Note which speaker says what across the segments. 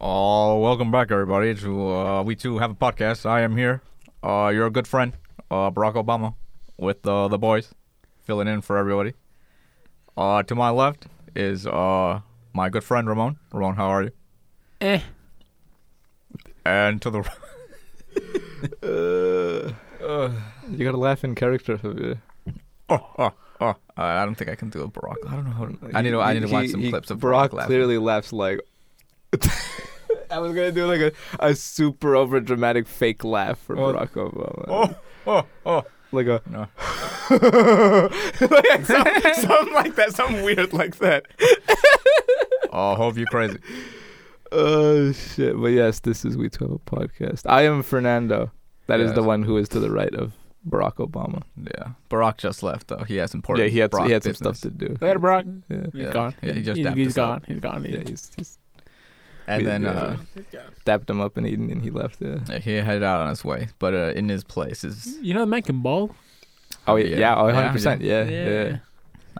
Speaker 1: Oh, welcome back, everybody. To uh, we too have a podcast. I am here. Uh, your good friend, uh, Barack Obama, with uh, the boys, filling in for everybody. Uh, to my left is uh, my good friend Ramon. Ramon, how are you?
Speaker 2: Eh.
Speaker 1: And to the
Speaker 2: You gotta laugh in character. uh,
Speaker 1: oh, oh, oh. Uh, I don't think I can do a Barack. I don't know how. To, I need to. I
Speaker 2: he-
Speaker 1: need to watch
Speaker 2: he-
Speaker 1: some
Speaker 2: he-
Speaker 1: clips of
Speaker 2: Barack
Speaker 1: Barack. laughing.
Speaker 2: clearly laughs like. I was gonna do like a, a super over dramatic fake laugh for
Speaker 1: Oh.
Speaker 2: Barack Obama.
Speaker 1: Oh, oh, oh.
Speaker 2: Like a
Speaker 1: No.
Speaker 2: like some, something like that, something weird like that.
Speaker 1: Oh, hope you crazy.
Speaker 2: Oh shit! But yes, this is We Two Have a Podcast. I am Fernando. That is the
Speaker 1: Yes.
Speaker 2: one who is to the right of Barack Obama.
Speaker 1: Yeah, Barack just left though. He has important.
Speaker 2: yeah, he had
Speaker 1: Barack
Speaker 2: he had some
Speaker 1: business.
Speaker 2: stuff to do.
Speaker 3: Later, Brock.
Speaker 2: Yeah,
Speaker 3: He's
Speaker 1: Yeah.
Speaker 3: gone.
Speaker 1: Yeah, he just
Speaker 3: he's,
Speaker 1: dapped
Speaker 3: he's
Speaker 1: us up.
Speaker 3: gone. He's gone.
Speaker 2: yeah he's, he's
Speaker 1: And then
Speaker 2: Yeah.
Speaker 1: uh,
Speaker 2: dapped him up and eaten, and he left. Yeah.
Speaker 1: Yeah, he headed out on his way, but uh, in his place is
Speaker 3: You know the man can ball.
Speaker 2: Oh yeah,
Speaker 1: Yeah.
Speaker 2: yeah, oh,
Speaker 1: Yeah,
Speaker 2: 100%. Yeah, yeah.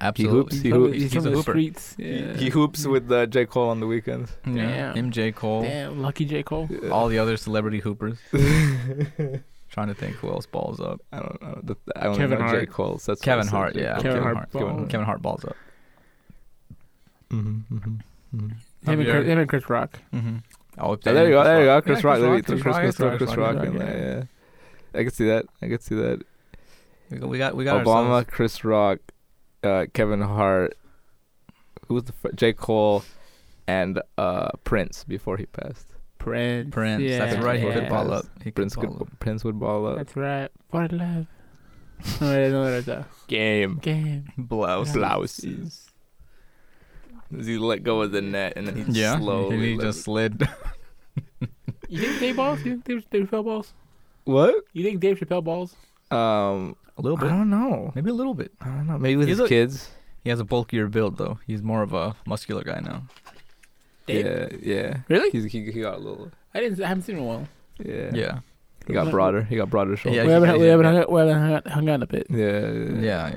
Speaker 1: absolutely.
Speaker 2: hoops,
Speaker 3: He
Speaker 2: He hoops.
Speaker 3: He's,
Speaker 1: He's
Speaker 3: from
Speaker 1: a
Speaker 3: the
Speaker 1: hooper.
Speaker 3: streets. Yeah.
Speaker 2: He hoops with uh, J Cole on the weekends.
Speaker 1: Yeah.
Speaker 3: Damn.
Speaker 1: MJ Cole,
Speaker 3: Damn, lucky J Cole.
Speaker 2: Yeah.
Speaker 1: all the other celebrity hoopers.
Speaker 2: I
Speaker 1: Trying to think who else balls up.
Speaker 2: don't know. The, I only
Speaker 3: Kevin
Speaker 2: know J
Speaker 3: Hart.
Speaker 2: Cole. So that's what
Speaker 1: Kevin
Speaker 2: I said,
Speaker 1: Hart,
Speaker 2: J.
Speaker 1: yeah.
Speaker 2: Cole.
Speaker 3: Kevin Hart
Speaker 2: Kevin
Speaker 3: balls.
Speaker 1: Kevin Hart balls up.
Speaker 2: Mm-hmm, mm-hmm, mm-hmm.
Speaker 3: Him and,
Speaker 1: Javier.
Speaker 3: Chris, him and Chris Rock.
Speaker 1: Mm-hmm. Oh,
Speaker 2: Oh, there you go. There you go. Chris
Speaker 1: Yeah,
Speaker 2: Rock.
Speaker 1: Chris
Speaker 2: there we
Speaker 1: Rock,
Speaker 2: threw
Speaker 1: Chris
Speaker 2: Chris,
Speaker 1: Rock,
Speaker 2: Rock,
Speaker 1: Chris
Speaker 2: Chris
Speaker 1: Rock,
Speaker 2: Rock. in
Speaker 3: yeah.
Speaker 2: there, Yeah. I could see that. I could see that.
Speaker 1: We got we got, we got
Speaker 2: Obama,
Speaker 1: ourselves-
Speaker 2: Chris Rock, uh, Kevin Hart. Who was the fir- J Cole, and uh, Prince before he passed.
Speaker 3: Prince.
Speaker 1: Prince.
Speaker 3: Yeah.
Speaker 1: That's right. He could
Speaker 3: yeah.
Speaker 1: ball up. He
Speaker 2: Prince
Speaker 1: could
Speaker 2: could
Speaker 1: ball up.
Speaker 2: Prince would ball up.
Speaker 3: That's right. What love. no, I don't know what I thought.
Speaker 2: Game.
Speaker 3: Game.
Speaker 2: Blouse. Blouses. As he let go of the net and then he
Speaker 1: Yeah,
Speaker 2: slowly.
Speaker 1: he
Speaker 2: let
Speaker 1: just
Speaker 2: it-
Speaker 1: slid.
Speaker 3: You think Dave balls? You think Dave, Dave Chappelle balls?
Speaker 2: what?
Speaker 3: You think Dave Chappelle balls?
Speaker 2: Um,
Speaker 1: a little
Speaker 2: I
Speaker 1: bit,
Speaker 2: don't know.
Speaker 1: maybe a little bit.
Speaker 2: I don't know. Maybe with
Speaker 1: He
Speaker 2: his
Speaker 1: look-
Speaker 2: kids.
Speaker 1: He has a bulkier build though. He's more of a muscular guy now.
Speaker 3: Dave?
Speaker 2: Yeah, yeah.
Speaker 3: Really?
Speaker 2: He's, he, he got a little.
Speaker 3: I didn't. I haven't seen him in a while.
Speaker 2: Yeah.
Speaker 1: Yeah,
Speaker 2: He got broader. He got broader shoulders.
Speaker 3: we
Speaker 1: he-
Speaker 3: haven't, we
Speaker 1: yeah,
Speaker 3: haven't,
Speaker 1: yeah.
Speaker 3: hung, out, we haven't hung, out, hung out a bit.
Speaker 2: Yeah. Yeah.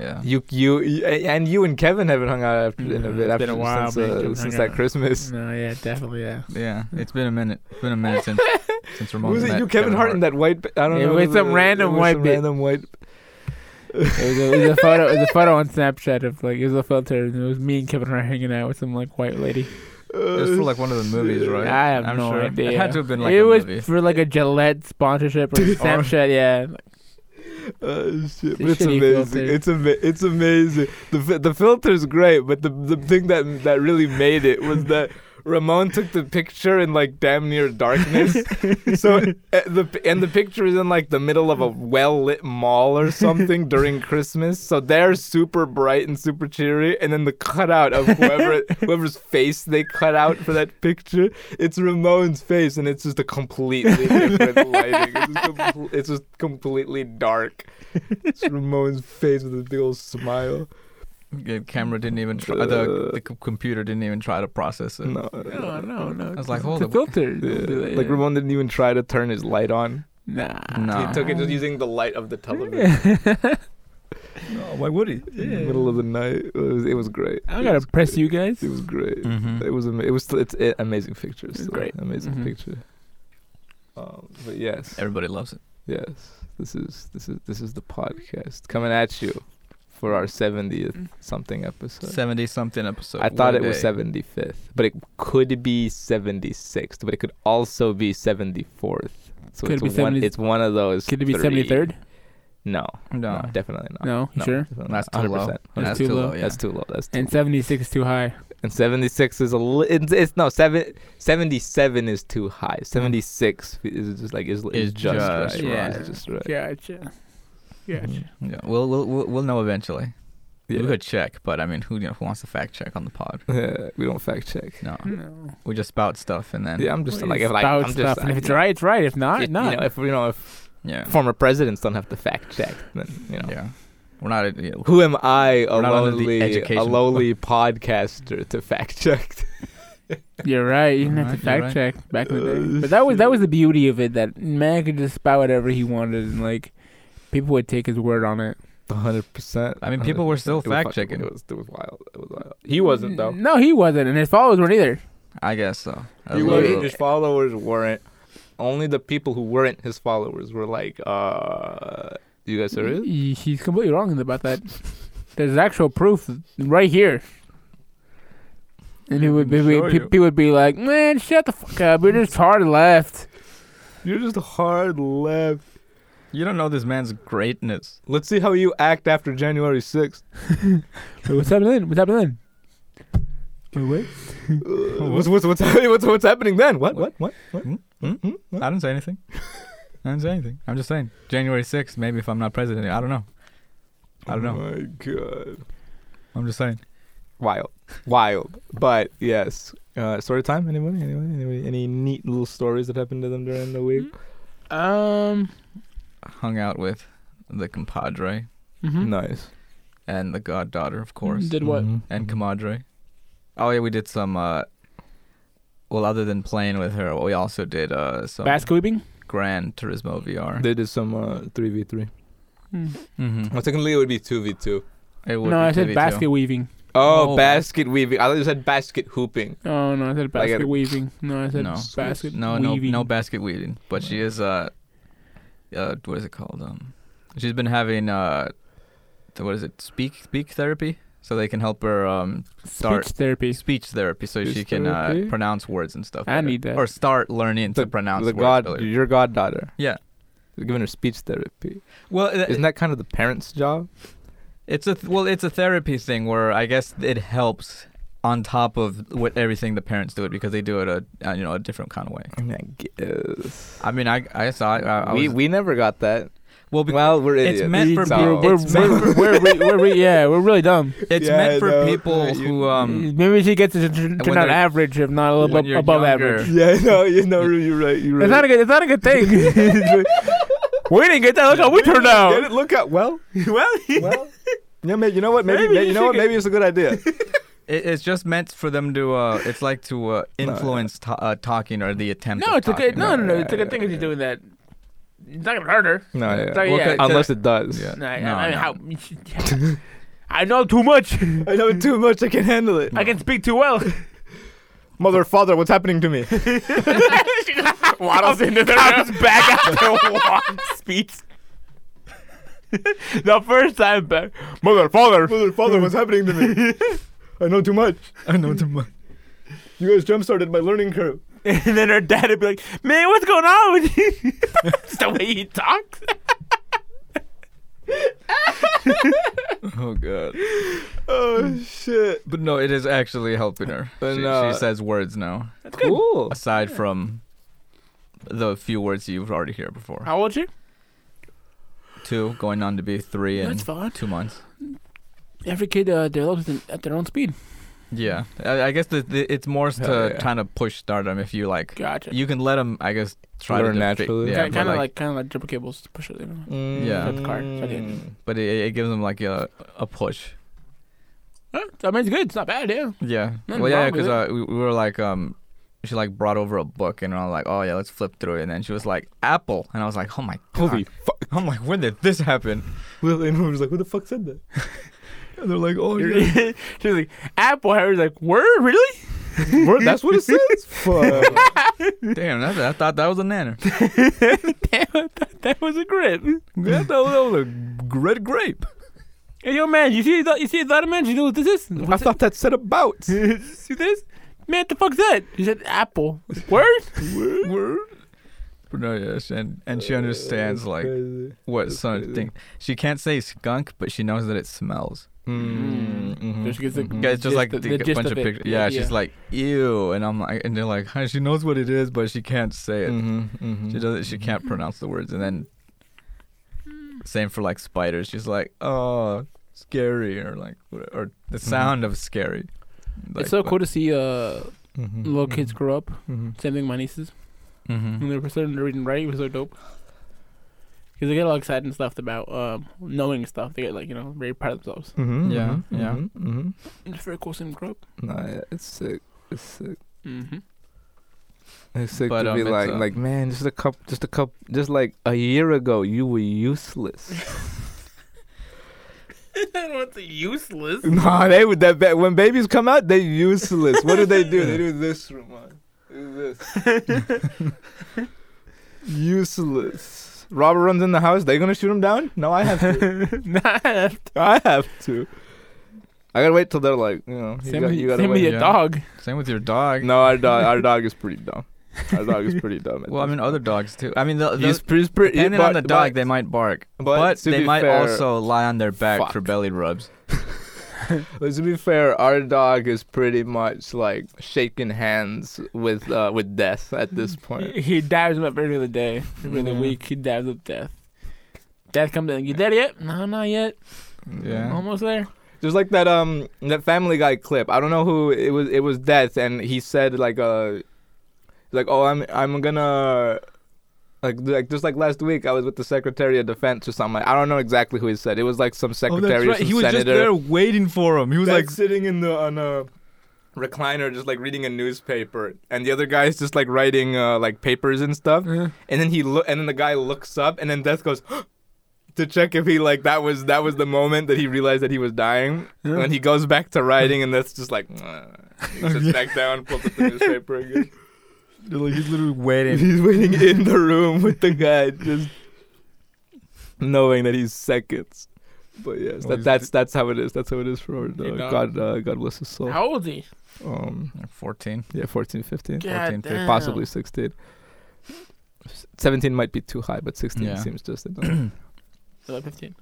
Speaker 1: yeah, yeah.
Speaker 2: You, you, you, and you and Kevin haven't hung out after in a
Speaker 3: Mm,
Speaker 2: bit
Speaker 3: it's
Speaker 2: after
Speaker 3: been a while,
Speaker 2: since,
Speaker 3: but we
Speaker 2: uh,
Speaker 3: haven't
Speaker 2: since
Speaker 3: hung
Speaker 2: that
Speaker 3: out. Mm,
Speaker 2: Christmas.
Speaker 3: No, yeah, definitely, yeah.
Speaker 1: Yeah, it's been a minute. It's been a minute since since Ramon.
Speaker 2: Who's it?
Speaker 1: met
Speaker 2: You, Kevin Hart, in that white? I don't
Speaker 3: Yeah,
Speaker 2: know.
Speaker 3: with some
Speaker 2: uh,
Speaker 3: random
Speaker 2: with
Speaker 3: white
Speaker 2: some
Speaker 3: bit.
Speaker 2: Random white.
Speaker 3: It was, a, it was a photo. It was a photo on Snapchat of like it was a filter, and it was me and Kevin Hart hanging out with some like white lady.
Speaker 1: It was for like one of the movies, right?
Speaker 3: I have
Speaker 1: I'm
Speaker 3: no
Speaker 1: sure.
Speaker 3: idea.
Speaker 1: It had to have been like
Speaker 3: it
Speaker 1: a
Speaker 3: was
Speaker 1: movie.
Speaker 3: for like a Gillette sponsorship or Snapchat. yeah,
Speaker 2: Oh shit!
Speaker 3: It's a
Speaker 2: But it's
Speaker 3: shitty
Speaker 2: amazing.
Speaker 3: filter.
Speaker 2: It's ama- It's amazing. The fi- the filter's great, but the the thing that that really made it was that Ramon took the picture in like damn near darkness. so uh, the and the picture is in like the middle of a well lit mall or something during Christmas. So they're super bright and super cheery, and then the cutout of whoever whoever's face they cut out for that picture, it's Ramon's face, and it's just a completely different lighting. It's just, com- it's just completely dark. It's Ramon's face with a big old smile.
Speaker 1: The camera didn't even try. the the c- computer didn't even try to process it.
Speaker 2: Uh, No,
Speaker 3: no, no, no.
Speaker 1: I was like,
Speaker 3: it's
Speaker 1: hold
Speaker 3: a
Speaker 1: up.
Speaker 3: filter.
Speaker 2: Yeah.
Speaker 3: Don't do that,
Speaker 2: Like
Speaker 3: yeah.
Speaker 2: Ramon didn't even try to turn his light on.
Speaker 3: Nah,
Speaker 1: No.
Speaker 2: He took it just using the light of the television.
Speaker 1: No, why would he?
Speaker 2: in the middle of the night. It was, it was great.
Speaker 3: I'm
Speaker 2: It
Speaker 3: gonna
Speaker 2: was
Speaker 3: press
Speaker 2: great.
Speaker 3: you guys.
Speaker 2: It was great.
Speaker 1: Mhm.
Speaker 2: It was ama- it was still, it's an amazing picture.
Speaker 3: It's
Speaker 2: still.
Speaker 3: great.
Speaker 2: amazing
Speaker 1: Mm-hmm.
Speaker 3: Mhm.
Speaker 2: picture. Um, but yes,
Speaker 1: Everybody loves it.
Speaker 2: yes, this is this is this is the podcast coming at you for our seventieth
Speaker 3: Mm.
Speaker 2: something episode.
Speaker 1: Seventy something episode.
Speaker 2: I thought
Speaker 1: What a
Speaker 2: it was
Speaker 1: day.
Speaker 2: seventy fifth, but it could be seventy sixth, but it could also be seventy fourth. So it's
Speaker 3: Could it be
Speaker 2: one.
Speaker 3: 70
Speaker 2: It's one of those.
Speaker 3: Could it be
Speaker 2: three.
Speaker 3: seventy third?
Speaker 2: No,
Speaker 1: No,
Speaker 2: no, definitely not.
Speaker 3: No, you sure.
Speaker 2: definitely
Speaker 1: that's
Speaker 2: not.
Speaker 1: too low.
Speaker 2: 100%.
Speaker 3: That's
Speaker 1: That's
Speaker 3: too
Speaker 1: too
Speaker 3: low.
Speaker 1: low. Yeah.
Speaker 2: That's too low. That's too
Speaker 3: And seventy six is too high.
Speaker 2: And 76 is a li- it's, it's no, seven, 77 is too high. 76 is just like is,
Speaker 1: Is
Speaker 2: is just,
Speaker 1: Mm. just
Speaker 2: right.
Speaker 3: right.
Speaker 2: It's just right. Mm.
Speaker 3: Gotcha. Gotcha.
Speaker 1: Yeah, we'll we'll we'll we'll know eventually.
Speaker 2: Yeah.
Speaker 1: We could check, but I mean, who you know, who wants to fact check on the pod?
Speaker 2: Yeah, we don't fact check.
Speaker 1: No,
Speaker 3: No.
Speaker 1: we just spout stuff and then
Speaker 2: Hmm. Yeah, I'm just
Speaker 3: Well,
Speaker 2: like
Speaker 3: it's
Speaker 2: if like
Speaker 3: about
Speaker 2: I'm just
Speaker 3: stuff, and if it's right, it's right. If not,
Speaker 2: you,
Speaker 3: not.
Speaker 2: you know, if you know if
Speaker 1: yeah,
Speaker 2: former presidents don't have to fact check, then you know.
Speaker 1: yeah. We're not. You know,
Speaker 2: Who am I, a
Speaker 1: We're not under the
Speaker 2: lowly, a
Speaker 1: education-
Speaker 2: lowly podcaster, to fact check?
Speaker 3: You're right. You didn't have to
Speaker 1: You're
Speaker 3: fact
Speaker 1: right,
Speaker 3: check back in the
Speaker 2: Uh,
Speaker 3: day. But that was
Speaker 2: shit.
Speaker 3: that was the beauty of it. That man could just spout whatever he wanted, and like people would take his word on it.
Speaker 2: 100. percent
Speaker 1: I mean, people were still fact checking.
Speaker 2: It was, it was wild. It was wild. He wasn't though.
Speaker 3: No, he wasn't, and his followers weren't either.
Speaker 1: I guess so. That's
Speaker 2: He
Speaker 1: what
Speaker 2: was,
Speaker 1: it
Speaker 2: his followers weren't. Only the people who weren't his followers were like, uh, you guys serious?
Speaker 3: He- he's completely wrong about that. There's actual proof right here. And he would be,
Speaker 1: Show you.
Speaker 3: people would be like, man, shut the fuck up. You're just hard left.
Speaker 2: You're just hard left.
Speaker 1: You don't know this man's greatness.
Speaker 2: Let's see how you act after January 6th.
Speaker 3: Wait, what's happening then? What's happening then? Wait,
Speaker 2: Uh, what's, what's, what's, happening- what's, what's happening then? What? What? What? what?
Speaker 1: Hmm? Hmm?
Speaker 2: Hmm? What?
Speaker 1: I didn't say anything. I didn't say anything. I'm just saying. January 6th, maybe if I'm not president, I don't know. I don't know.
Speaker 2: Oh my god.
Speaker 1: I'm just saying.
Speaker 2: Wild. Wild. But yes. Uh, story time? Anybody? Anybody? Anybody? Any neat little stories that happened to them during the week?
Speaker 3: wait. Um.
Speaker 1: Hung out with the compadre
Speaker 3: mhm.
Speaker 2: Nice.
Speaker 1: and the goddaughter, of course,
Speaker 3: Did what?
Speaker 2: Mhm.
Speaker 1: and comadre. Oh yeah, we did some. uh Well, other than playing with her, we also did uh some
Speaker 3: Basket weeping?
Speaker 1: Gran Turismo VR.
Speaker 2: They did some uh, 3v3.
Speaker 3: Mm.
Speaker 1: mm-hmm.
Speaker 2: Well, technically, it would be 2v2.
Speaker 1: It would
Speaker 3: No,
Speaker 1: be
Speaker 3: I said
Speaker 1: 2v2.
Speaker 3: basket weaving.
Speaker 2: Oh,
Speaker 1: Oh,
Speaker 2: basket weaving. I thought you said basket hooping.
Speaker 3: Oh, no, I said
Speaker 2: Like
Speaker 3: basket
Speaker 2: a-
Speaker 3: weaving. No, I said
Speaker 1: No.
Speaker 3: basket
Speaker 1: No, no,
Speaker 3: weaving.
Speaker 1: no basket weaving. But she is uh, uh, what is it called? Um, she's been having uh, th- what is it? Speak speak therapy, so they can help her um start
Speaker 3: Speech therapy.
Speaker 1: speech therapy, so she
Speaker 2: Speech
Speaker 1: can uh,
Speaker 2: therapy?
Speaker 1: pronounce words and stuff.
Speaker 3: I
Speaker 1: better.
Speaker 3: need that.
Speaker 1: Or start learning to pronounce
Speaker 2: the
Speaker 1: words.
Speaker 2: god,
Speaker 1: better.
Speaker 2: your goddaughter.
Speaker 1: Yeah.
Speaker 2: They're giving her speech therapy.
Speaker 1: Well,
Speaker 2: Isn't that kind of the parents' job?
Speaker 1: It's a th- well, it's a therapy thing where I guess it helps on top of what everything the parents do it because they do it a uh, you know a different kind of way.
Speaker 2: I, mean, I guess.
Speaker 1: I mean, I I saw I, I
Speaker 2: we
Speaker 1: was,
Speaker 2: we never got that.
Speaker 1: well, be-
Speaker 2: Well, we're idiots.
Speaker 1: it's meant for
Speaker 2: so-
Speaker 1: people-
Speaker 3: We're, we're,
Speaker 1: it's meant
Speaker 3: we're, we're, re- we're re- yeah, we're really dumb.
Speaker 1: it's
Speaker 2: Yeah, I
Speaker 1: meant for
Speaker 2: know.
Speaker 1: people
Speaker 2: You-
Speaker 1: who um
Speaker 3: Maybe she gets to turn
Speaker 1: when
Speaker 3: out
Speaker 1: they're-
Speaker 3: average, if not a little
Speaker 1: when
Speaker 3: bit
Speaker 1: you're
Speaker 3: above
Speaker 1: younger.
Speaker 3: average.
Speaker 2: Yeah, no, you know, you're right. You're
Speaker 3: It's not a good. It's not a good thing. we didn't get that. Look how we turned out.
Speaker 2: Look at well,
Speaker 3: well,
Speaker 2: well. Yeah, man, you know what? Maybe,
Speaker 3: Maybe
Speaker 2: may-
Speaker 3: you
Speaker 2: you know what?
Speaker 3: should
Speaker 2: Maybe it's a good idea.
Speaker 1: it, it's just meant for them to uh it's like to uh, influence to- uh, talking or the attempt.
Speaker 3: no,
Speaker 1: of
Speaker 3: it's a good.
Speaker 1: talking.
Speaker 3: No, no, no. It's a
Speaker 2: Yeah,
Speaker 3: good thing if
Speaker 2: yeah,
Speaker 3: you're doing that. It's not gonna hurt her.
Speaker 2: no, yeah.
Speaker 3: Sorry, yeah, it's
Speaker 2: unless it does.
Speaker 1: Yeah.
Speaker 3: No, I-
Speaker 1: No,
Speaker 3: I,
Speaker 1: no.
Speaker 3: mean, how, I know too much.
Speaker 2: I know it too much. I can handle it.
Speaker 3: I can speak too well.
Speaker 2: Mother, father, what's happening to me?
Speaker 3: Waddles into the comes back after one speech. the first time back.
Speaker 2: Mother, father, mother, father, what's happening to me? I know too much.
Speaker 1: I know too much.
Speaker 2: You guys jump started my learning curve.
Speaker 3: And then her dad would be like, "Man, what's going on with you?" It's the way he talks.
Speaker 1: Oh god.
Speaker 2: Oh shit!
Speaker 1: But no, it is actually helping her.
Speaker 2: But
Speaker 1: she,
Speaker 2: no.
Speaker 1: she says words now,
Speaker 2: Cool.
Speaker 1: aside from the few words you've already heard before.
Speaker 3: How old you?
Speaker 1: Two going on to be three in
Speaker 3: That's fine.
Speaker 1: two months.
Speaker 3: Every kid uh, develops in- at their own speed.
Speaker 1: Yeah, I, I guess the, the, it's more to
Speaker 2: Hell yeah.
Speaker 1: trying to push stardom. If you like,
Speaker 3: Gotcha.
Speaker 1: you can let them. I guess try
Speaker 2: Learn
Speaker 1: to just-
Speaker 2: naturally.
Speaker 1: Yeah,
Speaker 3: kind,
Speaker 1: but,
Speaker 3: of
Speaker 1: like,
Speaker 3: like kind of like jumper cables to push it. You know?
Speaker 2: Mm.
Speaker 1: Yeah.
Speaker 3: That's card. That's it.
Speaker 1: but it, it gives them like a, a push.
Speaker 3: Huh? I mean, it's good. It's not bad. Yeah.
Speaker 1: Yeah.
Speaker 3: Nothing
Speaker 1: well, yeah,
Speaker 3: wrong with
Speaker 1: because uh, we, we were like, um, she like brought over a book, and I'm like, oh yeah, let's flip through it. And then she was like, Apple, and I was like, oh my god.
Speaker 2: Holy fuck!
Speaker 1: I'm like, when did this happen?
Speaker 2: Well, and was like, "Who the fuck said that?"
Speaker 1: And they're like, oh yeah.
Speaker 3: she was like, "Apple." I was like, "Word, really?"
Speaker 2: Word, that's what it says. fuck.
Speaker 1: damn, that's, I thought that was a nanner.
Speaker 3: Damn, that, that was a grip.
Speaker 1: that, that was a red grape.
Speaker 3: Hey, yo, man, you see, that- you see that man? You know what this is?
Speaker 2: I
Speaker 3: What's
Speaker 2: thought that said about.
Speaker 3: it? see this? Man, what the fuck's that? He said Apple. Word?
Speaker 1: Word. But no, yes, and and she understands like what
Speaker 2: That's
Speaker 1: some
Speaker 2: crazy.
Speaker 1: thing. She can't say skunk, but she knows that it smells.
Speaker 2: mm, mm-hmm,
Speaker 3: So she gets a-
Speaker 1: Yeah, it's just
Speaker 3: Just
Speaker 1: like
Speaker 3: the-
Speaker 1: the,
Speaker 3: the
Speaker 1: g-
Speaker 3: gist
Speaker 1: bunch
Speaker 3: of
Speaker 1: of
Speaker 3: it,
Speaker 1: pictures.
Speaker 3: the
Speaker 1: Yeah,
Speaker 3: idea.
Speaker 1: she's like ew, and I'm like, and they're like, "Huh, she knows what it is, but she can't say it.
Speaker 2: Mm-hmm,
Speaker 1: She doesn't. She can't pronounce the words. And then same for like spiders. She's like, oh, scary, or like, what- or the sound of scary. Like,
Speaker 3: it's so cool to see uh,
Speaker 2: Mm-hmm.
Speaker 3: little kids grow up.
Speaker 2: hmm
Speaker 3: Same thing with my nieces. When
Speaker 1: Mm-hmm.
Speaker 3: they were starting to read and write, it was so dope. Because they get all excited and stuff about um, knowing stuff. They get like, you know, very proud of themselves.
Speaker 2: Hmm.
Speaker 1: Yeah, yeah.
Speaker 2: Mm-hmm.
Speaker 3: It's very cool seeing them grow up.
Speaker 2: No, yeah, it's sick. It's sick.
Speaker 3: Mm-hmm.
Speaker 2: It's sick
Speaker 1: But,
Speaker 2: to
Speaker 1: um,
Speaker 2: be
Speaker 1: it's,
Speaker 2: like,
Speaker 1: uh,
Speaker 2: like, man, just a cup, just a cup, just like a year ago, you were useless.
Speaker 3: What's useless?
Speaker 2: Nah, they would that ba- when babies come out, they useless. What do they do? They do this, Ramon. Do this. useless. Robber runs in the house. They gonna shoot him down? No, I have to.
Speaker 3: Not
Speaker 2: I have to. I gotta wait till they're like, you know, you,
Speaker 3: same
Speaker 2: got,
Speaker 3: with,
Speaker 2: you gotta
Speaker 3: same with
Speaker 2: wait.
Speaker 1: you.
Speaker 3: your
Speaker 1: yeah.
Speaker 3: dog.
Speaker 1: Same with your dog.
Speaker 2: No, our dog, our dog is pretty dumb. Our dog is pretty dumb. at
Speaker 1: Well, I
Speaker 2: this
Speaker 1: mean,
Speaker 2: point.
Speaker 1: other dogs too. I mean, the, the,
Speaker 2: he's pretty. pretty
Speaker 1: depending on
Speaker 2: but-
Speaker 1: the dog,
Speaker 2: but-
Speaker 1: they might bark,
Speaker 2: but
Speaker 1: but,
Speaker 2: to
Speaker 1: they
Speaker 2: be
Speaker 1: might
Speaker 2: fair-
Speaker 1: also lie on their back for
Speaker 2: Fuck.
Speaker 1: belly rubs.
Speaker 2: But to be fair, our dog is pretty much like shaking hands with uh, with death at this point.
Speaker 3: He, he dives him up every other day, every other
Speaker 2: Yeah.
Speaker 3: week. He dives up death. Death comes in. You dead yet? No, not yet.
Speaker 1: Yeah.
Speaker 3: Almost there.
Speaker 2: Just like that um that Family Guy clip. I don't know who it was. It was death, and he said like uh like oh I'm I'm gonna. Like, like just like last week, I was with the Secretary of Defense or something. I don't know exactly who he said. It was like some secretary, or some
Speaker 1: Oh, He was just
Speaker 2: senator.
Speaker 1: there waiting for him. He was
Speaker 2: That's
Speaker 1: like,
Speaker 2: sitting in the on a recliner, just like reading a newspaper, and the other guy's just like writing uh, like papers and stuff. And then he look, and then the guy looks up, and then Death goes to check if he like that was that was the moment that he realized that he was dying.
Speaker 3: Yeah.
Speaker 2: And he goes back to writing, and that's just like "Nah." he sits back down, pulls up the newspaper again.
Speaker 1: he's literally waiting.
Speaker 2: He's waiting in the room with the guy, just knowing that he's seconds. But yes,
Speaker 1: Well,
Speaker 2: that,
Speaker 1: Oh, he's-
Speaker 2: that's that's how it is. That's how it is for our dog.
Speaker 3: dog.
Speaker 2: God, uh, God bless his soul.
Speaker 3: How old is he?
Speaker 2: Um,
Speaker 1: Fourteen.
Speaker 2: yeah, 14, 15,
Speaker 3: God
Speaker 1: 14,
Speaker 3: damn.
Speaker 2: possibly 16. S- 17 might be too high, but 16
Speaker 1: Yeah.
Speaker 2: seems just enough.
Speaker 3: About 15.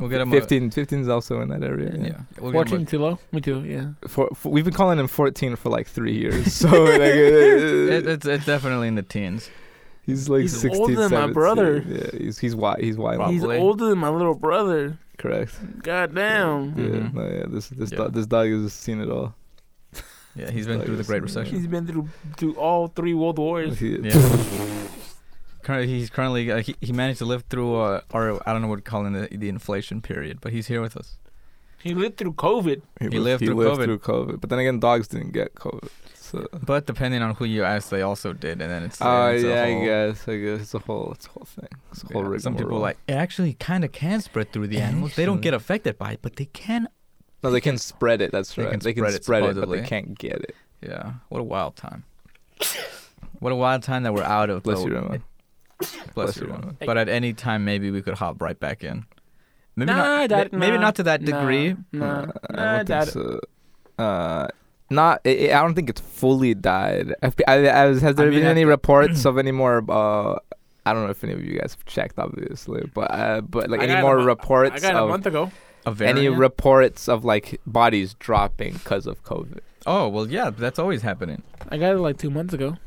Speaker 1: We'll get him.
Speaker 2: 15, 15 is also in that area.
Speaker 1: A,
Speaker 2: Yeah.
Speaker 1: yeah. We'll get him a-
Speaker 3: 14 too low? Me too, yeah.
Speaker 2: For, for, we've been calling him 14 for like three years. So like, uh,
Speaker 1: It, it's it's definitely in the teens.
Speaker 2: he's like
Speaker 3: He's
Speaker 2: 16,
Speaker 3: older than
Speaker 2: 17.
Speaker 3: my brother.
Speaker 2: Yeah, he's he's wild. He's wild.
Speaker 1: Wow.
Speaker 3: He's
Speaker 1: Probably.
Speaker 3: older than my little brother.
Speaker 2: Correct.
Speaker 3: God damn.
Speaker 2: Yeah.
Speaker 1: Mhm.
Speaker 2: No, yeah. This this
Speaker 1: Yeah.
Speaker 2: dog this dog has seen it all.
Speaker 1: Yeah, he's been
Speaker 2: Like
Speaker 1: through the
Speaker 2: this,
Speaker 1: Great
Speaker 2: yeah.
Speaker 1: Recession.
Speaker 3: He's been through, through all three world wars.
Speaker 2: He-
Speaker 1: Yeah. Currently, he's currently uh, he, he managed to live through uh, or I don't know what to call it the, the inflation period, but he's here with us.
Speaker 3: He lived through COVID.
Speaker 1: He lived through COVID.
Speaker 2: through COVID. But then again, dogs didn't get COVID. So.
Speaker 1: But depending on who you ask, they also did, and then it's
Speaker 2: Oh
Speaker 1: it's a
Speaker 2: yeah, I
Speaker 1: whole-
Speaker 2: guess. I guess it's a whole, it's a whole thing. It's a whole
Speaker 1: Yeah,
Speaker 2: rigmarole.
Speaker 1: Some people like it actually kind of can spread through the animals. They don't get affected by it, but they can.
Speaker 2: No, they can spread it. That's
Speaker 1: They
Speaker 2: right.
Speaker 1: can
Speaker 2: they can
Speaker 1: spread it,
Speaker 2: spread it, but
Speaker 1: supposedly.
Speaker 2: they can't get it.
Speaker 1: Yeah, what a wild time. what a wild time that we're out of.
Speaker 2: Bless
Speaker 1: though.
Speaker 2: you, Ramon.
Speaker 1: Bless,
Speaker 2: Bless
Speaker 1: you,
Speaker 2: you,
Speaker 1: Ramon.
Speaker 3: Ramon.
Speaker 1: But at any time, maybe we could hop right back in. Maybe
Speaker 3: Nah,
Speaker 1: not.
Speaker 3: that-
Speaker 1: ma- maybe
Speaker 3: nah,
Speaker 1: not to that
Speaker 3: nah,
Speaker 1: degree.
Speaker 3: Nah,
Speaker 2: Uh,
Speaker 3: nah,
Speaker 2: I don't
Speaker 3: that-
Speaker 2: think so. Uh, not. It, it- I don't think it's fully died. I've, I, I, was- has there
Speaker 1: mean,
Speaker 2: been
Speaker 1: at
Speaker 2: any
Speaker 1: the-
Speaker 2: reports of any more? Uh, I don't know if any of you guys have checked, obviously, but uh, but like
Speaker 3: I
Speaker 2: any
Speaker 3: got a
Speaker 2: more
Speaker 3: mon-
Speaker 2: reports
Speaker 3: I got it a
Speaker 2: of
Speaker 3: month ago.
Speaker 1: A
Speaker 2: any
Speaker 1: variant?
Speaker 2: reports of like bodies dropping because of COVID.
Speaker 1: oh well, yeah, that's always happening.
Speaker 3: I got it like two months ago.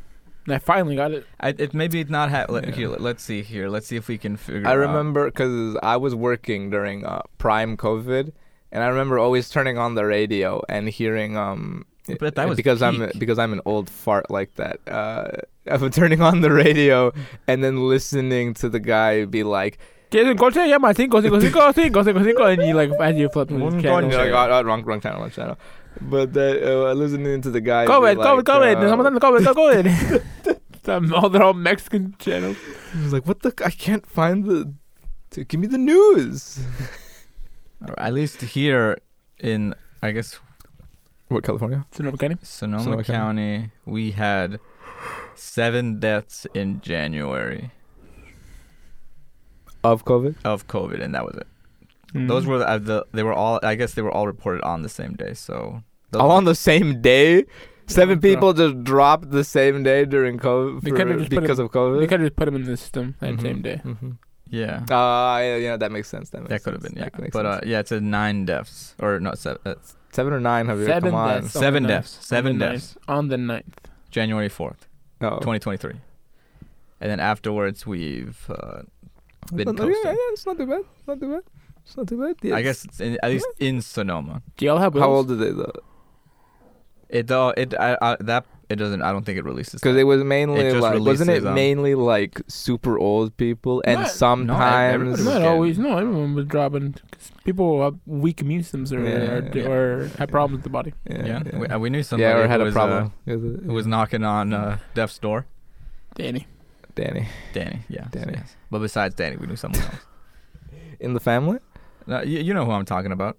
Speaker 3: And I finally got it.
Speaker 1: I, it maybe it's not ha- let,
Speaker 2: Yeah.
Speaker 1: here, let, us see here. Let's see if we can figure.
Speaker 2: I
Speaker 1: out.
Speaker 2: remember because I was working during uh, prime COVID, and I remember always turning on the radio and hearing. Um,
Speaker 1: But that was
Speaker 2: because I'm
Speaker 1: peak.
Speaker 2: because I'm an old fart like that. Uh, I'm turning on the radio and then listening to the guy be like,
Speaker 3: Jason, go check out my cinco, cinco, cinco, cinco, cinco, cinco, and you like as you flip through
Speaker 1: One
Speaker 3: this
Speaker 1: gun
Speaker 2: and
Speaker 3: channel.
Speaker 2: you're like
Speaker 1: Yeah.
Speaker 2: oh, oh, wrong, wrong channel, wrong channel. But that, uh, listening to the guy. be
Speaker 3: COVID,
Speaker 2: like,
Speaker 3: COVID, COVID. There's someone
Speaker 2: uh,
Speaker 3: on the COVID, go COVID. Some all they're all Mexican channels.
Speaker 2: I was like, what the? I can't find the. dude, give me the news.
Speaker 1: Or at least here in I guess
Speaker 2: What California?
Speaker 3: Sonoma County.
Speaker 1: Sonoma,
Speaker 2: Sonoma
Speaker 1: County,
Speaker 2: County.
Speaker 1: we had seven deaths in January
Speaker 2: Of COVID.
Speaker 1: of COVID, and that was it.
Speaker 2: Mm-hmm.
Speaker 1: Those were the, uh, the they were all I guess they were all reported on the same day. So those-
Speaker 2: All Oh, on the same day. Seven
Speaker 3: Bro.
Speaker 2: people just dropped the same day during COVID
Speaker 3: They
Speaker 2: for-
Speaker 3: could've just put
Speaker 2: because
Speaker 3: it-
Speaker 2: of COVID.
Speaker 3: They could have just put them in the system that
Speaker 2: Mhm,
Speaker 3: same day.
Speaker 2: mhm.
Speaker 1: yeah.
Speaker 2: Ah, yeah, yeah, that makes sense. That, makes
Speaker 1: That could have
Speaker 2: sense.
Speaker 1: been yeah,
Speaker 2: That makes
Speaker 1: but uh,
Speaker 2: sense.
Speaker 1: yeah, it's a nine deaths or not seven, uh,
Speaker 2: seven or nine, Javier.
Speaker 3: Seven
Speaker 2: come on.
Speaker 3: deaths. Something
Speaker 1: seven
Speaker 3: like-
Speaker 1: deaths, seven
Speaker 3: on the
Speaker 1: deaths,
Speaker 3: ninth- on the 9th.
Speaker 1: January fourth,
Speaker 2: No.
Speaker 1: twenty twenty three, and then afterwards we've uh,
Speaker 2: Yeah,
Speaker 1: been
Speaker 2: yeah,
Speaker 1: coasting.
Speaker 2: it's not too bad. It's not too bad. It's not too bad. Yeah,
Speaker 1: I
Speaker 2: it's-
Speaker 1: guess it's in, at least in Sonoma,
Speaker 3: Do y'all have
Speaker 2: How old
Speaker 3: wills?
Speaker 2: are they though?
Speaker 1: it uh, it I, I, that it doesn't. I don't think it releases
Speaker 2: Because
Speaker 1: that.
Speaker 2: it was mainly
Speaker 1: just
Speaker 2: like, wasn't it
Speaker 1: releases, um,
Speaker 2: mainly like super old people and
Speaker 3: Not-
Speaker 1: everybody
Speaker 2: sometimes
Speaker 1: was
Speaker 3: Not
Speaker 1: getting-
Speaker 3: always. No, everyone was dropping. 'cause people have weak immune systems or,
Speaker 2: Yeah,
Speaker 3: or,
Speaker 2: yeah,
Speaker 3: or
Speaker 2: yeah.
Speaker 3: have problems with the body.
Speaker 1: yeah, We,
Speaker 2: yeah,
Speaker 1: uh, we knew somebody
Speaker 2: yeah or
Speaker 1: who
Speaker 2: had a
Speaker 1: was, uh,
Speaker 2: problem. It
Speaker 1: who was knocking on uh, death's door.
Speaker 3: Danny.
Speaker 2: Danny
Speaker 1: Danny, yeah,
Speaker 2: Danny.
Speaker 1: yes. But besides Danny, we knew someone else.
Speaker 2: in the family.
Speaker 1: No, Uh, you, you know who I'm talking about.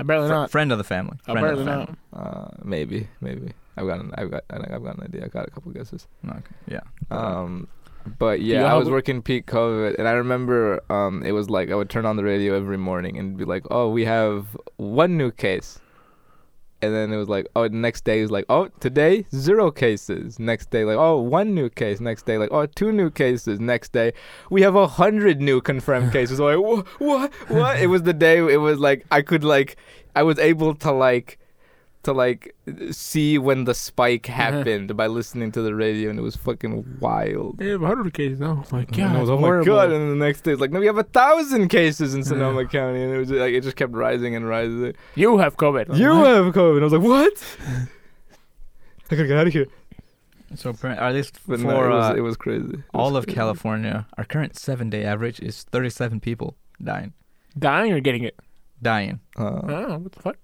Speaker 3: I barely
Speaker 1: Fr-
Speaker 3: not.
Speaker 1: Friend of the family.
Speaker 3: I
Speaker 1: Friend of
Speaker 3: barely
Speaker 1: the family.
Speaker 3: not.
Speaker 2: Uh, maybe, maybe. I've got an, I've got, I think I've got an idea. I got a couple guesses.
Speaker 1: Okay. Yeah.
Speaker 2: Um, but
Speaker 3: you
Speaker 2: yeah, I was
Speaker 3: have-
Speaker 2: working peak COVID, and I remember um, it was like I would turn on the radio every morning and be like, "Oh, we have one new case," and then it was like, "Oh, the next day is like, oh, today zero cases. Next day, like, oh, one new case. Next day, like, oh, two new cases. Next day, we have a hundred new confirmed cases." like, what? What? What? it was the day. It was like I could like, I was able to like. To like see when the spike happened by listening to the radio, and it was fucking wild.
Speaker 3: They have 100 cases. Oh my god.
Speaker 2: And I was, oh my
Speaker 3: horrible.
Speaker 2: god! And the next day, it's like, no, we have a thousand cases in Sonoma
Speaker 3: Yeah.
Speaker 2: County, and it was like it just kept rising and rising.
Speaker 3: You have COVID.
Speaker 2: you
Speaker 3: What?
Speaker 2: have COVID. I was like, what? I gotta get out of here.
Speaker 1: So appar- at least for
Speaker 2: But no, it, was,
Speaker 1: uh,
Speaker 2: it was crazy. It
Speaker 1: all
Speaker 2: was
Speaker 1: of California, our current seven-day average is 37 people dying.
Speaker 3: dying or getting it.
Speaker 1: Dying.
Speaker 2: crazy. Uh,
Speaker 3: Oh, what the fuck?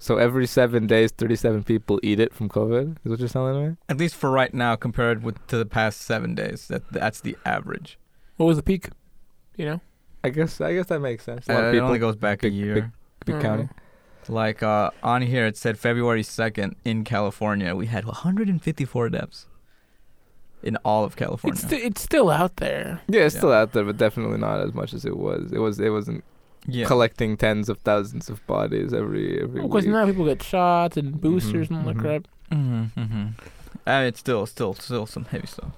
Speaker 2: so every seven days, thirty-seven people eat it from COVID. Is what you're telling me?
Speaker 1: At least for right now, compared with to the past seven days, that that's the average.
Speaker 3: What was the peak? You know?
Speaker 2: I guess. I guess that makes sense. A
Speaker 1: Uh,
Speaker 2: lot of
Speaker 1: it
Speaker 2: people
Speaker 1: only Mm-hmm. goes back
Speaker 2: big-
Speaker 1: a
Speaker 2: big-
Speaker 1: year.
Speaker 2: be
Speaker 3: Uh,
Speaker 2: counting.
Speaker 1: Like uh, on here, it said February 2nd in California, we had 154 deaths in all of California.
Speaker 3: It's, sti- it's still out there.
Speaker 2: Yeah, it's
Speaker 1: Yeah.
Speaker 2: still out there, but definitely not as much as it was. It was. It wasn't
Speaker 1: yeah.
Speaker 2: collecting tens of thousands of bodies every every
Speaker 3: Of course,
Speaker 2: week.
Speaker 3: now people get shots and boosters and all that
Speaker 2: mhm.
Speaker 3: crap.
Speaker 1: hmm hmm Uh, it's still, still, still some heavy stuff.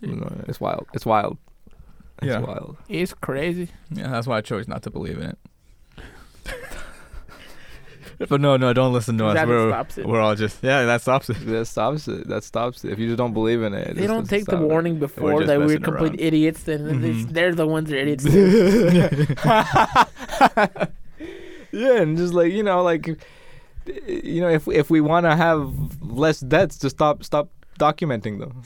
Speaker 2: You know, it's wild. It's wild. It's
Speaker 1: Yeah.
Speaker 2: wild.
Speaker 3: It's crazy.
Speaker 1: Yeah, that's why I chose not to believe in it. but no, no, don't listen to us.
Speaker 3: that
Speaker 1: We're,
Speaker 3: stops it.
Speaker 1: we're all just yeah, that stops it.
Speaker 2: That stops it. That stops it. If you just don't believe in it, it
Speaker 3: They
Speaker 2: just
Speaker 3: don't
Speaker 2: doesn't
Speaker 3: take the
Speaker 2: stop it.
Speaker 3: warning before
Speaker 1: just
Speaker 3: that we're
Speaker 1: messing
Speaker 3: complete
Speaker 1: around.
Speaker 3: idiots, and then they-
Speaker 1: Mhm.
Speaker 3: they're the ones that are idiots.
Speaker 2: yeah, and just like you know, like you know, if if we want to have less deaths, just stop stop documenting them,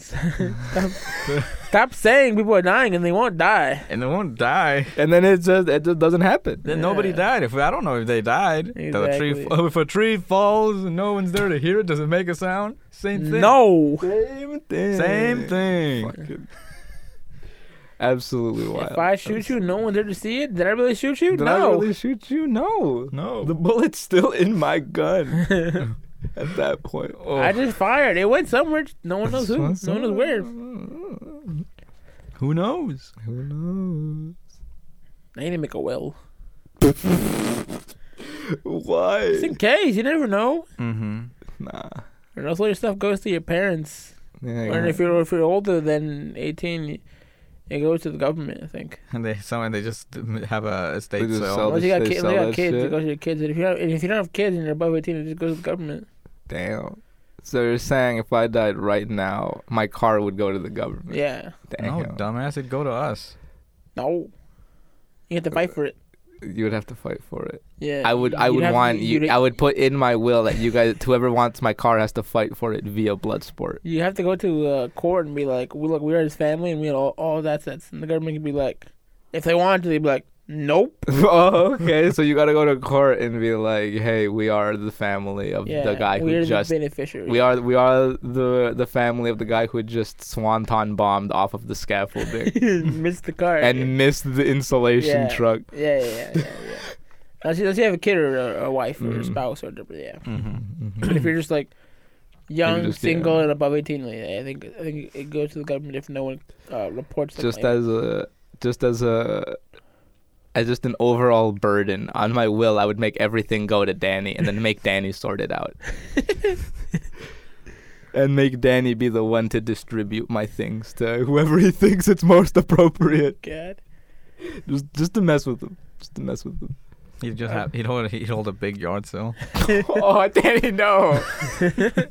Speaker 3: Stop saying people are dying and they won't die.
Speaker 1: And they won't die.
Speaker 2: and then it just it just doesn't happen.
Speaker 1: Then nobody
Speaker 3: Yeah.
Speaker 1: died. If I don't know if they died, If a tree,
Speaker 3: Exactly.
Speaker 1: if a tree falls and no one's there to hear it, does it make a sound? Same thing.
Speaker 3: No.
Speaker 2: Same thing.
Speaker 1: Same thing.
Speaker 2: Fucking- Absolutely wild.
Speaker 3: If I shoot you, no one's there to see it. Did I really shoot you?
Speaker 2: Did I
Speaker 3: no.
Speaker 2: really shoot you? No.
Speaker 1: No.
Speaker 2: The bullet's still in my gun at that point.
Speaker 1: Oh.
Speaker 3: I just fired. It went somewhere. No one knows who. No one
Speaker 2: Someone-
Speaker 3: knows where.
Speaker 1: Who knows?
Speaker 2: Who knows?
Speaker 3: I need to make a will.
Speaker 2: Why?
Speaker 3: Just in case. You never know.
Speaker 1: Mm-hmm.
Speaker 2: Nah.
Speaker 3: And also, your stuff goes to your parents.
Speaker 2: Yeah,
Speaker 3: Or if you're if you're older than 18, it goes to the government. I think.
Speaker 1: And they some and they just have a estate
Speaker 2: They just
Speaker 1: sale.
Speaker 2: sell
Speaker 3: Unless you got,
Speaker 2: they
Speaker 3: kids,
Speaker 2: sell
Speaker 3: you got
Speaker 2: that
Speaker 3: kids,
Speaker 2: shit.
Speaker 3: it goes to your kids. And if you have, and if you don't have kids and you're above 18, it just goes to the government.
Speaker 2: Damn. So you're saying if I died right now, my car would go to the government?
Speaker 3: Yeah.
Speaker 2: Damn.
Speaker 1: No, dumbass, it'd go to us.
Speaker 3: No. You have to fight for it.
Speaker 2: You would have to fight for it.
Speaker 3: Yeah.
Speaker 2: I would. I
Speaker 3: You'd
Speaker 2: would
Speaker 3: have to-
Speaker 2: want you.
Speaker 3: you'd-
Speaker 2: I would put in my will that you guys, whoever wants my car, has to fight for it via blood sport.
Speaker 3: You have to go to uh, court and be like, "We look, we are his family, and we had all, all his assets." And the government can be like, if they wanted to, they'd be like, "Nope."
Speaker 2: oh, okay. So you gotta go to court and be like, "Hey, we are the family of
Speaker 3: Yeah,
Speaker 2: the guy
Speaker 3: we're
Speaker 2: who just
Speaker 3: the beneficiary.
Speaker 2: We are we are the the family of the guy who had just swanton bombed off of the scaffolding
Speaker 3: missed the car.
Speaker 2: and missed the insulation
Speaker 3: Yeah.
Speaker 2: truck.
Speaker 3: yeah, yeah, yeah. yeah, yeah. Unless, you, unless you have a kid or a, a wife or a
Speaker 2: Mhm.
Speaker 3: spouse or whatever, yeah.
Speaker 1: Mm-hmm.
Speaker 3: But if you're just like young,
Speaker 2: just-
Speaker 3: single,
Speaker 2: yeah.
Speaker 3: and above eighteen, like, I think I think it goes to the government if no one uh, reports. the
Speaker 2: Just
Speaker 3: claim.
Speaker 2: as a just as a as just an overall burden on my will, I would make everything go to Danny and then make Danny sort it out. and make Danny be the one to distribute my things to whoever he thinks it's most appropriate.
Speaker 3: God.
Speaker 2: Just just to mess with them. Just to mess with them.
Speaker 1: He'd just have he'd hold he'd hold a big yard sale.
Speaker 2: oh, Danny, no.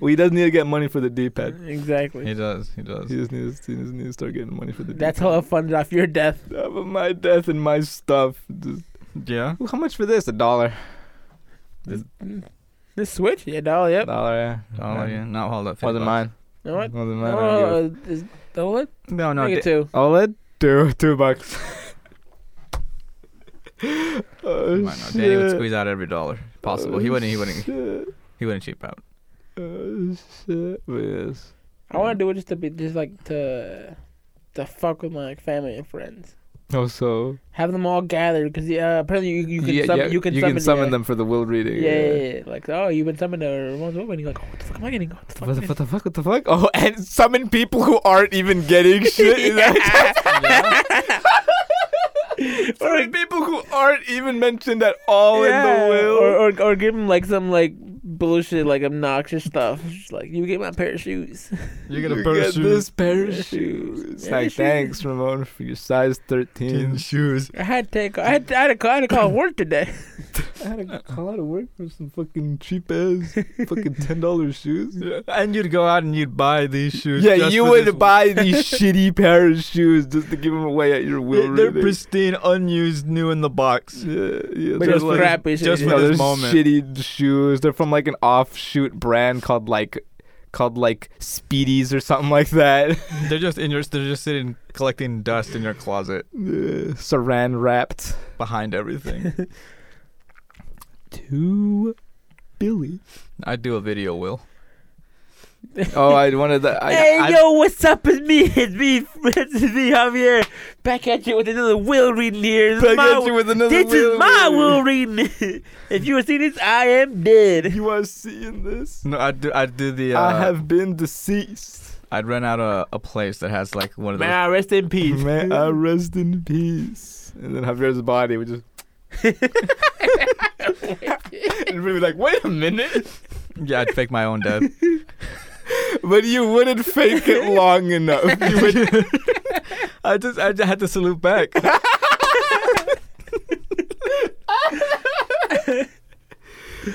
Speaker 2: well, he does need to get money for the D-pad.
Speaker 1: He
Speaker 3: Exactly.
Speaker 1: does. He does.
Speaker 2: He just needs, he just needs to start getting money for the.
Speaker 3: That's how I funded off your death.
Speaker 2: deed. Uh, but my death and my stuff. Just,
Speaker 1: Yeah.
Speaker 2: how much for this? A dollar.
Speaker 3: This switch, yeah, doll, yep.
Speaker 2: Dollar. Yeah.
Speaker 1: Oh yeah. Not hold up. 50
Speaker 2: Wasn't
Speaker 1: bucks.
Speaker 2: mine.
Speaker 3: You know what?
Speaker 2: Wasn't mine. I don't give
Speaker 3: Oh, is the what?
Speaker 1: mine. No, no.
Speaker 3: Make it
Speaker 1: di-
Speaker 3: two.
Speaker 2: a- OLED. Two. Two bucks. oh,
Speaker 1: mine no.
Speaker 2: shit.
Speaker 1: Danny would squeeze out every dollar possible. he
Speaker 2: Oh,
Speaker 1: wouldn't. He wouldn't.
Speaker 2: Shit.
Speaker 1: He wouldn't cheap out.
Speaker 2: Oh shit. But yes.
Speaker 3: Mm. I want to do it just to be just like to to fuck with my like, family and friends.
Speaker 2: Oh, so
Speaker 3: Have them all gathered because yeah, apparently you, you can
Speaker 2: yeah,
Speaker 3: summon
Speaker 2: yeah,
Speaker 3: you can summon, yeah.
Speaker 2: them for the will reading.
Speaker 3: Yeah, yeah, yeah. like oh, you've been summoned to Ramon's Woman. You're like, oh, what the fuck am I getting? What the fuck?
Speaker 2: What
Speaker 3: am I
Speaker 2: the,
Speaker 3: getting?
Speaker 2: what the fuck? What the fuck? Oh, and summon people who aren't even getting shit. Is that- Summon people who aren't even mentioned at all in the will.
Speaker 3: Or, or or give him like some like bullshit like obnoxious stuff. Just like you get my pair of shoes.
Speaker 1: You get a
Speaker 2: You
Speaker 1: pair of shoes.
Speaker 2: this pair of
Speaker 3: Pair of
Speaker 2: shoes.
Speaker 3: shoes.
Speaker 2: It's like,
Speaker 3: Pair of shoes.
Speaker 2: thanks, Ramon, for your size 13.
Speaker 1: shoes.
Speaker 3: I had to take I had to, I had to call I had to call work today.
Speaker 2: I had to call out of work for some fucking cheap ass fucking $10 shoes.
Speaker 1: And you'd go out and you'd buy these shoes.
Speaker 2: Yeah,
Speaker 1: just
Speaker 2: you
Speaker 1: for this
Speaker 2: would buy these shitty pair of shoes just to give them away at your will
Speaker 1: They're
Speaker 2: reading.
Speaker 1: pristine, unused, new in the box.
Speaker 2: yeah, yeah,
Speaker 3: But
Speaker 2: they're
Speaker 3: it's
Speaker 2: like-
Speaker 3: crappy
Speaker 1: just
Speaker 3: shit.
Speaker 1: for
Speaker 2: No,
Speaker 1: this
Speaker 2: they're
Speaker 1: moment.
Speaker 2: shitty shoes. They're from like an offshoot brand called like called like Speedies or something like that.
Speaker 1: They're just in your. They're just sitting collecting dust in your closet
Speaker 2: Uh, Saran wrapped
Speaker 1: behind everything.
Speaker 2: to Billy.
Speaker 1: I do a video, Will.
Speaker 2: Oh, I wanted that. I,
Speaker 3: hey
Speaker 2: I,
Speaker 3: yo, what's up? It's me, it's me, it's me, Javier. Back at you with another will reading here. This is
Speaker 2: Back
Speaker 3: my,
Speaker 2: at you with another
Speaker 3: this
Speaker 2: will
Speaker 3: is my
Speaker 2: reading.
Speaker 3: will reading. if you see this, I am dead.
Speaker 2: You are seeing this.
Speaker 1: No, I do. I do the. Uh,
Speaker 2: I have been deceased.
Speaker 1: I'd rent out a, a place that has like one of
Speaker 3: May
Speaker 1: those.
Speaker 3: I rest in peace.
Speaker 2: May I rest in peace. And then Javier's body would just. and we'd be like, wait a minute.
Speaker 1: Yeah, I'd fake my own death.
Speaker 2: But you wouldn't fake it long enough. You would
Speaker 1: I just. I just had to salute back.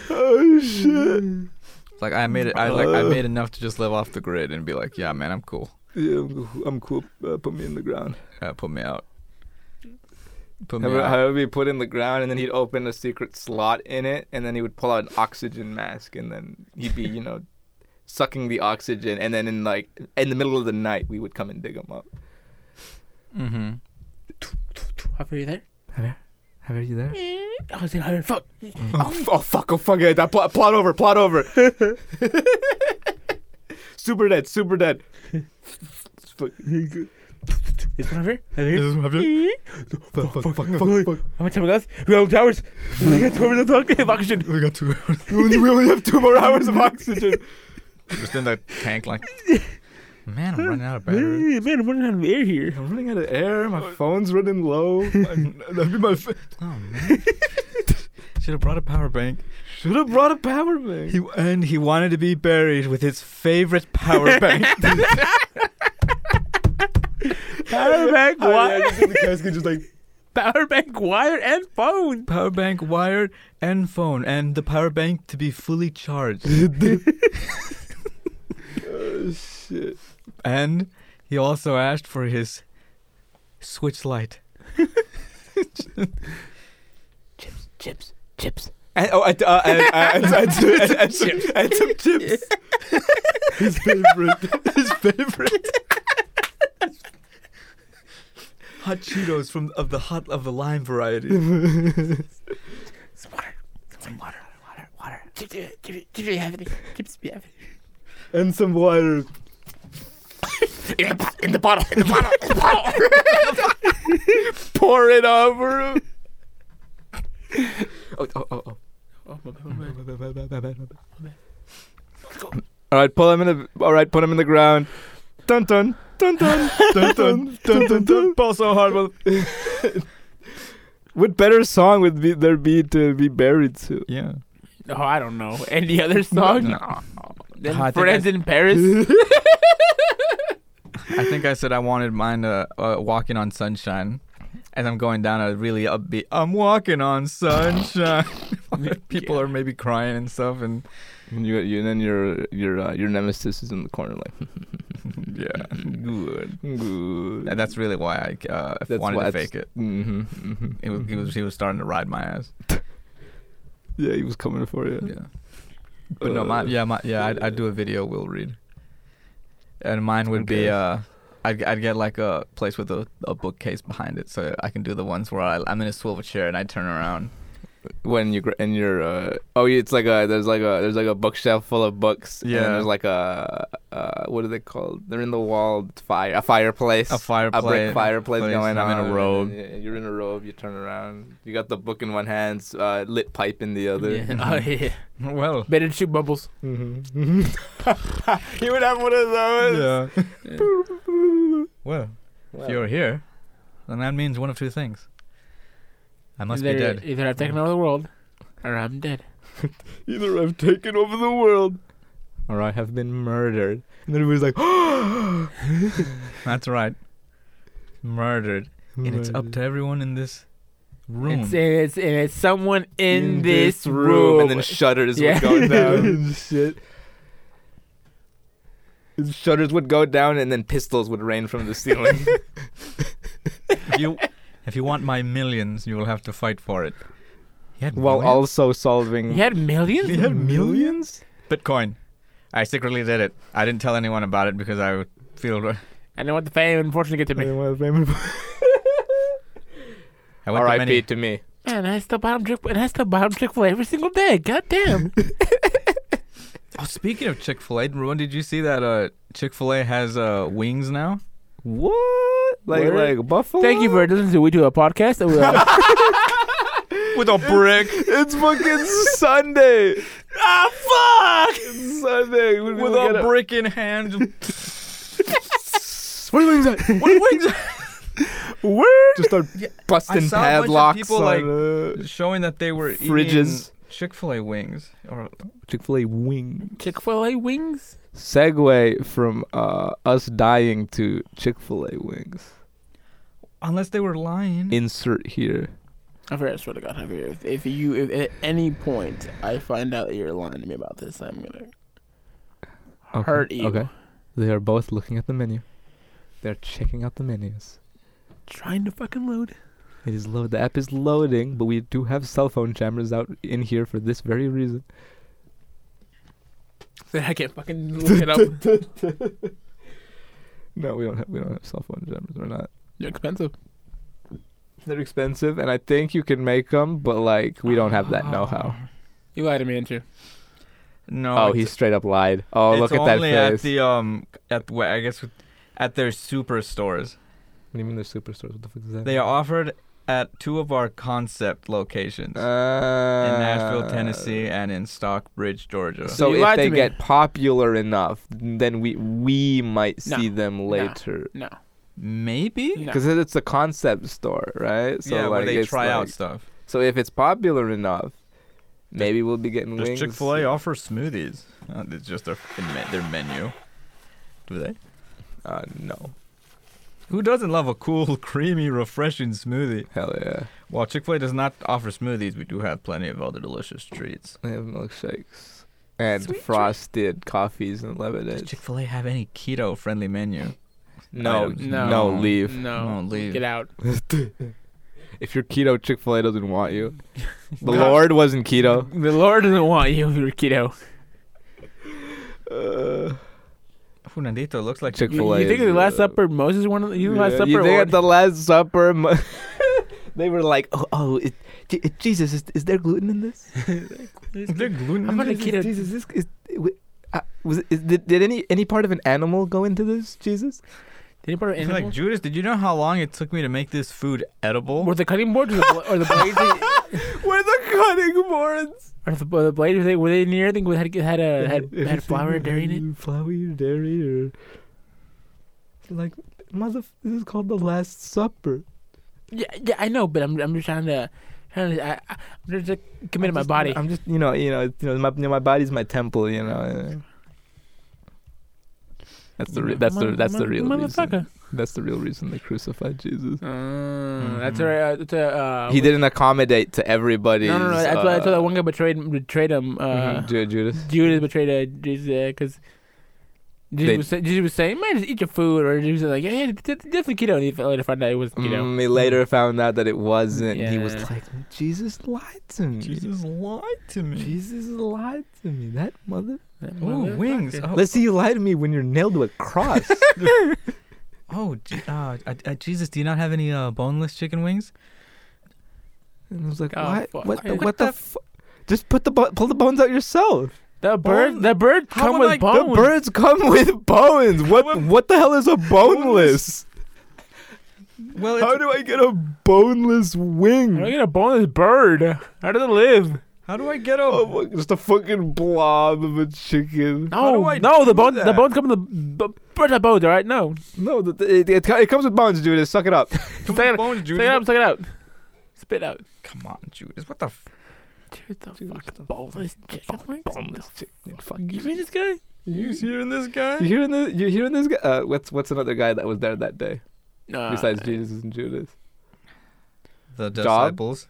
Speaker 2: Oh shit!
Speaker 1: like I made it. I like. I made enough to just live off the grid and be like, yeah, man, I'm cool.
Speaker 2: Yeah, I'm, cool- I'm cool. Uh, put me in the ground.
Speaker 1: Uh, put me out. Put me
Speaker 2: However,
Speaker 1: out.
Speaker 2: however, he put in the ground, and then he'd open a secret slot in it, and then he would pull out an oxygen mask, and then he'd be, you know, sucking the oxygen, and then in like in the middle of the night, we would come and dig him up.
Speaker 1: Mm-hmm.
Speaker 3: Javier, you there? Mm.
Speaker 1: How are you there?
Speaker 3: I was in Javier. Fuck.
Speaker 2: Oh, f- oh fuck! Oh fuck! That plot, plot over. Plot over. super dead. Super dead. Fuck.
Speaker 3: Is one Javier?
Speaker 1: Is this Javier?
Speaker 3: Javier?
Speaker 2: Fuck, fuck, fuck, fuck, fuck.
Speaker 3: Mm. How much time we got? We got towers. We got towers of fucking oxygen.
Speaker 1: We got two.
Speaker 2: We only we only have two more hours of oxygen.
Speaker 1: just in the tank, like. Man, I'm running out of battery.
Speaker 3: Man, I'm running out of air here.
Speaker 2: I'm running out of air. My phone's running low. That'd be my. F-
Speaker 1: Oh man. Should have brought a power bank.
Speaker 2: Should have brought a power bank.
Speaker 1: He and he wanted to be buried with his favorite power bank.
Speaker 3: Power bank
Speaker 2: yeah,
Speaker 3: wire,
Speaker 2: just in the casket, just like
Speaker 3: power bank wire, and phone.
Speaker 1: power bank wired and phone and the power bank to be fully charged.
Speaker 2: oh, shit.
Speaker 1: And he also asked for his switch light.
Speaker 3: Chips, chips, chips.
Speaker 2: And, oh, I, uh, and, and, and, and, and, and, some, and some chips. His favorite. His favorite.
Speaker 1: Hot Cheetos from of the hot of the lime variety.
Speaker 3: It's water. It's water. Water. Water. Chips, chips, chips, chips, you have it. Chips, you have it.
Speaker 2: And some water.
Speaker 3: In the bottle. In the bottle. In the bottle.
Speaker 2: Pour it over him. Oh, oh, oh, oh.
Speaker 3: Oh, my bad, my bad.
Speaker 2: All right, pull him in the. All right, put him in the ground. Dun dun dun dun dun dun dun dun dun.
Speaker 1: Pull so hard, mother-
Speaker 2: What better song would be there be to be buried to?
Speaker 1: Yeah.
Speaker 3: oh, I don't know. Any other song?
Speaker 1: No.
Speaker 3: Then
Speaker 1: I think
Speaker 3: Friends in Paris.
Speaker 1: I think I said I wanted mine uh, uh, walking on sunshine. As I'm going down a really upbeat, I'm walking on sunshine. People are maybe crying and stuff, and
Speaker 2: And you, you and then your your uh, your nemesis is in the corner like. hmm,
Speaker 1: yeah, good.
Speaker 2: Good.
Speaker 1: And that's really why I uh,
Speaker 2: That's
Speaker 1: wanted
Speaker 2: why
Speaker 1: to
Speaker 2: it's-
Speaker 1: fake it.
Speaker 2: Mm-hmm, mm-hmm.
Speaker 1: He was, he was he was starting to ride my ass.
Speaker 2: yeah, he was coming for you.
Speaker 1: Yeah, but no, my
Speaker 2: Uh,
Speaker 1: yeah my yeah I'd, I'd do a video. We'll read, and mine would be
Speaker 2: Okay.
Speaker 1: uh, I'd I'd get like a place with a, a bookcase behind it, so I can do the ones where I, I'm in a swivel chair and I turn around
Speaker 2: when you gra- in your uh, oh yeah, it's like a there's like a there's like a bookshelf full of books and
Speaker 1: Yeah.
Speaker 2: then there's like a uh, what are they called they're in the wall fire a fireplace
Speaker 1: A fireplace.
Speaker 2: a brick fireplace
Speaker 1: place,
Speaker 2: going
Speaker 1: I'm in
Speaker 2: on
Speaker 1: a
Speaker 2: and
Speaker 1: robe.
Speaker 2: then you're in a robe you turn around you got the book in one hand s- uh, lit pipe in the other
Speaker 3: Yeah. Oh yeah.
Speaker 1: Well,
Speaker 3: Better shoot bubbles.
Speaker 2: Mm-hmm. you would have one of those
Speaker 1: yeah. well, if you're here, then that means one of two things. I must
Speaker 3: either,
Speaker 1: be dead.
Speaker 3: Either I've taken over the world, or I'm dead.
Speaker 2: either I've taken over the world or I have been murdered and then everybody's like
Speaker 1: That's right. Murdered. And it's up to everyone in this room.
Speaker 3: It's, it's, and it's someone in, this, room.
Speaker 2: and then shudders
Speaker 3: Yeah.
Speaker 2: would go down. Shit. Shutters would go down, and then pistols would rain from the ceiling.
Speaker 1: if you if you want my millions, you will have to fight for it. He had
Speaker 2: while
Speaker 1: millions?
Speaker 2: also solving.
Speaker 3: you had millions.
Speaker 1: He had millions? Bitcoin. I secretly did it. I didn't tell anyone about it because I would feel.
Speaker 3: I know what the fame and fortune get to me.
Speaker 1: I went to
Speaker 2: R.I.P.
Speaker 1: many,
Speaker 2: to me.
Speaker 3: Man, I still buy them Chick. And I still buy them Chick Fil A every single day. God damn.
Speaker 1: oh, speaking of Chick Fil A, Ruan, did you see that uh, Chick Fil A has uh, wings now?
Speaker 2: What? Like
Speaker 3: Word.
Speaker 2: like buffalo?
Speaker 3: Thank you for listening to We Do a Podcast. And we are-
Speaker 1: With a brick.
Speaker 2: It's fucking Sunday.
Speaker 1: ah, fuck!
Speaker 2: It's Sunday. We're
Speaker 1: With
Speaker 2: gonna
Speaker 1: a
Speaker 2: get
Speaker 1: brick in hand.
Speaker 2: What are you doing?
Speaker 1: what are wings?
Speaker 2: Word. Just start
Speaker 1: I
Speaker 2: busting
Speaker 1: saw a bunch of
Speaker 2: padlocks.
Speaker 1: people,
Speaker 2: on,
Speaker 1: like,
Speaker 2: uh,
Speaker 1: Showing that they were
Speaker 2: Fridges.
Speaker 1: Chick Fil A wings. Or
Speaker 2: Chick-fil-A wing.
Speaker 3: Chick Fil A wings.
Speaker 2: Segue from uh, us dying to Chick-fil-A wings.
Speaker 1: unless they were lying.
Speaker 2: Insert here.
Speaker 3: I swear, I swear to God, Javier, if, if you, if at any point I find out that you're lying to me about this, I'm gonna
Speaker 2: Okay,
Speaker 3: hurt you.
Speaker 2: Okay. They are both looking at the menu. They're checking out the menus.
Speaker 3: Trying to fucking load.
Speaker 2: It is load. The app is loading, but we do have cell phone cameras out in here for this very reason.
Speaker 3: Then I can't fucking look it up.
Speaker 2: No, we don't have. We don't have cell phone cameras. We're not.
Speaker 3: You're expensive.
Speaker 2: They're expensive, and I think you can make them, but like we don't have that know-how.
Speaker 3: You lied to me, didn't you?
Speaker 1: No.
Speaker 2: Oh,
Speaker 1: it's-
Speaker 2: he straight up lied. Oh,
Speaker 1: it's
Speaker 2: look at that
Speaker 1: only
Speaker 2: face.
Speaker 1: at the um at well, I guess at their superstores.
Speaker 2: what do you mean they're superstores? What the fuck is that?
Speaker 1: They are offered at two of our concept locations in Nashville, Tennessee, and in Stockbridge, Georgia.
Speaker 2: Uh, So
Speaker 3: You
Speaker 2: if
Speaker 3: lied to
Speaker 2: they
Speaker 3: me.
Speaker 2: get popular enough, then we we might
Speaker 3: No.
Speaker 2: see them later.
Speaker 3: No.
Speaker 1: Maybe.
Speaker 3: No.
Speaker 2: Because it's a concept store, right?
Speaker 1: yeah, where they
Speaker 2: it's
Speaker 1: try out
Speaker 2: like-
Speaker 1: stuff.
Speaker 2: So if it's popular enough, maybe we'll be getting
Speaker 1: Does
Speaker 2: wings.
Speaker 1: Chick Fil A offer smoothies? Uh, it's just their in me- their menu. Do they?
Speaker 2: Uh, no,
Speaker 1: Who doesn't love a cool, creamy, refreshing smoothie?
Speaker 2: hell yeah,
Speaker 1: While Chick Fil A does not offer smoothies, we do have plenty of other delicious treats.
Speaker 2: they have milkshakes and
Speaker 3: Sweet treat.
Speaker 2: frosted coffees and
Speaker 1: Does
Speaker 2: lemonade.
Speaker 1: Chick Fil A have any keto-friendly menu?
Speaker 2: No,
Speaker 1: items?
Speaker 2: no,
Speaker 1: No.
Speaker 3: Mm.
Speaker 2: leave.
Speaker 1: No, leave.
Speaker 3: Get out.
Speaker 2: If you're keto, Chick Fil A doesn't want you. The
Speaker 3: God.
Speaker 2: Lord wasn't keto.
Speaker 3: The Lord doesn't want you if you're keto.
Speaker 2: Uh,
Speaker 1: Funandito looks like
Speaker 2: Chick
Speaker 3: You,
Speaker 2: Fil A.
Speaker 3: you think the Last Supper, Moses one of the, you think the Last
Speaker 2: Yeah,
Speaker 3: Supper
Speaker 2: You think at
Speaker 3: ordered-
Speaker 2: the Last Supper, mo- they were like, "Oh, oh it, Je- it- Jesus, is, is there gluten in this?
Speaker 1: Is there gluten? in
Speaker 3: I'm gonna
Speaker 1: this?
Speaker 3: keep- Keto-
Speaker 2: Jesus, this is, w- uh, was it, is, did, did any any part of an animal go into this? Jesus,
Speaker 3: Did you put
Speaker 1: I
Speaker 3: an
Speaker 1: feel
Speaker 3: animal?
Speaker 1: like Judas, did you know how long it took me to make this food edible?
Speaker 3: Were the cutting boards or the, bla- or the blades? they-
Speaker 2: where the cutting boards?
Speaker 3: Or the, or the blades? Were they, were they near anything? that Had had a had, had flour and dairy in it?
Speaker 2: Flour, dairy, or like mother. This is called the Last Supper.
Speaker 3: Yeah, yeah, I know, but I'm I'm just trying to, trying to I, I- I'm just committing my
Speaker 2: just-
Speaker 3: body.
Speaker 2: I'm just, you know, you know, it's- you know, my, you know, my body's my temple, you know. That's the re- that's the that's the real reason.
Speaker 3: motherfucker.
Speaker 2: That's the real reason they crucified Jesus.
Speaker 3: Mm, That's
Speaker 1: Mhm.
Speaker 3: all right. Uh, that's, uh, uh,
Speaker 2: Mm-hmm. He didn't accommodate to everybody.
Speaker 3: No, no, no. That's why that's why that one guy betrayed betrayed him. Uh,
Speaker 2: Mm-hmm. Judas.
Speaker 3: Judas betrayed uh, Jesus because Jesus,
Speaker 2: They-
Speaker 3: was, sa- Jesus was saying, "Man, just eat your food," or Jesus was like, "Yeah, yeah, d- d- definitely keto." And he felt later found out it was keto.
Speaker 2: Mm, he later found out that it wasn't. He was
Speaker 3: Yeah.
Speaker 2: like, Jesus lied to me.
Speaker 1: Jesus lied to me.
Speaker 2: Jesus lied to me. That mother.
Speaker 3: That
Speaker 1: Oh,
Speaker 3: motherfucker.
Speaker 1: wings. Oh,
Speaker 2: Let's see you lie to me when you're nailed to a cross.
Speaker 1: uh, oh Je- uh, uh, Jesus, do you not have any uh, boneless chicken wings?
Speaker 2: And I was like,
Speaker 3: Oh,
Speaker 2: what?
Speaker 3: fuck.
Speaker 2: What?
Speaker 3: Are you-
Speaker 2: What, the? Fu- just put the bo- pull the bones out yourself.
Speaker 3: The bird,
Speaker 1: Bone-
Speaker 3: the bird
Speaker 1: How
Speaker 3: come
Speaker 1: am
Speaker 3: with
Speaker 1: I- the
Speaker 2: The
Speaker 3: bones.
Speaker 2: birds come with bones. What?
Speaker 1: am-
Speaker 2: What the hell is a boneless?
Speaker 1: Well, it's,
Speaker 2: How do I get a boneless
Speaker 3: How do I
Speaker 2: wing?
Speaker 3: get a boneless bird? How does it live?
Speaker 1: how do I get
Speaker 2: Oh,
Speaker 1: up?
Speaker 2: my- just a fucking blob of a chicken.
Speaker 1: How do
Speaker 3: No,
Speaker 1: I
Speaker 3: no,
Speaker 1: do
Speaker 3: the bones, the
Speaker 1: that?
Speaker 3: bones come with the b- bird the bones. All right, no,
Speaker 2: No, th- th- it, it, co- it comes with bones, dude. Suck it up.
Speaker 1: Come
Speaker 3: Take
Speaker 1: on,
Speaker 3: it-
Speaker 1: bones,
Speaker 3: Spit it out,
Speaker 1: Judas.
Speaker 3: spit it out, spit it out.
Speaker 1: Come on, Judas. What the? F-
Speaker 3: Dude, the
Speaker 2: Dude,
Speaker 3: fuck,
Speaker 2: the
Speaker 3: boneless chicken wings.
Speaker 2: boneless chicken. Fuck
Speaker 3: You
Speaker 2: you.
Speaker 3: mean this guy?
Speaker 1: you hearing this
Speaker 2: You
Speaker 1: guy?
Speaker 2: hearing this? You hearing this guy? Uh, what's what's another guy that was there that day
Speaker 3: No.
Speaker 2: besides Jesus and Judas?
Speaker 1: The
Speaker 2: Job?
Speaker 1: disciples.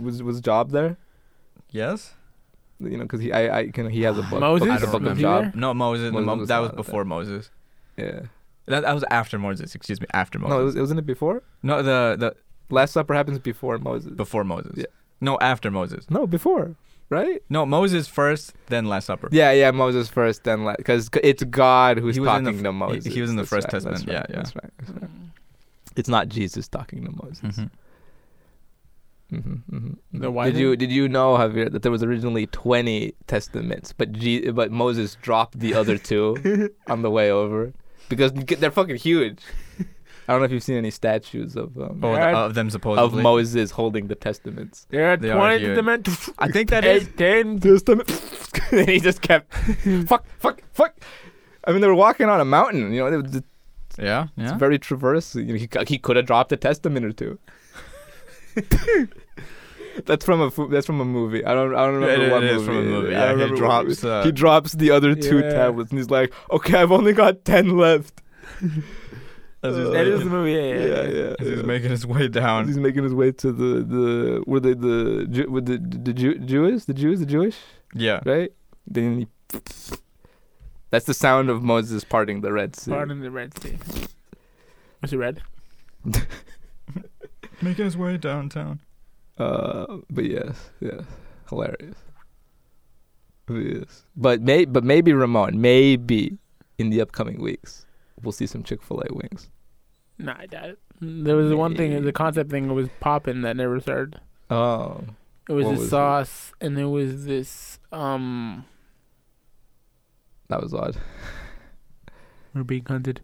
Speaker 2: Was was Job there?
Speaker 1: Yes.
Speaker 2: You know, because he I, I can he has a book.
Speaker 3: Moses?
Speaker 2: book-
Speaker 1: I
Speaker 2: the
Speaker 1: don't
Speaker 2: book of
Speaker 1: remember.
Speaker 2: Job.
Speaker 1: No, Moses.
Speaker 2: Moses
Speaker 1: no, Mo-
Speaker 2: was
Speaker 1: that
Speaker 2: not
Speaker 1: was
Speaker 2: at that.
Speaker 1: before Moses.
Speaker 2: Yeah.
Speaker 1: That, that was after Moses. Excuse me, after Moses.
Speaker 2: No, it was, wasn't it before?
Speaker 1: No, the the
Speaker 2: Last Supper happens before Moses.
Speaker 1: before Moses.
Speaker 2: Yeah.
Speaker 1: No, after Moses.
Speaker 2: no, before, right?
Speaker 1: No, Moses first, then Last Supper.
Speaker 2: Yeah, yeah. Moses first, then last, because it's God who's
Speaker 1: He was in the
Speaker 2: talking to
Speaker 1: f- he-
Speaker 2: Moses.
Speaker 1: he was in the
Speaker 2: That's
Speaker 1: First
Speaker 2: right, that's
Speaker 1: Testament.
Speaker 2: right,
Speaker 1: Yeah, yeah.
Speaker 2: That's right, that's right. It's not Jesus talking to Moses.
Speaker 1: Mhm.
Speaker 2: Mm-hmm,
Speaker 3: The why
Speaker 2: did you
Speaker 3: thing?
Speaker 2: did you know Javier that there was originally twenty testaments, but G, but Moses dropped the other two on the way over because you get- they're fucking huge. I don't know if you've seen any statues of um,
Speaker 1: Oh, the,
Speaker 3: Yeah.
Speaker 1: of them
Speaker 2: of
Speaker 1: supposedly.
Speaker 2: Moses holding the testaments.
Speaker 3: There are
Speaker 1: They are
Speaker 3: 20
Speaker 1: huge.
Speaker 3: demand.
Speaker 1: I think that is.
Speaker 3: Eight, 10.
Speaker 2: Testament. and he just kept fuck fuck fuck. I mean, they were walking on a mountain. You know, it was, it's
Speaker 1: Yeah, yeah.
Speaker 2: very traverse. You know, he c- he could have dropped a testament or two. that's from a fu- that's from a movie. I don't I don't remember
Speaker 1: It-
Speaker 2: what
Speaker 1: it
Speaker 2: movie.
Speaker 1: is from a movie.
Speaker 2: I
Speaker 1: Yeah,
Speaker 2: don't
Speaker 1: he
Speaker 2: remember what
Speaker 1: drops,
Speaker 2: movie.
Speaker 1: uh,
Speaker 2: he drops the other two
Speaker 3: Yeah.
Speaker 2: tablets, and he's like, "Okay, I've only got ten left."
Speaker 1: As he's,
Speaker 2: Uh,
Speaker 3: That is the
Speaker 1: making,
Speaker 3: movie. Yeah, yeah, yeah.
Speaker 1: as he's
Speaker 2: yeah.
Speaker 1: making his way
Speaker 2: As
Speaker 1: down.
Speaker 2: He's making his way to the the were they the Ju- were the the Jew, Jewish the Jews the Jewish
Speaker 1: Yeah.
Speaker 2: right? Then he. That's the sound of Moses parting the Red Sea.
Speaker 3: Pardon the red sea. Was it red?
Speaker 1: Making his way downtown.
Speaker 2: Uh, but yes, yes, hilarious. Yes, but may but maybe Ramon, maybe in the upcoming weeks we'll see some Chick Fil A wings.
Speaker 3: Nah, I doubt it. There was the one thing, the concept thing was popping that never started.
Speaker 2: Oh,
Speaker 3: It was
Speaker 2: What
Speaker 3: this
Speaker 2: was it?
Speaker 3: sauce, and it was this um.
Speaker 2: that was odd.
Speaker 3: We're being hunted.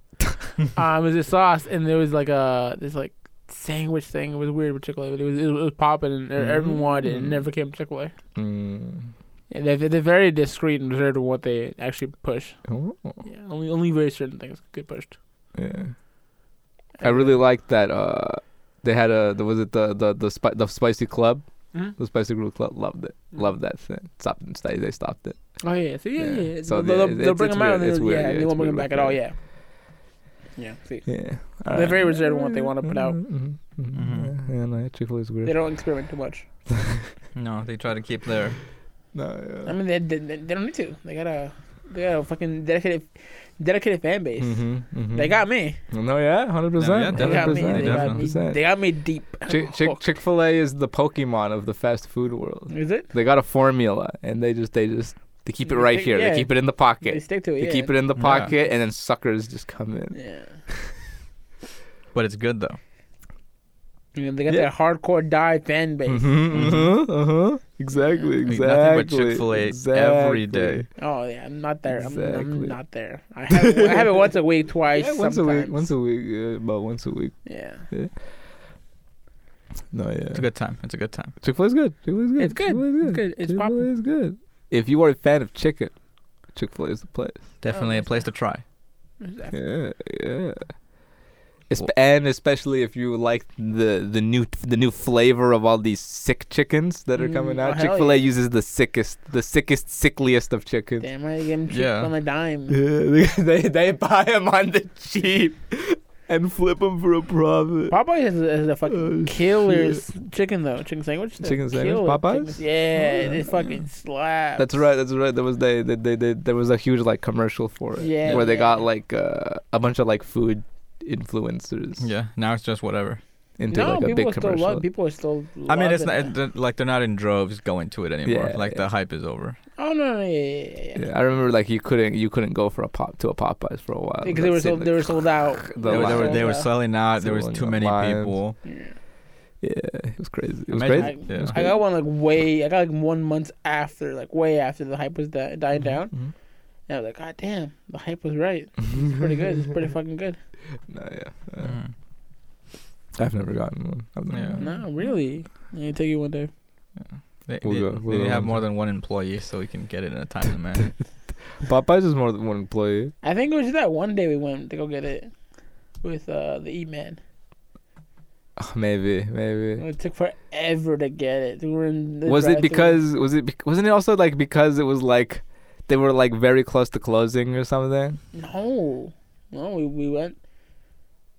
Speaker 3: um, it was this sauce, and there was like a this like sandwich thing. It was weird with Chick Fil A, but it was it was popping, and er- everyone wanted it, and it
Speaker 2: Mm.
Speaker 3: never came to Chick Fil A.
Speaker 2: Mm.
Speaker 3: And they they're very discreet and reserved in what they actually push.
Speaker 2: Oh,
Speaker 3: Yeah, only only very certain things get pushed.
Speaker 2: yeah. I really liked that. Uh, they had a the, was it the the the, spi- the spicy club,
Speaker 3: Mhm.
Speaker 2: the spicy grill club. Loved it. Loved that thing. Stopped. They stopped it.
Speaker 3: Oh yeah, so yeah,
Speaker 2: Yeah.
Speaker 3: yeah. yeah.
Speaker 2: So,
Speaker 3: they'll,
Speaker 2: yeah,
Speaker 3: they'll,
Speaker 2: it's-
Speaker 3: bring
Speaker 2: it's
Speaker 3: them out,
Speaker 2: weird,
Speaker 3: and
Speaker 2: it's
Speaker 3: they'll,
Speaker 2: weird,
Speaker 3: yeah,
Speaker 2: yeah,
Speaker 3: they
Speaker 2: it's
Speaker 3: won't bring
Speaker 2: weird
Speaker 3: them back
Speaker 2: like
Speaker 3: at all.
Speaker 2: that.
Speaker 3: Yeah. Yeah. See,
Speaker 2: Yeah.
Speaker 3: They're very reserved on what they wanna put out.
Speaker 2: Mhm, mhm,
Speaker 1: Mhm.
Speaker 2: Yeah, yeah, no, Chick fil A is weird.
Speaker 3: they don't experiment too much.
Speaker 1: No, they try to keep their.
Speaker 2: No,
Speaker 3: I mean, they, they they don't need to. They got a they got a fucking dedicated dedicated fan base.
Speaker 2: Mm-hmm.
Speaker 3: They got me.
Speaker 2: No, yeah, 100%.
Speaker 1: No, yeah,
Speaker 3: They got me. They
Speaker 1: Definitely,
Speaker 3: got me. They got me deep.
Speaker 2: Chick, Chick, Chick-fil-A is the Pokemon of the fast food world.
Speaker 3: Is it?
Speaker 2: They got a formula and they just they just they keep it
Speaker 3: They
Speaker 2: right
Speaker 3: take-
Speaker 2: here.
Speaker 3: yeah.
Speaker 2: They keep it in the
Speaker 3: They
Speaker 2: pocket.
Speaker 3: stick to it.
Speaker 2: They
Speaker 3: yeah.
Speaker 2: keep it in the
Speaker 1: Yeah.
Speaker 2: pocket and then suckers just come in.
Speaker 3: Yeah.
Speaker 1: But it's good though.
Speaker 3: You know, they got
Speaker 2: Yeah.
Speaker 3: their hardcore die fan base.
Speaker 2: Mhm,
Speaker 1: Mhm.
Speaker 2: mhm, uh-huh. Exactly,
Speaker 1: Eat nothing
Speaker 2: exactly.
Speaker 1: but Chick-fil-A every day.
Speaker 3: Oh yeah, I'm not there. I'm, I'm
Speaker 2: Exactly.
Speaker 3: not there. I have, it, I have it once a week, twice.
Speaker 2: Yeah, once a week,
Speaker 3: sometimes.
Speaker 2: once a week, uh, about once a week.
Speaker 3: Yeah.
Speaker 2: No, yeah.
Speaker 1: It's a good time. It's a good time.
Speaker 2: Chick Fil A is good. Chick Fil A is good.
Speaker 3: It's good.
Speaker 2: Chick-fil-A is
Speaker 3: It's good. It's
Speaker 2: Chick-fil-A
Speaker 3: poppin'.
Speaker 2: is good. If you are a fan of chicken, Chick Fil A is the place.
Speaker 3: Oh,
Speaker 1: Definitely a place to try.
Speaker 3: Exactly.
Speaker 2: Yeah, yeah. Esp- and especially if you like the the new the new flavor of all these sick chickens that are coming
Speaker 3: Mm, oh,
Speaker 2: out.
Speaker 3: hell
Speaker 2: Chick Fil A
Speaker 3: yeah.
Speaker 2: uses the sickest, the sickest, sickliest of chickens.
Speaker 3: Damn, I get them cheap
Speaker 1: Yeah.
Speaker 3: on a dime.
Speaker 2: Yeah, they, they they buy them on the cheap and flip them for a profit.
Speaker 3: Popeyes has a, has a fucking
Speaker 2: Oh,
Speaker 3: killer's chicken though. Chicken sandwich. they're
Speaker 2: Chicken sandwich?
Speaker 3: killer
Speaker 2: Popeyes?
Speaker 3: chickens. Yeah,
Speaker 2: Oh,
Speaker 3: they
Speaker 2: yeah.
Speaker 3: fucking slap.
Speaker 2: That's right. That's right. There was they, they, they, they there was a huge like commercial for it.
Speaker 3: Yeah,
Speaker 2: Where they
Speaker 3: yeah.
Speaker 2: got like uh, a bunch of like food influencers.
Speaker 1: Yeah. Now it's just whatever.
Speaker 2: Into
Speaker 3: no,
Speaker 2: like a
Speaker 3: people
Speaker 2: big
Speaker 3: are still
Speaker 2: commercial.
Speaker 3: love. People are still.
Speaker 1: I mean, it's
Speaker 3: loving
Speaker 1: not
Speaker 3: it.
Speaker 1: it, they're- like they're not in droves going to it anymore.
Speaker 2: Yeah,
Speaker 1: like
Speaker 2: yeah.
Speaker 1: the hype is over.
Speaker 3: Oh no, no, yeah, yeah, yeah. yeah.
Speaker 2: yeah, I remember like you couldn't you couldn't go for a pop to a Popeyes for a while.
Speaker 3: Because they were
Speaker 2: That's it,
Speaker 3: sold,
Speaker 2: like,
Speaker 3: they were sold out.
Speaker 2: the
Speaker 1: They were, they were,
Speaker 2: lines.
Speaker 1: they were
Speaker 3: sold out.
Speaker 1: selling out. There was
Speaker 2: Selling
Speaker 1: too
Speaker 2: out
Speaker 1: many
Speaker 2: lines.
Speaker 1: people.
Speaker 3: Yeah.
Speaker 2: Yeah, it was crazy. It was
Speaker 1: Imagine-
Speaker 2: crazy.
Speaker 1: Right? Yeah, it's
Speaker 3: I, I got one like way. I got like one month after, like way after the hype was di- dying down.
Speaker 2: Mhm.
Speaker 3: And I was like, God damn, the hype was right.
Speaker 1: Mm-hmm.
Speaker 3: It's pretty good. It's pretty fucking good.
Speaker 2: No, yeah. Uh, I've never gotten one. I've never
Speaker 1: Mm. Yeah.
Speaker 2: gotten
Speaker 3: No, really. I need to take you one day.
Speaker 1: They,
Speaker 2: We'll
Speaker 1: they,
Speaker 2: go- we'll
Speaker 1: they
Speaker 2: go
Speaker 1: have
Speaker 2: on
Speaker 1: more
Speaker 2: to-
Speaker 1: than one employee, so we can get it in a timely manner.
Speaker 2: Popeyes is more than one employee.
Speaker 3: I think it was that one day we went to go get it with uh, the E Man.
Speaker 2: Ah, maybe, maybe.
Speaker 3: It took forever to get it. We were in the
Speaker 2: Was it
Speaker 3: drive-thru.
Speaker 2: because was it bec- wasn't it also like because it was like they were like very close to closing or something?
Speaker 3: No, no, we we went.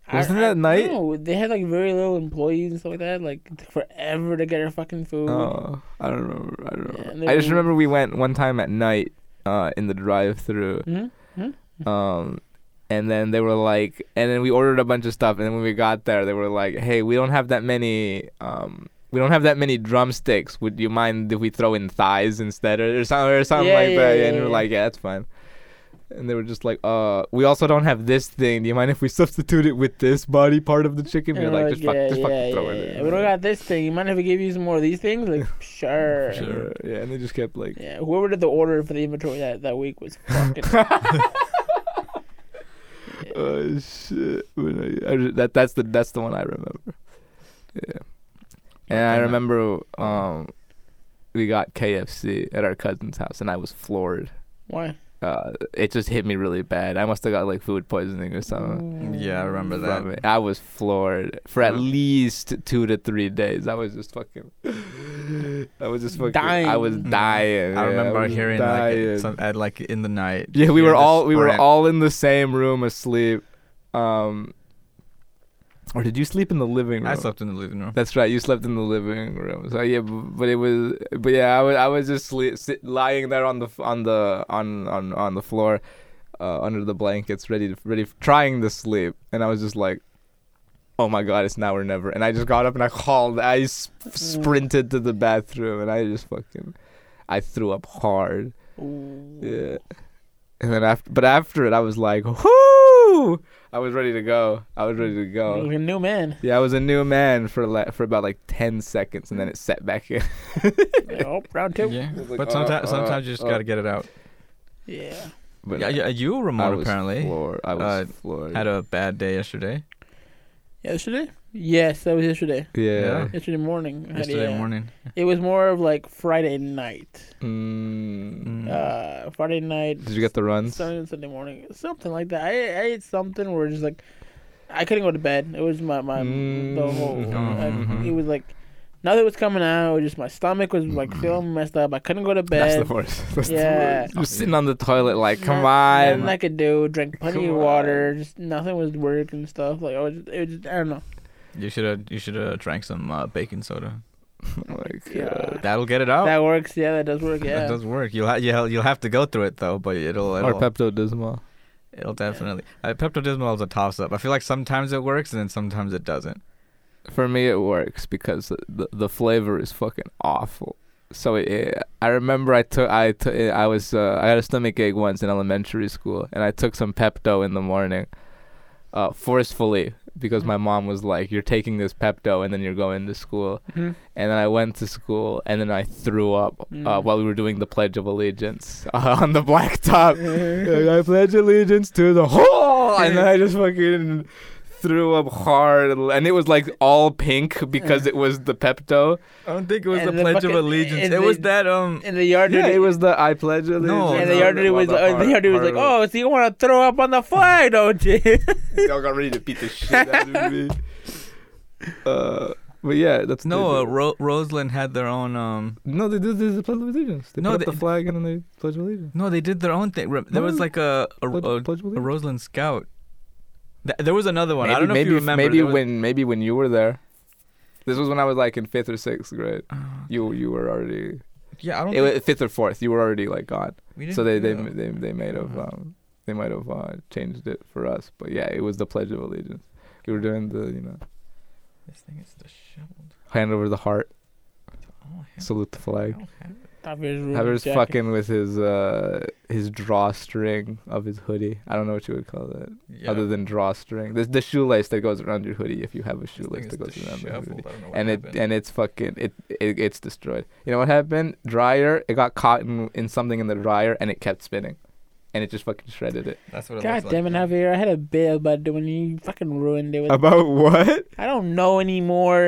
Speaker 3: I-
Speaker 2: Wasn't
Speaker 3: I-
Speaker 2: that night?
Speaker 3: No, they had like very little employees and stuff like that. Like it took forever to get our fucking food.
Speaker 2: Oh, I don't remember. I don't
Speaker 3: Yeah,
Speaker 2: remember.
Speaker 3: and
Speaker 2: I just
Speaker 3: then-
Speaker 2: remember we went one time at night uh, in the drive-through.
Speaker 3: Mhm.
Speaker 2: um and then they were like and then we ordered a bunch of stuff and then when we got there they were like hey we don't have that many um we don't have that many drumsticks would you mind if we throw in thighs instead or, or something, or something
Speaker 3: Yeah,
Speaker 2: like
Speaker 3: yeah,
Speaker 2: that
Speaker 3: yeah,
Speaker 2: and we
Speaker 3: yeah.
Speaker 2: were like yeah that's fine and they were just like uh we also don't have this thing do you mind if we substitute it with this body part of the chicken
Speaker 3: And
Speaker 2: we are
Speaker 3: we're
Speaker 2: like just, fuck,
Speaker 3: yeah,
Speaker 2: just fucking
Speaker 3: yeah,
Speaker 2: throw
Speaker 3: yeah,
Speaker 2: it
Speaker 3: yeah.
Speaker 2: in
Speaker 3: We don't got this thing. You mind if we give you some more of these things? Like, sure.
Speaker 1: Sure.
Speaker 2: yeah and they just kept like
Speaker 3: Yeah, whoever did the order for the inventory that, that week was fucking.
Speaker 2: oh shit When I- I re- that that's the that's the one I remember yeah and I
Speaker 1: Okay.
Speaker 2: remember um we got KFC at our cousin's house and I was floored
Speaker 3: Why?
Speaker 2: uh it just hit me really bad I must have got like food poisoning or something
Speaker 1: yeah, I remember that.
Speaker 2: from it. I was floored for at
Speaker 1: Yeah.
Speaker 2: least two to three days I was just fucking I was just fucking I was
Speaker 3: Dying.
Speaker 2: dying yeah,
Speaker 1: I remember
Speaker 2: was
Speaker 1: hearing
Speaker 2: dying.
Speaker 1: like some, at like in the night.
Speaker 2: Yeah, we
Speaker 1: hear
Speaker 2: were
Speaker 1: the
Speaker 2: all we were
Speaker 1: sprint.
Speaker 2: all in the same room asleep. Um, or did you sleep in the living room?
Speaker 1: I slept in the living room.
Speaker 2: That's right, you slept in the living room. So yeah, b- but it was, but yeah, I was I was just sleep, sit, lying there on the f- on the on on on the floor, uh, under the blankets, ready to ready trying to sleep, and I was just like. Oh my God! It's now or never, and I just got up and I called. I s- sprinted to the bathroom and I just fucking, I threw up hard.
Speaker 3: Ooh.
Speaker 2: Yeah. And then after, but after it, I was like, whoo! I was ready to go. I was ready to
Speaker 3: You're
Speaker 1: Mm-hmm.
Speaker 2: go.
Speaker 3: Like a new man.
Speaker 2: Yeah, I was a new man for like for about like ten seconds, and then it set back in.
Speaker 3: Like, oh, round two. Yeah.
Speaker 1: Yeah,
Speaker 2: was like,
Speaker 1: but
Speaker 2: uh,
Speaker 1: sometimes
Speaker 2: uh,
Speaker 1: sometimes you just
Speaker 2: uh.
Speaker 1: gotta get it out.
Speaker 2: But
Speaker 1: yeah, yeah, you
Speaker 2: I
Speaker 1: Ramon
Speaker 2: was
Speaker 1: apparently
Speaker 2: floored. I was
Speaker 1: uh,
Speaker 2: floored.
Speaker 1: had a bad day yesterday.
Speaker 3: Yesterday? Yes, that was yesterday.
Speaker 2: yeah.
Speaker 3: Yesterday morning. I had-
Speaker 1: Yesterday
Speaker 3: yeah.
Speaker 1: morning.
Speaker 3: It was more of like Friday night.
Speaker 2: Mm.
Speaker 1: Mm.
Speaker 3: Uh, Friday night.
Speaker 2: Did you get the runs?
Speaker 3: Sunday, Sunday morning, something like that. I, I ate something where just like I couldn't go to bed. It was my my
Speaker 2: Mm-hmm.
Speaker 3: the whole.
Speaker 2: Uh-huh.
Speaker 1: Mhm.
Speaker 3: I, it was like nothing was coming out. It was just my stomach was like feeling messed up. I couldn't go to
Speaker 2: Mm-hmm. That's
Speaker 3: bed.
Speaker 2: the worst. That's the
Speaker 3: Yeah.
Speaker 2: worst. You're sitting on the toilet, like, come
Speaker 3: Nothing
Speaker 2: on.
Speaker 3: I could do. Drank plenty
Speaker 2: Come
Speaker 3: of water. Just nothing was working. Stuff like I was. It was just, I don't know.
Speaker 1: You should have you should have drank some uh, baking soda.
Speaker 2: Oh my
Speaker 3: Yeah.
Speaker 2: God.
Speaker 1: That'll get
Speaker 2: Oh.
Speaker 1: it out.
Speaker 3: That works. Yeah, that does work.
Speaker 1: That
Speaker 3: Yeah.
Speaker 1: does work. You'll ha- you'll you'll have to go through it though, but it'll
Speaker 2: Or
Speaker 1: it'll,
Speaker 2: Pepto Bismol.
Speaker 1: it'll definitely. Uh, Pepto Bismol is a toss up. I feel like sometimes it works and then sometimes it doesn't.
Speaker 2: For me, it works because the the flavor is fucking awful. So it, I remember I took I took I was uh, I had a stomach ache once in elementary school, and I took some Pepto in the morning, uh, forcefully because my mom was like, "You're taking this Pepto, and then you're going to school."
Speaker 3: Mhm.
Speaker 2: And then I went to school, and then I threw up uh,
Speaker 3: Mm.
Speaker 2: while we were doing the Pledge of Allegiance uh, on the blacktop. Like, I pledge allegiance to the whole, and then I just fucking threw up hard, and it was like all pink because it was the Pepto.
Speaker 1: I don't think it
Speaker 3: was
Speaker 1: was
Speaker 3: And the
Speaker 1: the
Speaker 3: the
Speaker 1: Pledge
Speaker 3: Pledge of fucking-
Speaker 1: of
Speaker 3: Allegiance.
Speaker 1: Allegiance.
Speaker 3: and
Speaker 1: It was
Speaker 3: the-
Speaker 1: that um.
Speaker 3: And the yard
Speaker 2: Yeah,
Speaker 3: duty.
Speaker 2: it was the I pledge allegiance.
Speaker 1: No,
Speaker 3: and
Speaker 1: no,
Speaker 3: the yard duty was. Uh, the yard duty was like, oh, so you want to throw up on the flag, don't you?
Speaker 2: y'all got ready to beat the shit out of me. Uh, but yeah, that's
Speaker 1: No, uh,
Speaker 2: they did.
Speaker 1: Ro- Roseland had their own. um
Speaker 2: no, they did, they did the pledge of allegiance. They
Speaker 1: No,
Speaker 2: put
Speaker 1: they-
Speaker 2: up the flag and then they pledge allegiance.
Speaker 1: No, they did their own thing. Re- There was
Speaker 2: No.
Speaker 1: like a a,
Speaker 2: Pledge,
Speaker 1: a,
Speaker 2: pledge of
Speaker 1: a
Speaker 2: allegiance.
Speaker 1: Roseland Scout. Th- there was another one. I
Speaker 2: Maybe-
Speaker 1: don't know
Speaker 2: maybe,
Speaker 1: if you remember.
Speaker 2: Maybe
Speaker 1: There was-
Speaker 2: when maybe when you were there. This was when I was like in fifth or sixth grade. You you were already
Speaker 1: Uh, yeah, I don't.
Speaker 2: it
Speaker 1: think
Speaker 2: was fifth or fourth. You were already like gone.
Speaker 1: we didn't
Speaker 2: So they they,
Speaker 1: do that.
Speaker 2: they they might have
Speaker 1: Uh-huh.
Speaker 2: um, they might have uh, changed it for us. But yeah, it was the Pledge of Allegiance. We were doing the you know
Speaker 1: This thing is disheveled.
Speaker 2: hand over the heart,
Speaker 1: Oh, hell,
Speaker 2: salute the
Speaker 1: I
Speaker 2: flag.
Speaker 1: don't have it.
Speaker 3: Javier's, room
Speaker 2: Havers
Speaker 3: jacket.
Speaker 2: fucking with his uh his drawstring of his hoodie. I don't know what you would call it
Speaker 1: Yeah.
Speaker 2: other than drawstring. There's the shoelace that goes around your hoodie if you have a
Speaker 1: This thing
Speaker 2: shoelace
Speaker 1: is
Speaker 2: that goes around your
Speaker 1: disheveled.
Speaker 2: hoodie.
Speaker 1: I don't know what
Speaker 2: And it
Speaker 1: happened.
Speaker 2: and it's fucking it, it it's destroyed. You know what happened? Dryer. It got caught in, in something in the dryer and it kept spinning, and it just fucking shredded it.
Speaker 1: That's what it
Speaker 3: God
Speaker 1: looks
Speaker 3: damn it,
Speaker 1: like.
Speaker 3: Javier! I had a bit about it when you fucking ruined it. With
Speaker 2: About what?
Speaker 3: I don't know anymore.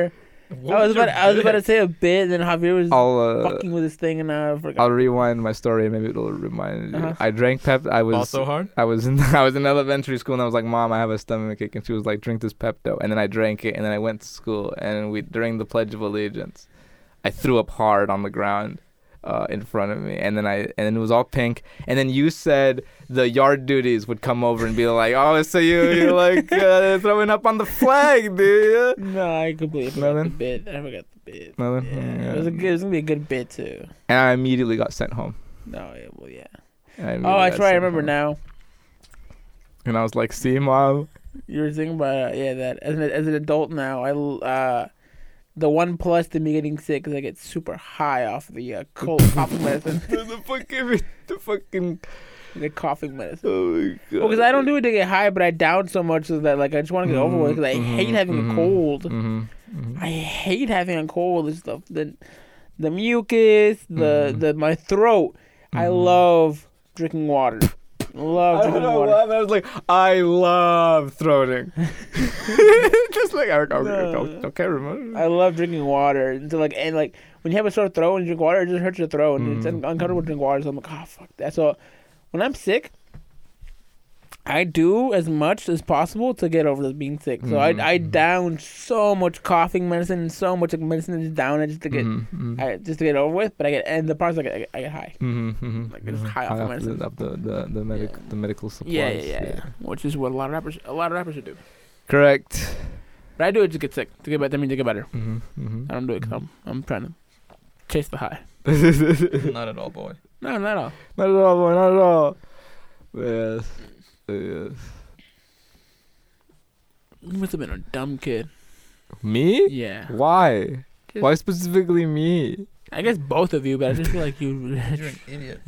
Speaker 1: What
Speaker 3: I was
Speaker 1: your
Speaker 3: about I was about to
Speaker 1: bit?
Speaker 3: say a bit, then Javier was
Speaker 2: I'll uh,
Speaker 3: fucking with his thing, and I forgot.
Speaker 2: I'll rewind my story. Maybe it'll remind you.
Speaker 3: Uh-huh.
Speaker 2: I drank Pep. I was
Speaker 1: also hard.
Speaker 2: I was in I was in elementary school and I was like, Mom, I have a stomach ache, and she was like, Drink this Pepto, and then I drank it, and then I went to school, and we during the Pledge of Allegiance, I threw up hard on the ground. Uh, in front of me, and then I, and then it was all pink. And then you said the yard duties would come over and be like, "Oh, so you you like uh, throwing up on the flag, dude?"
Speaker 3: no, I completely forgot
Speaker 2: Nothing?
Speaker 3: the bit. I forgot the bit.
Speaker 2: Nothing?
Speaker 3: Yeah,
Speaker 2: Mm,
Speaker 3: It, was a
Speaker 2: yeah.
Speaker 3: good, it was gonna be a good bit too.
Speaker 2: And I immediately got sent home.
Speaker 3: No, yeah, well, yeah.
Speaker 2: I immediately
Speaker 3: Oh,
Speaker 2: got
Speaker 3: that's right. I
Speaker 2: sent
Speaker 3: remember
Speaker 2: home.
Speaker 3: now.
Speaker 2: And I was like, "See, mom,
Speaker 3: You were thinking about uh, yeah that as an as an adult now. I l- uh, the one plus to me getting sick is I get super high off the uh, cold coughing medicine.
Speaker 2: the fucking, the fucking,
Speaker 3: The coughing medicine.
Speaker 2: oh my god."
Speaker 3: Well, because I don't do it to get high, but I down so much so that like I just want to get over with. Because I hate having a cold.
Speaker 2: hmm
Speaker 3: I hate having a cold and stuff. The the mucus, the the my throat. I love drinking water. Love
Speaker 2: I don't
Speaker 3: drinking
Speaker 2: know
Speaker 3: water.
Speaker 2: why, but I was like, I love throating. Just like, I, I,
Speaker 3: No.
Speaker 2: I, okay, remember?
Speaker 3: I love drinking water. And so like and like when you have a sore throat and you drink water, it just hurts your throat and it's un- uncomfortable to drink water. So I'm like, oh fuck that. So when I'm sick, I do as much as possible to get over this being sick. So I I down so much coughing medicine and so much like medicine is down it just to get
Speaker 2: Mm-hmm.
Speaker 3: I, just to get over with. But I get and the parts like I get, I get high.
Speaker 2: Mm-hmm.
Speaker 3: Like, it's high off the medicine.
Speaker 2: the, up the, the, the, medic, the medical supplies.
Speaker 3: Yeah, yeah, yeah, yeah. Which is what a lot of rappers a lot of rappers should do.
Speaker 2: Correct.
Speaker 3: But I do it to get sick to get better. I mean to get better.
Speaker 2: Mm-hmm. Mm-hmm.
Speaker 3: I don't do it 'cause I'm I'm trying to chase the high.
Speaker 1: Not at all, boy.
Speaker 3: No, not at all.
Speaker 2: Not at all, boy, not at all. Yes. yes.
Speaker 3: You must have been a dumb kid.
Speaker 2: Me?
Speaker 3: Yeah.
Speaker 2: Why?
Speaker 3: Just-
Speaker 2: Why specifically me?
Speaker 3: I guess both of you, but I just feel like you.
Speaker 1: You're an idiot.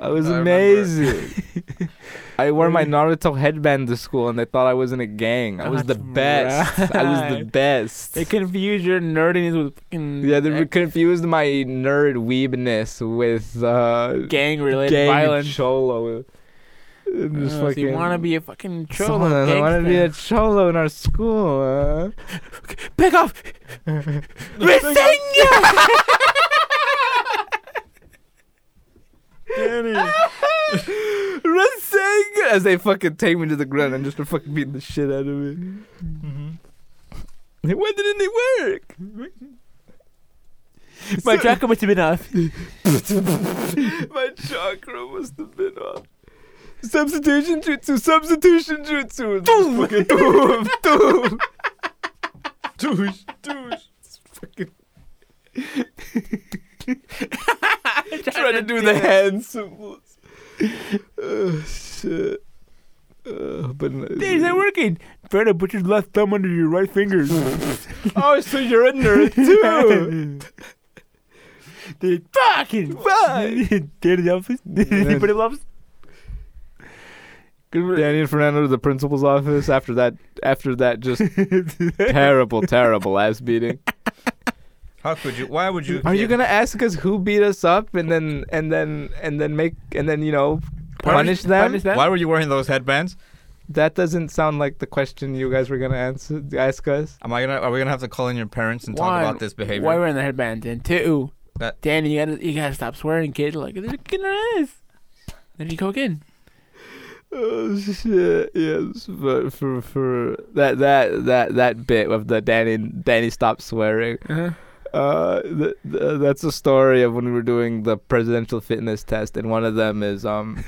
Speaker 2: I was
Speaker 1: I remember.
Speaker 2: amazing. I wore my Naruto headband to school, and they thought I was in a gang. I was the
Speaker 3: That's
Speaker 2: best. I was the
Speaker 3: right.
Speaker 2: best.
Speaker 3: they confuse your nerdiness with fucking
Speaker 2: Yeah, they confused my nerd weebness with uh,
Speaker 3: gang related
Speaker 2: gang
Speaker 3: violence.
Speaker 2: cholo. And
Speaker 3: Uh,
Speaker 2: just
Speaker 3: so you
Speaker 2: fucking-
Speaker 3: want to be a fucking
Speaker 2: Someone
Speaker 3: cholo?
Speaker 2: doesn't wanna be a
Speaker 3: gangster.
Speaker 2: cholo in our school. Huh?
Speaker 3: Pick off, Rasengan.
Speaker 2: Rasengan! As they fucking take me to the ground and just are fucking beating the shit out of me.
Speaker 1: Mm-hmm.
Speaker 2: Why didn't it work?
Speaker 3: My jacket must have been off.
Speaker 2: My chakra must have been off. Substitution jutsu, substitution jutsu. Doom, doom, doom.
Speaker 1: douche, douche.
Speaker 2: Trying to do the hand symbols. oh shit. Uh, but no-
Speaker 3: Hey, Is that working? Better put your left thumb under your right finger.
Speaker 2: oh, so you're a nerd too.
Speaker 3: Dude, fucking
Speaker 2: Fuck.
Speaker 3: Danny Elfman. Anybody loves?
Speaker 2: Danny and Fernando to the principal's office after that. After that, just terrible, terrible ass beating.
Speaker 1: How could you? Why would you?
Speaker 2: Are you
Speaker 1: yeah.
Speaker 2: gonna ask us who beat us up and then and then and then make and then you know punish
Speaker 3: Punish-
Speaker 2: them?
Speaker 3: punish them?
Speaker 1: Why were you wearing those headbands?
Speaker 2: That doesn't sound like the question you guys were gonna answer. Ask us.
Speaker 1: Am I gonna? Are we gonna have to call in your parents and
Speaker 3: One,
Speaker 1: talk about this behavior?
Speaker 3: Why wearing the headbands? And two,
Speaker 1: That-
Speaker 3: Danny, you gotta you gotta stop swearing, kid. Like they're kicking her ass. Then you go again.
Speaker 2: Oh shit! Yes, but for for that that that that bit of the Danny Danny stop swearing.
Speaker 3: Uh-huh.
Speaker 2: Uh, th- th- that's a story of when we were doing the presidential fitness test, and one of them is um,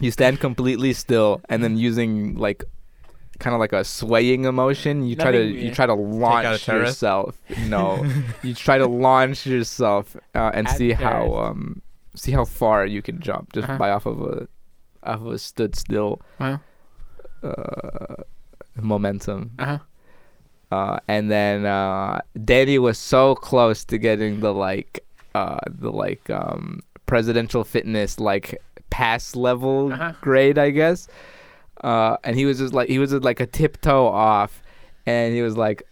Speaker 2: you stand completely still, and then using like, kind of like a swaying emotion, you try to
Speaker 3: Nothing-
Speaker 2: you try to launch
Speaker 1: terrorist?
Speaker 2: yourself. No, you try to launch yourself uh, and
Speaker 3: At
Speaker 2: see how
Speaker 3: terrorist.
Speaker 2: um, see how far you can jump just
Speaker 3: Uh-huh.
Speaker 2: by off of a, off of a stood still
Speaker 3: Uh-huh.
Speaker 2: uh, momentum.
Speaker 3: Uh-huh.
Speaker 2: Uh, and then uh, Danny was so close to getting the like uh, the like um, presidential fitness like pass level
Speaker 3: Uh-huh.
Speaker 2: grade, I guess. Uh, and he was just like he was just, like a tiptoe off, and he was like,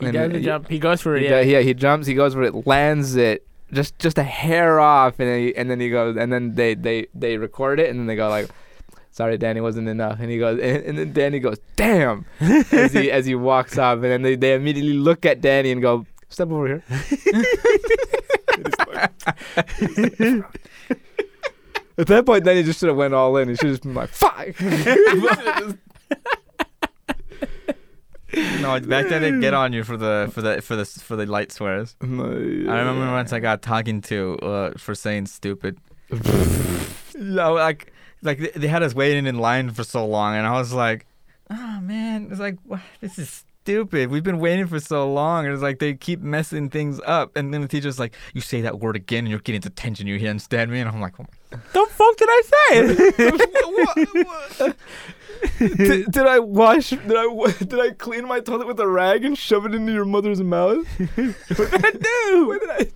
Speaker 3: He
Speaker 2: and
Speaker 3: does the
Speaker 2: he-
Speaker 3: jump. uh, He goes for it.
Speaker 2: he
Speaker 3: Yeah.
Speaker 2: do- yeah, he jumps, he goes for it, lands it, just just a hair off, and then he, and then he goes, and then they they they record it, and then they go like, "Sorry, Danny, wasn't enough," and he goes, and, and then Danny goes, "Damn," as he as he walks off, and then they they immediately look at Danny and go, "Step over here." At that point, Danny just should have went all in. He should have been like, "Fuck."
Speaker 1: No, back then they'd get on you for the for the for the for the light swears.
Speaker 2: I
Speaker 1: I remember once I got talking to uh, for saying stupid. no, like like they- they had us waiting in line for so long, and I was like, oh man, it's like wha- this is stupid. We've been waiting for so long, and it's like they keep messing things up. And then the teacher's like, you say that word again, and you're getting detention. You understand me? And I'm like, oh
Speaker 3: The fuck did I say?
Speaker 2: did, did I wash? Did I wa- did I clean my toilet with a rag and shove it into your mother's mouth? what did I do? What did I?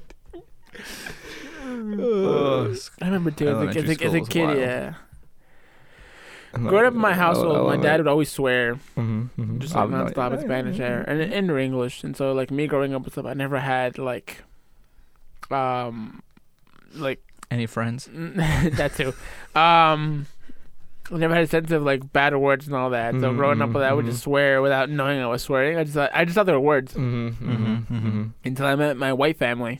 Speaker 1: Ugh, s-
Speaker 3: I remember too. As a,
Speaker 1: Elementary
Speaker 3: as a, as
Speaker 1: school
Speaker 3: a
Speaker 1: was
Speaker 3: kid,
Speaker 1: wild.
Speaker 3: yeah. Growing up in my household, my dad would always swear
Speaker 2: Mm-hmm,
Speaker 3: just like nonstop in Spanish there, and in or English. And so, like me growing up and stuff, I never had like, um, like
Speaker 1: Any friends?
Speaker 3: that too. Um, I never had a sense of like bad words and all that. So
Speaker 2: Mhm,
Speaker 3: growing up, with that, I would
Speaker 2: mhm.
Speaker 3: just swear without knowing I was swearing. I just thought, I just thought they were words
Speaker 2: Mm-hmm,
Speaker 1: Mhm, mhm.
Speaker 3: until I met my white family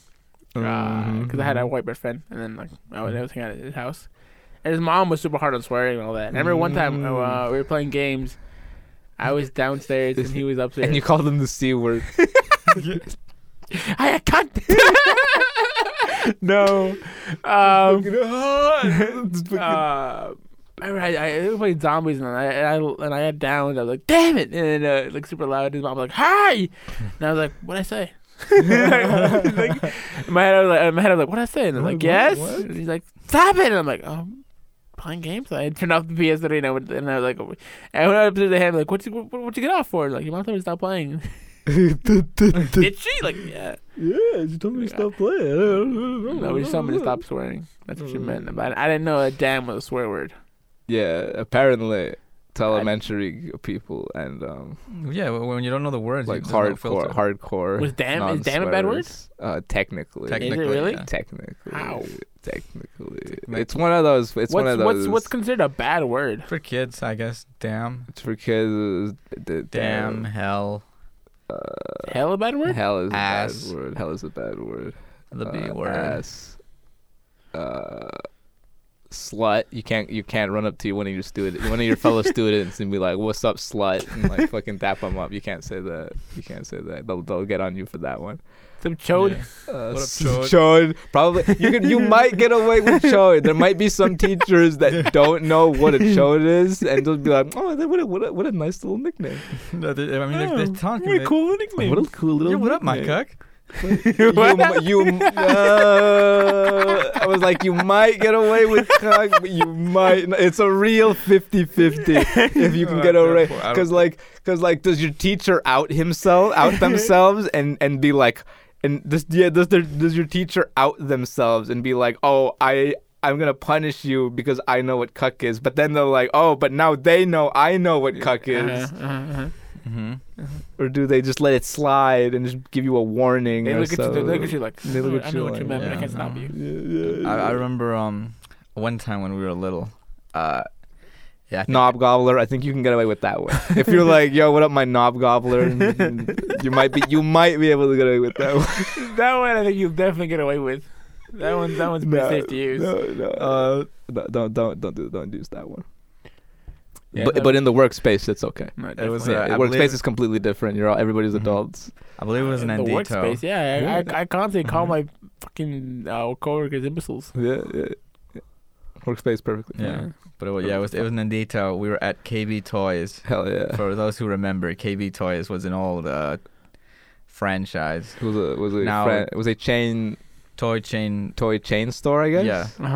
Speaker 3: because Uh,
Speaker 2: Mm-hmm.
Speaker 3: I had a white bird friend, and then like I would I was hanging out at his house. And his mom was super hard on swearing and all that. And I remember one time uh,
Speaker 2: Mm.
Speaker 3: we were playing games. I was downstairs and he was upstairs.
Speaker 2: And you called him the c word.
Speaker 3: I can't. no. Um, uh, I, I, I was playing zombies and I and I, and I had down. I was like, "Damn it!" And then, uh, like super loud. His mom was like, "Hi!" And I was like, "What would I say?" like, in my head, I was like, in my head, I was like, "What would I say?" And I'm
Speaker 2: What-
Speaker 3: like,
Speaker 2: what-
Speaker 3: "Yes."
Speaker 2: what?
Speaker 3: And he's like, "Stop it!" And I'm like, "Um." Playing games, I turned off the PS3 and I would, and I was like, I went up to the hand like, "What you, what, what you get off for?" Like, your mom told me to stop playing. Did she? Like, yeah.
Speaker 2: yeah, she told me to stop playing. Mm. I don't know.
Speaker 3: No, we just told me to stop swearing. That's what she meant. But I didn't know a damn was a swear word.
Speaker 2: Yeah, apparently, to elementary people and um,
Speaker 1: Yeah, w- when you don't know the words,
Speaker 2: like
Speaker 1: you, there's no
Speaker 2: hardcore,
Speaker 1: filter.
Speaker 2: hardcore.
Speaker 3: Was damn- is damn a bad word?
Speaker 2: non-swearers. Uh, technically,
Speaker 3: Technic-
Speaker 1: Technically,
Speaker 3: really?
Speaker 1: yeah.
Speaker 2: technically,
Speaker 3: How?
Speaker 2: technically,
Speaker 1: Technic-
Speaker 2: it's one of those. It's one
Speaker 3: What's
Speaker 2: of those.
Speaker 3: what's what's considered a bad word?
Speaker 1: For kids, I guess. Damn.
Speaker 2: it's for kids. uh, The,
Speaker 1: Damn. Hell.
Speaker 3: Hell, a bad
Speaker 2: uh,
Speaker 3: word?
Speaker 2: hell is a
Speaker 1: Ass.
Speaker 2: bad word. Hell is a bad word.
Speaker 1: The
Speaker 2: uh,
Speaker 1: B word.
Speaker 2: Ass. Uh, slut. You can't. You can't run up to one of your student, one of your fellow students, and be like, "What's up, slut?" and like fucking dap them up. You can't say that. You can't say that. They'll they'll get on you for that one.
Speaker 3: Some chode.
Speaker 1: Yeah.
Speaker 2: Uh,
Speaker 1: What up,
Speaker 2: s-
Speaker 1: Chode?
Speaker 2: Chode. Probably you could, you might get away with chode. There might be some teachers that don't know what a chode is, and they'll be like, "Oh, that- what a, what a, what a nice little nickname!
Speaker 1: No, they, I mean, they're, they're talking.
Speaker 3: Really
Speaker 1: they-
Speaker 3: Oh, cool nickname.
Speaker 2: What a cool little
Speaker 1: Yeah, what up, my
Speaker 2: nickname."
Speaker 1: cuck?
Speaker 2: You, mi- you, m- uh, I was like, you might get away with cuck, but you might. Not. It's a real 50-50 if you can
Speaker 1: Oh,
Speaker 2: get
Speaker 1: I don't
Speaker 2: away.
Speaker 1: know. I don't-
Speaker 2: Because like, because like, does your teacher out himself, out themselves, and and be like, and does yeah, does their does your teacher out themselves and be like, oh, I. I'm gonna punish you because I know what cuck is, but then they're like, "Oh, but now they know I know what cuck is,"
Speaker 3: Uh-huh, uh-huh.
Speaker 1: Mm-hmm.
Speaker 2: or do they just let it slide and just give you a warning?
Speaker 3: They
Speaker 2: or
Speaker 3: look at you. They
Speaker 2: so?
Speaker 3: look at you like.
Speaker 2: They
Speaker 3: They
Speaker 2: look at
Speaker 3: I
Speaker 2: you
Speaker 3: know what
Speaker 2: like,
Speaker 3: you meant, but I
Speaker 1: yeah,
Speaker 3: can't
Speaker 1: no.
Speaker 3: stop you.
Speaker 1: I, I remember um, one time when we were little. Uh, yeah, I think-
Speaker 2: knob gobbler. I think you can get away with that one. If you're like, yo, what up, my knob gobbler? you might be, you might be able to get away with that one.
Speaker 3: That one, I think you'll definitely get away with. That one, that one's pretty
Speaker 2: No,
Speaker 3: safe to use.
Speaker 2: No, no, uh, no, don't, don't, don't do, don't use that one.
Speaker 3: Yeah,
Speaker 2: but,
Speaker 3: that-
Speaker 2: but in the workspace, it's okay.
Speaker 3: No,
Speaker 1: It was,
Speaker 3: definitely.
Speaker 1: uh,
Speaker 2: Yeah,
Speaker 1: I
Speaker 2: workspace
Speaker 1: believe-
Speaker 2: is completely different. You're all everybody's
Speaker 1: Mhm.
Speaker 2: adults.
Speaker 1: I believe it was an
Speaker 3: in the
Speaker 1: Andito.
Speaker 3: workspace. Yeah,
Speaker 2: Yeah.
Speaker 3: I, I, I constantly call
Speaker 2: Uh-huh.
Speaker 3: my fucking uh, coworkers imbeciles.
Speaker 2: Yeah, yeah, yeah. workspace perfectly.
Speaker 1: Yeah. But it was, yeah, it was, it was an Andito. We were at KB Toys.
Speaker 2: Hell yeah.
Speaker 1: For those who remember, KB Toys was an old uh, franchise
Speaker 2: It was a was a
Speaker 1: Now-
Speaker 2: fran- it was a chain
Speaker 1: toy chain.
Speaker 2: toy chain store, I guess.
Speaker 1: Yeah.
Speaker 3: Uh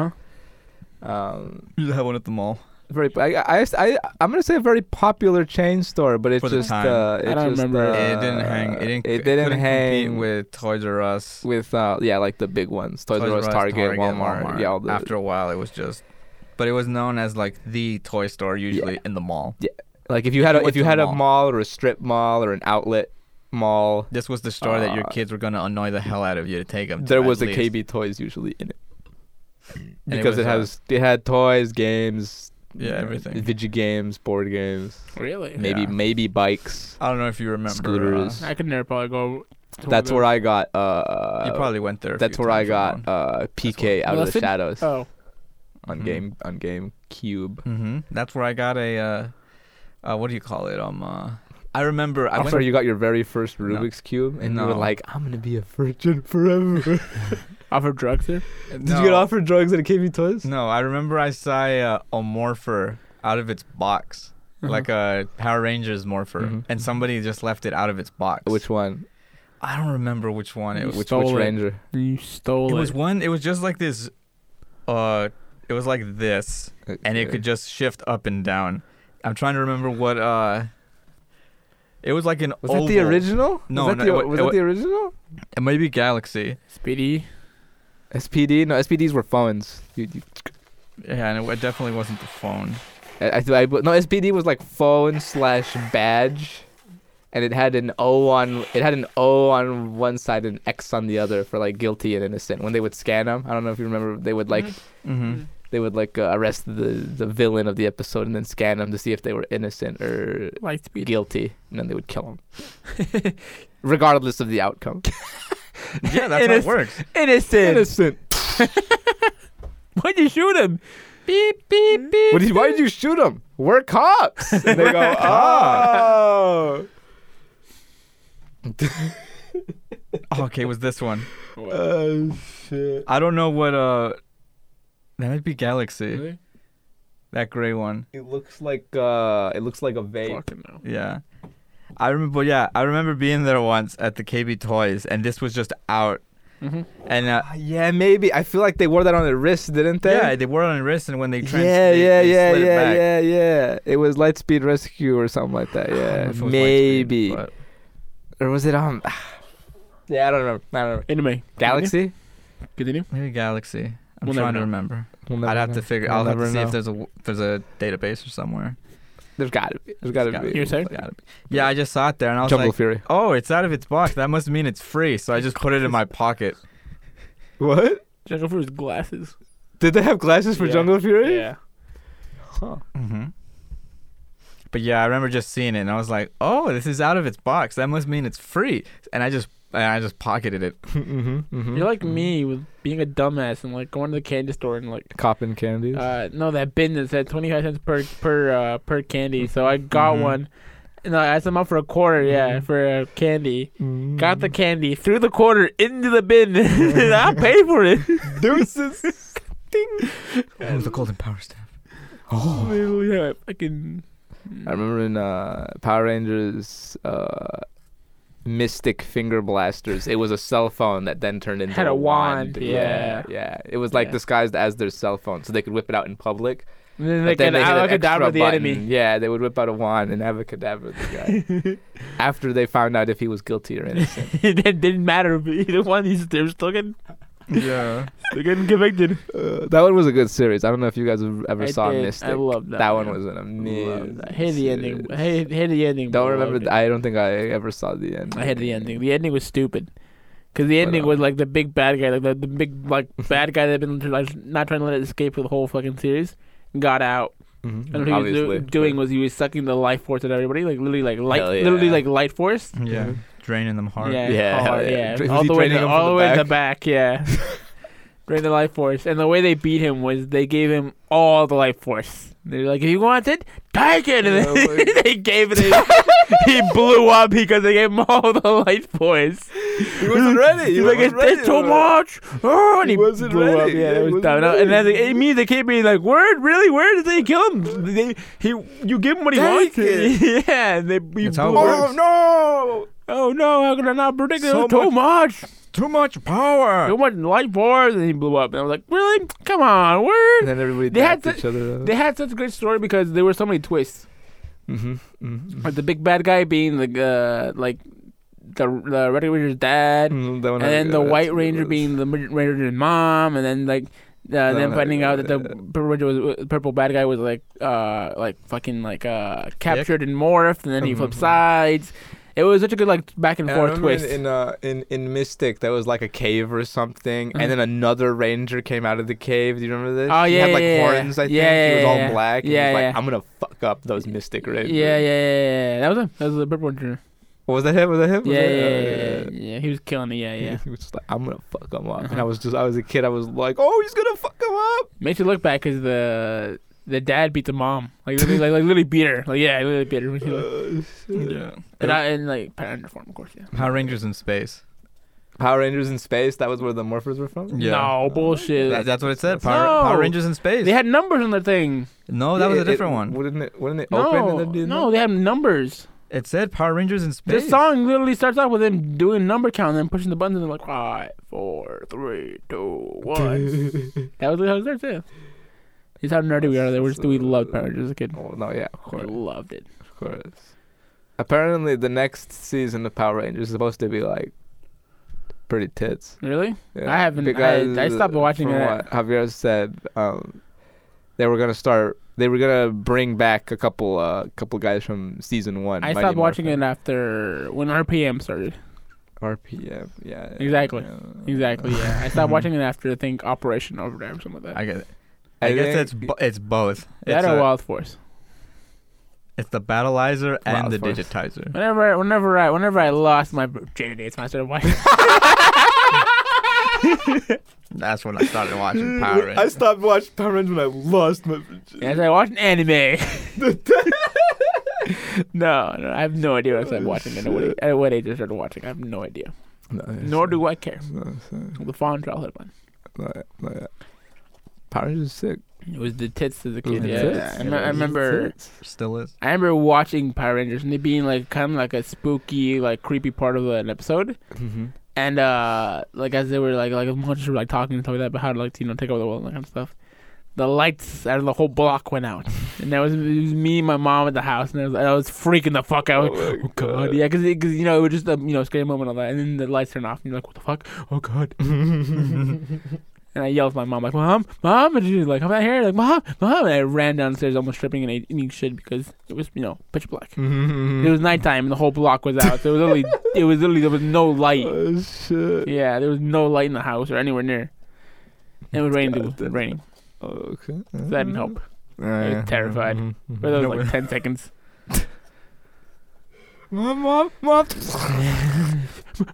Speaker 3: huh.
Speaker 2: Um,
Speaker 1: You had one at the mall.
Speaker 2: very. I, I, I I'm gonna say a very popular chain store, but it's
Speaker 1: For the
Speaker 2: just.
Speaker 1: time.
Speaker 2: Uh,
Speaker 3: I
Speaker 2: it
Speaker 3: don't
Speaker 2: just,
Speaker 3: remember.
Speaker 2: uh,
Speaker 1: it didn't hang. It didn't.
Speaker 2: It
Speaker 1: couldn't
Speaker 2: didn't
Speaker 1: compete
Speaker 2: hang with
Speaker 1: with Toys R Us,
Speaker 2: with uh, yeah, like the big ones: Toys R Us, Target, Walmart, Yeah, all the,
Speaker 1: After a while, it was just. But it was known as like the toy store usually in the mall.
Speaker 2: like if you had a,
Speaker 1: What's
Speaker 2: if you
Speaker 1: a
Speaker 2: had a
Speaker 1: mall?
Speaker 2: mall or a strip mall or an outlet mall,
Speaker 1: This was the store that your
Speaker 2: Uh,
Speaker 1: kids were gonna annoy the hell out of you to take them.
Speaker 2: there
Speaker 1: to,
Speaker 2: was
Speaker 1: at
Speaker 2: a
Speaker 1: least.
Speaker 2: KB Toys usually in it
Speaker 1: And it
Speaker 2: because it,
Speaker 1: was, uh,
Speaker 2: has it had toys, games,
Speaker 1: Yeah, everything.
Speaker 2: video games, board games,
Speaker 3: Really?
Speaker 2: maybe
Speaker 1: Yeah.
Speaker 2: maybe bikes.
Speaker 1: I don't know if you remember.
Speaker 2: Scooters.
Speaker 1: uh,
Speaker 3: I could never probably go. To
Speaker 2: that's where I got. Uh,
Speaker 1: you probably went there. a
Speaker 2: that's
Speaker 1: few
Speaker 2: where I
Speaker 1: times
Speaker 2: got
Speaker 1: alone.
Speaker 2: uh, PK out of the
Speaker 3: Molested?
Speaker 2: shadows
Speaker 3: Oh,
Speaker 2: on
Speaker 1: Mhm.
Speaker 2: game on game cube.
Speaker 1: hmm That's where I got a. Uh, uh, what do you call it? Um, uh, I remember. I
Speaker 2: That's
Speaker 1: went.
Speaker 2: where Oh, you got your very first Rubik's cube, and you were
Speaker 1: No.
Speaker 2: like, "I'm gonna be a virgin forever."
Speaker 3: offer drugs there.
Speaker 2: Did you get offered drugs at a KB Toys?
Speaker 1: No, I remember I saw a, uh, a morpher out of its box,
Speaker 2: Uh-huh.
Speaker 1: like a Power Rangers morpher,
Speaker 2: Mhm.
Speaker 1: and somebody just left it out of its box.
Speaker 2: Which one?
Speaker 1: I don't remember which one it was.
Speaker 2: Which which
Speaker 3: stole it.
Speaker 2: ranger?
Speaker 3: Uh-huh. You stole
Speaker 1: It
Speaker 3: it.
Speaker 1: was one. It was just like this. Uh, it was like this, and it could
Speaker 2: Uh,
Speaker 1: just shift up and down. I'm trying to remember what. Uh, it was like an.
Speaker 2: Was that the
Speaker 1: oval.
Speaker 2: original?
Speaker 1: No,
Speaker 2: was
Speaker 1: no,
Speaker 2: that, the,
Speaker 1: it wa-
Speaker 2: was
Speaker 1: it
Speaker 2: that
Speaker 1: wa-
Speaker 2: the original?
Speaker 1: It might be Galaxy.
Speaker 3: Speedy.
Speaker 2: SPD? No, SPDs were phones. You, you,
Speaker 1: Yeah, and it, it definitely wasn't the phone.
Speaker 2: I, I, I, no, SPD was like phone slash badge, and it had an O on it had an O on one side and X on the other for like guilty and innocent. When they would scan them, I don't know if you remember, they would like
Speaker 1: Mm-hmm.
Speaker 2: they would like uh, arrest the the villain of the episode and then scan them to see if they were innocent or
Speaker 3: Like speedy.
Speaker 2: guilty, and then they would kill them, regardless of the outcome.
Speaker 1: Yeah, that's how it
Speaker 3: Innocent.
Speaker 1: works.
Speaker 3: Innocent.
Speaker 2: Innocent.
Speaker 3: Why'd you shoot him? Beep beep beep.
Speaker 2: What did, why did you shoot him? We're cops. And they go, oh.
Speaker 1: okay, it was this one.
Speaker 2: oh shit.
Speaker 1: I don't know what. Uh, that might be Galaxy.
Speaker 3: Really?
Speaker 1: That gray one.
Speaker 2: It looks like uh, it looks like a vape.
Speaker 3: Fucking no.
Speaker 1: Yeah. I remember. Yeah, I remember being there once at the KB Toys, and this was just out.
Speaker 3: Mm-hmm.
Speaker 1: And uh,
Speaker 2: Uh, yeah, maybe. I feel like they wore that on their wrist, didn't they?
Speaker 1: yeah, they wore it on their wrist, and when they trans-
Speaker 2: yeah,
Speaker 1: they,
Speaker 2: yeah,
Speaker 1: they
Speaker 2: yeah,
Speaker 1: slid it
Speaker 2: yeah,
Speaker 1: back.
Speaker 2: yeah, yeah. It was Lightspeed Rescue or something like
Speaker 1: I
Speaker 2: that.
Speaker 1: don't know
Speaker 2: Yeah,
Speaker 1: if it was Lightspeed,
Speaker 2: maybe.
Speaker 1: but-
Speaker 2: or was it on? yeah, I don't remember. I don't remember.
Speaker 3: Anyway.
Speaker 2: Galaxy.
Speaker 3: Continue.
Speaker 1: maybe Galaxy. I'm
Speaker 3: We'll never
Speaker 1: trying to
Speaker 3: know.
Speaker 1: remember.
Speaker 2: We'll never
Speaker 1: I'd have
Speaker 2: know.
Speaker 1: to figure.
Speaker 2: We'll
Speaker 1: I'll have to
Speaker 2: never
Speaker 1: see
Speaker 2: know.
Speaker 1: if there's a there's a database or somewhere.
Speaker 2: There's gotta be. There's gotta,
Speaker 1: gotta
Speaker 2: be.
Speaker 1: be.
Speaker 3: You're saying?
Speaker 1: Gotta be. Yeah, I just saw it there, and I was
Speaker 2: Jungle
Speaker 1: like,
Speaker 2: Fury.
Speaker 1: "Oh, it's out of its box. That must mean it's free." So I just put it in my pocket.
Speaker 2: What?
Speaker 3: Jungle for his glasses.
Speaker 2: Did they have glasses for
Speaker 3: Yeah. Mm-hmm.
Speaker 2: Jungle Fury?
Speaker 3: Yeah.
Speaker 2: Huh.
Speaker 1: hmm But yeah, I remember just seeing it, and I was like, "Oh, this is out of its box. That must mean it's free." And I just, and I just pocketed it.
Speaker 2: mm-hmm,
Speaker 3: You're like me with being a dumbass and like going to the candy store and like
Speaker 2: Copping Mm-hmm. candies.
Speaker 3: uh no that bin that said twenty five cents per per uh per candy. So I got
Speaker 1: Mhm.
Speaker 3: one and I asked them out for a quarter, yeah,
Speaker 2: Mhm.
Speaker 3: for a candy.
Speaker 2: Mm-hmm.
Speaker 3: Got the candy, threw the quarter into the bin and I paid for it.
Speaker 2: deuces.
Speaker 1: Oh, the Golden Power Staff.
Speaker 3: yeah, fucking
Speaker 2: I remember in uh, Power Rangers uh, Mystic Finger Blasters, it was a cell phone that then turned into
Speaker 3: Had a wand,
Speaker 2: Yeah,
Speaker 3: yeah.
Speaker 2: yeah. It was like
Speaker 3: Yeah.
Speaker 2: disguised as their cell phone, so they could whip it out in public.
Speaker 3: And then
Speaker 2: but
Speaker 3: like
Speaker 2: then
Speaker 3: an
Speaker 2: they hit an
Speaker 3: abracadabra
Speaker 2: extra
Speaker 3: the
Speaker 2: button.
Speaker 3: enemy.
Speaker 2: Yeah, they would whip out a wand and have a cadaver the guy after they found out if he was guilty or innocent.
Speaker 3: it didn't matter but either one these they're still getting
Speaker 1: Yeah.
Speaker 3: they're getting convicted.
Speaker 2: Uh, that one was a good series. I don't know if you guys have ever
Speaker 3: I
Speaker 2: saw
Speaker 3: did.
Speaker 2: Mystic.
Speaker 3: I loved that
Speaker 2: That
Speaker 3: one.
Speaker 2: one was an amazing.
Speaker 3: Love that. Hate the ending.
Speaker 2: series.
Speaker 3: Hate, hate the ending. but
Speaker 2: Don't
Speaker 3: I
Speaker 2: remember.
Speaker 3: loved
Speaker 2: th-
Speaker 3: it.
Speaker 2: I don't think I ever saw the ending.
Speaker 3: I hate the ending. The ending was stupid. Cause the ending
Speaker 2: uh,
Speaker 3: was like the big bad guy, like the, the big like bad guy that had been like, not trying to let it escape for the whole fucking series, got out.
Speaker 2: Mhm.
Speaker 3: And what he was do- doing was he was sucking the life force out of everybody, like literally like light,
Speaker 2: Hell yeah.
Speaker 3: literally like light force.
Speaker 1: Yeah.
Speaker 2: Mhm.
Speaker 1: Draining them hard.
Speaker 3: Yeah,
Speaker 2: Yeah,
Speaker 3: hard,
Speaker 2: hell yeah.
Speaker 3: yeah.
Speaker 2: Dra- was
Speaker 3: all
Speaker 2: he
Speaker 3: the way,
Speaker 2: draining
Speaker 3: to,
Speaker 2: him
Speaker 3: all
Speaker 2: from
Speaker 3: the
Speaker 2: the
Speaker 3: way in the back. Yeah, drain the life force, and the way they beat him was they gave him all the life force. They're like, if you want it, take it, and
Speaker 2: Yeah,
Speaker 3: then
Speaker 2: like-
Speaker 3: they gave it. to him. he blew up because they gave him all the life force.
Speaker 2: He wasn't ready. He
Speaker 3: He's like,
Speaker 2: wasn't
Speaker 3: it's,
Speaker 2: ready.
Speaker 3: it's too much. Oh, and
Speaker 2: He
Speaker 3: he,
Speaker 2: wasn't
Speaker 3: blew up.
Speaker 2: ready.
Speaker 3: Yeah,
Speaker 2: Yeah,
Speaker 3: it
Speaker 2: he
Speaker 3: was
Speaker 2: wasn't
Speaker 3: dumb. No, And then
Speaker 2: ready.
Speaker 3: they- it means they kept being like, "Word, really? Where did they kill him? They, he, you give him what he
Speaker 2: Take
Speaker 3: wants.
Speaker 2: it.
Speaker 3: yeah, and they he
Speaker 1: That's how it
Speaker 3: blew up.
Speaker 1: works.
Speaker 2: Oh no!
Speaker 3: Oh no, how could I not predict it?
Speaker 2: So
Speaker 3: it was too much.
Speaker 1: too much power.
Speaker 3: Too much light bars, and he blew up. And I was like, really? Come on,
Speaker 2: And
Speaker 3: word.
Speaker 2: then everybody
Speaker 3: They had
Speaker 2: dapped each other up.
Speaker 3: They had such a great story because there were so many twists.
Speaker 2: hmm hmm
Speaker 3: Like the big bad guy being the uh, like the the Red Ranger's dad,
Speaker 2: Mm, that one
Speaker 3: and
Speaker 2: had-
Speaker 3: then the
Speaker 2: that's
Speaker 3: White
Speaker 2: what it
Speaker 3: Ranger
Speaker 2: was.
Speaker 3: being the Red Ranger's mom, and then like. Uh,
Speaker 2: one
Speaker 3: then
Speaker 2: had-
Speaker 3: finding out that the
Speaker 2: yeah.
Speaker 3: purple, Ranger was, uh, purple bad guy was like, uh, like fucking like uh, captured and morphed, and then he flipped
Speaker 2: Mhm.
Speaker 3: sides. It was such a good like back Mm-hmm.
Speaker 2: And
Speaker 3: and
Speaker 2: I
Speaker 3: forth
Speaker 2: remember in-
Speaker 3: twist.
Speaker 2: in uh, in in Mystic, that was like a cave or something,
Speaker 3: Mhm.
Speaker 2: and then another ranger came out of the cave. Do you remember this?
Speaker 3: Oh,
Speaker 2: he
Speaker 3: yeah,
Speaker 2: had like
Speaker 3: yeah, yeah.
Speaker 2: horns. I think
Speaker 3: Yeah, yeah,
Speaker 2: he was
Speaker 3: yeah.
Speaker 2: all black. And
Speaker 3: Yeah,
Speaker 2: he was
Speaker 3: yeah.
Speaker 2: like, I'm gonna fuck up those Mystic
Speaker 3: yeah,
Speaker 2: rangers.
Speaker 3: yeah, yeah, yeah, yeah. That was him. That was the purple Ranger.
Speaker 2: What was that him? Was that him? Was
Speaker 3: Yeah,
Speaker 2: that-
Speaker 3: yeah,
Speaker 2: oh,
Speaker 3: yeah, yeah, yeah. He was killing it. Yeah, yeah.
Speaker 2: He was just like, I'm gonna fuck him up, and
Speaker 3: Uh-huh.
Speaker 2: I was just, I was a kid. I was like, oh, he's gonna fuck him up.
Speaker 3: Makes you look back because the the dad beat the mom. Like literally, like, like literally beat her. Like yeah, literally beat her. When she, like,
Speaker 1: yeah.
Speaker 3: and I and like parent uniform, of course. Yeah.
Speaker 1: Power Rangers in space.
Speaker 2: Power Rangers in space. That was where the Morphers were from.
Speaker 1: Yeah.
Speaker 3: No bullshit.
Speaker 1: That, that's what it said. Power, Power
Speaker 3: No.
Speaker 1: Rangers in space.
Speaker 3: they had numbers on their thing.
Speaker 1: no, that was
Speaker 2: Yeah,
Speaker 1: a
Speaker 2: it-
Speaker 1: different
Speaker 2: it-
Speaker 1: one.
Speaker 2: Wouldn't it? Wouldn't it
Speaker 3: No,
Speaker 2: open? and then-
Speaker 3: no, they had numbers.
Speaker 1: It said Power Rangers in space.
Speaker 3: This song literally starts off with them doing number count and then pushing the buttons and they're like five, four, three, two, one. that was how it starts. Yeah. This is how nerdy we are. That we're just we loved Power Rangers as a kid.
Speaker 2: Oh no! Yeah, of
Speaker 3: We
Speaker 2: course.
Speaker 3: loved it.
Speaker 2: Of course. Apparently, the next season of Power Rangers is supposed to be like pretty tits.
Speaker 3: Really?
Speaker 2: Yeah.
Speaker 3: I haven't- I- I stopped watching
Speaker 2: from
Speaker 3: it.
Speaker 2: What Javier said um, they were gonna start. They were gonna bring back a couple, uh, couple guys from season one.
Speaker 3: I stopped watching it after when RPM started.
Speaker 2: RPM. Yeah.
Speaker 3: Exactly.
Speaker 2: yeah.
Speaker 3: Exactly. Yeah, I stopped watching it after I think Operation Overdrive or something like that.
Speaker 1: I guess, I guess it's bo- it's both. It's,
Speaker 3: that or
Speaker 1: a-
Speaker 3: Wild Force.
Speaker 1: it's the battleizer and
Speaker 2: Wild
Speaker 1: the
Speaker 2: Force.
Speaker 1: digitizer.
Speaker 3: Whenever, I- whenever I, whenever I lost my virginity, it's when I started watching.
Speaker 1: That's when I started watching Power Rangers.
Speaker 2: stopped watching Power Rangers when I lost my.
Speaker 3: and I started watching anime. no, no, I have no idea what I started watching and at what, age, at what age I started watching. I have no idea. Nor do I care. The fond childhood one.
Speaker 2: Power Rangers is sick.
Speaker 3: It was the tits as a
Speaker 2: It
Speaker 3: kid.
Speaker 2: was
Speaker 3: Yeah,
Speaker 2: tits.
Speaker 3: I,
Speaker 1: It
Speaker 3: me- I
Speaker 1: was the
Speaker 3: remember.
Speaker 2: Tits.
Speaker 1: Still is.
Speaker 3: I remember watching Power Rangers and it being like kind of like a spooky, like creepy part of an episode.
Speaker 2: Mhm.
Speaker 3: And uh like as they were like like monsters were like talking and stuff like that about how to like you know take over the world and that kind of stuff. The lights out of the whole block went out, and that was it was me and my mom at the house, and I was, I was freaking the fuck out.
Speaker 2: Oh
Speaker 3: Oh,
Speaker 2: my
Speaker 3: god,
Speaker 2: God.
Speaker 3: yeah, because you know it was just a you know scary moment and all that, and then the lights turned off, and you're like, what the fuck? Oh god! and I yelled at my mom like, mom, mom, and she's like, I'm out here, like mom, mom, and I ran downstairs almost stripping and ate- eating shit because it was you know pitch black.
Speaker 2: Mm-hmm.
Speaker 3: It was nighttime and the whole block was out. So it was literally it was literally there was no light.
Speaker 2: Oh shit.
Speaker 3: Yeah, there was no light in the house or anywhere near. And it was raining. dude. It was raining.
Speaker 2: Oh, Okay. Mm-hmm.
Speaker 3: So that didn't help.
Speaker 2: I
Speaker 3: was terrified. But that was like 10 seconds.
Speaker 2: Mom, mom, mom.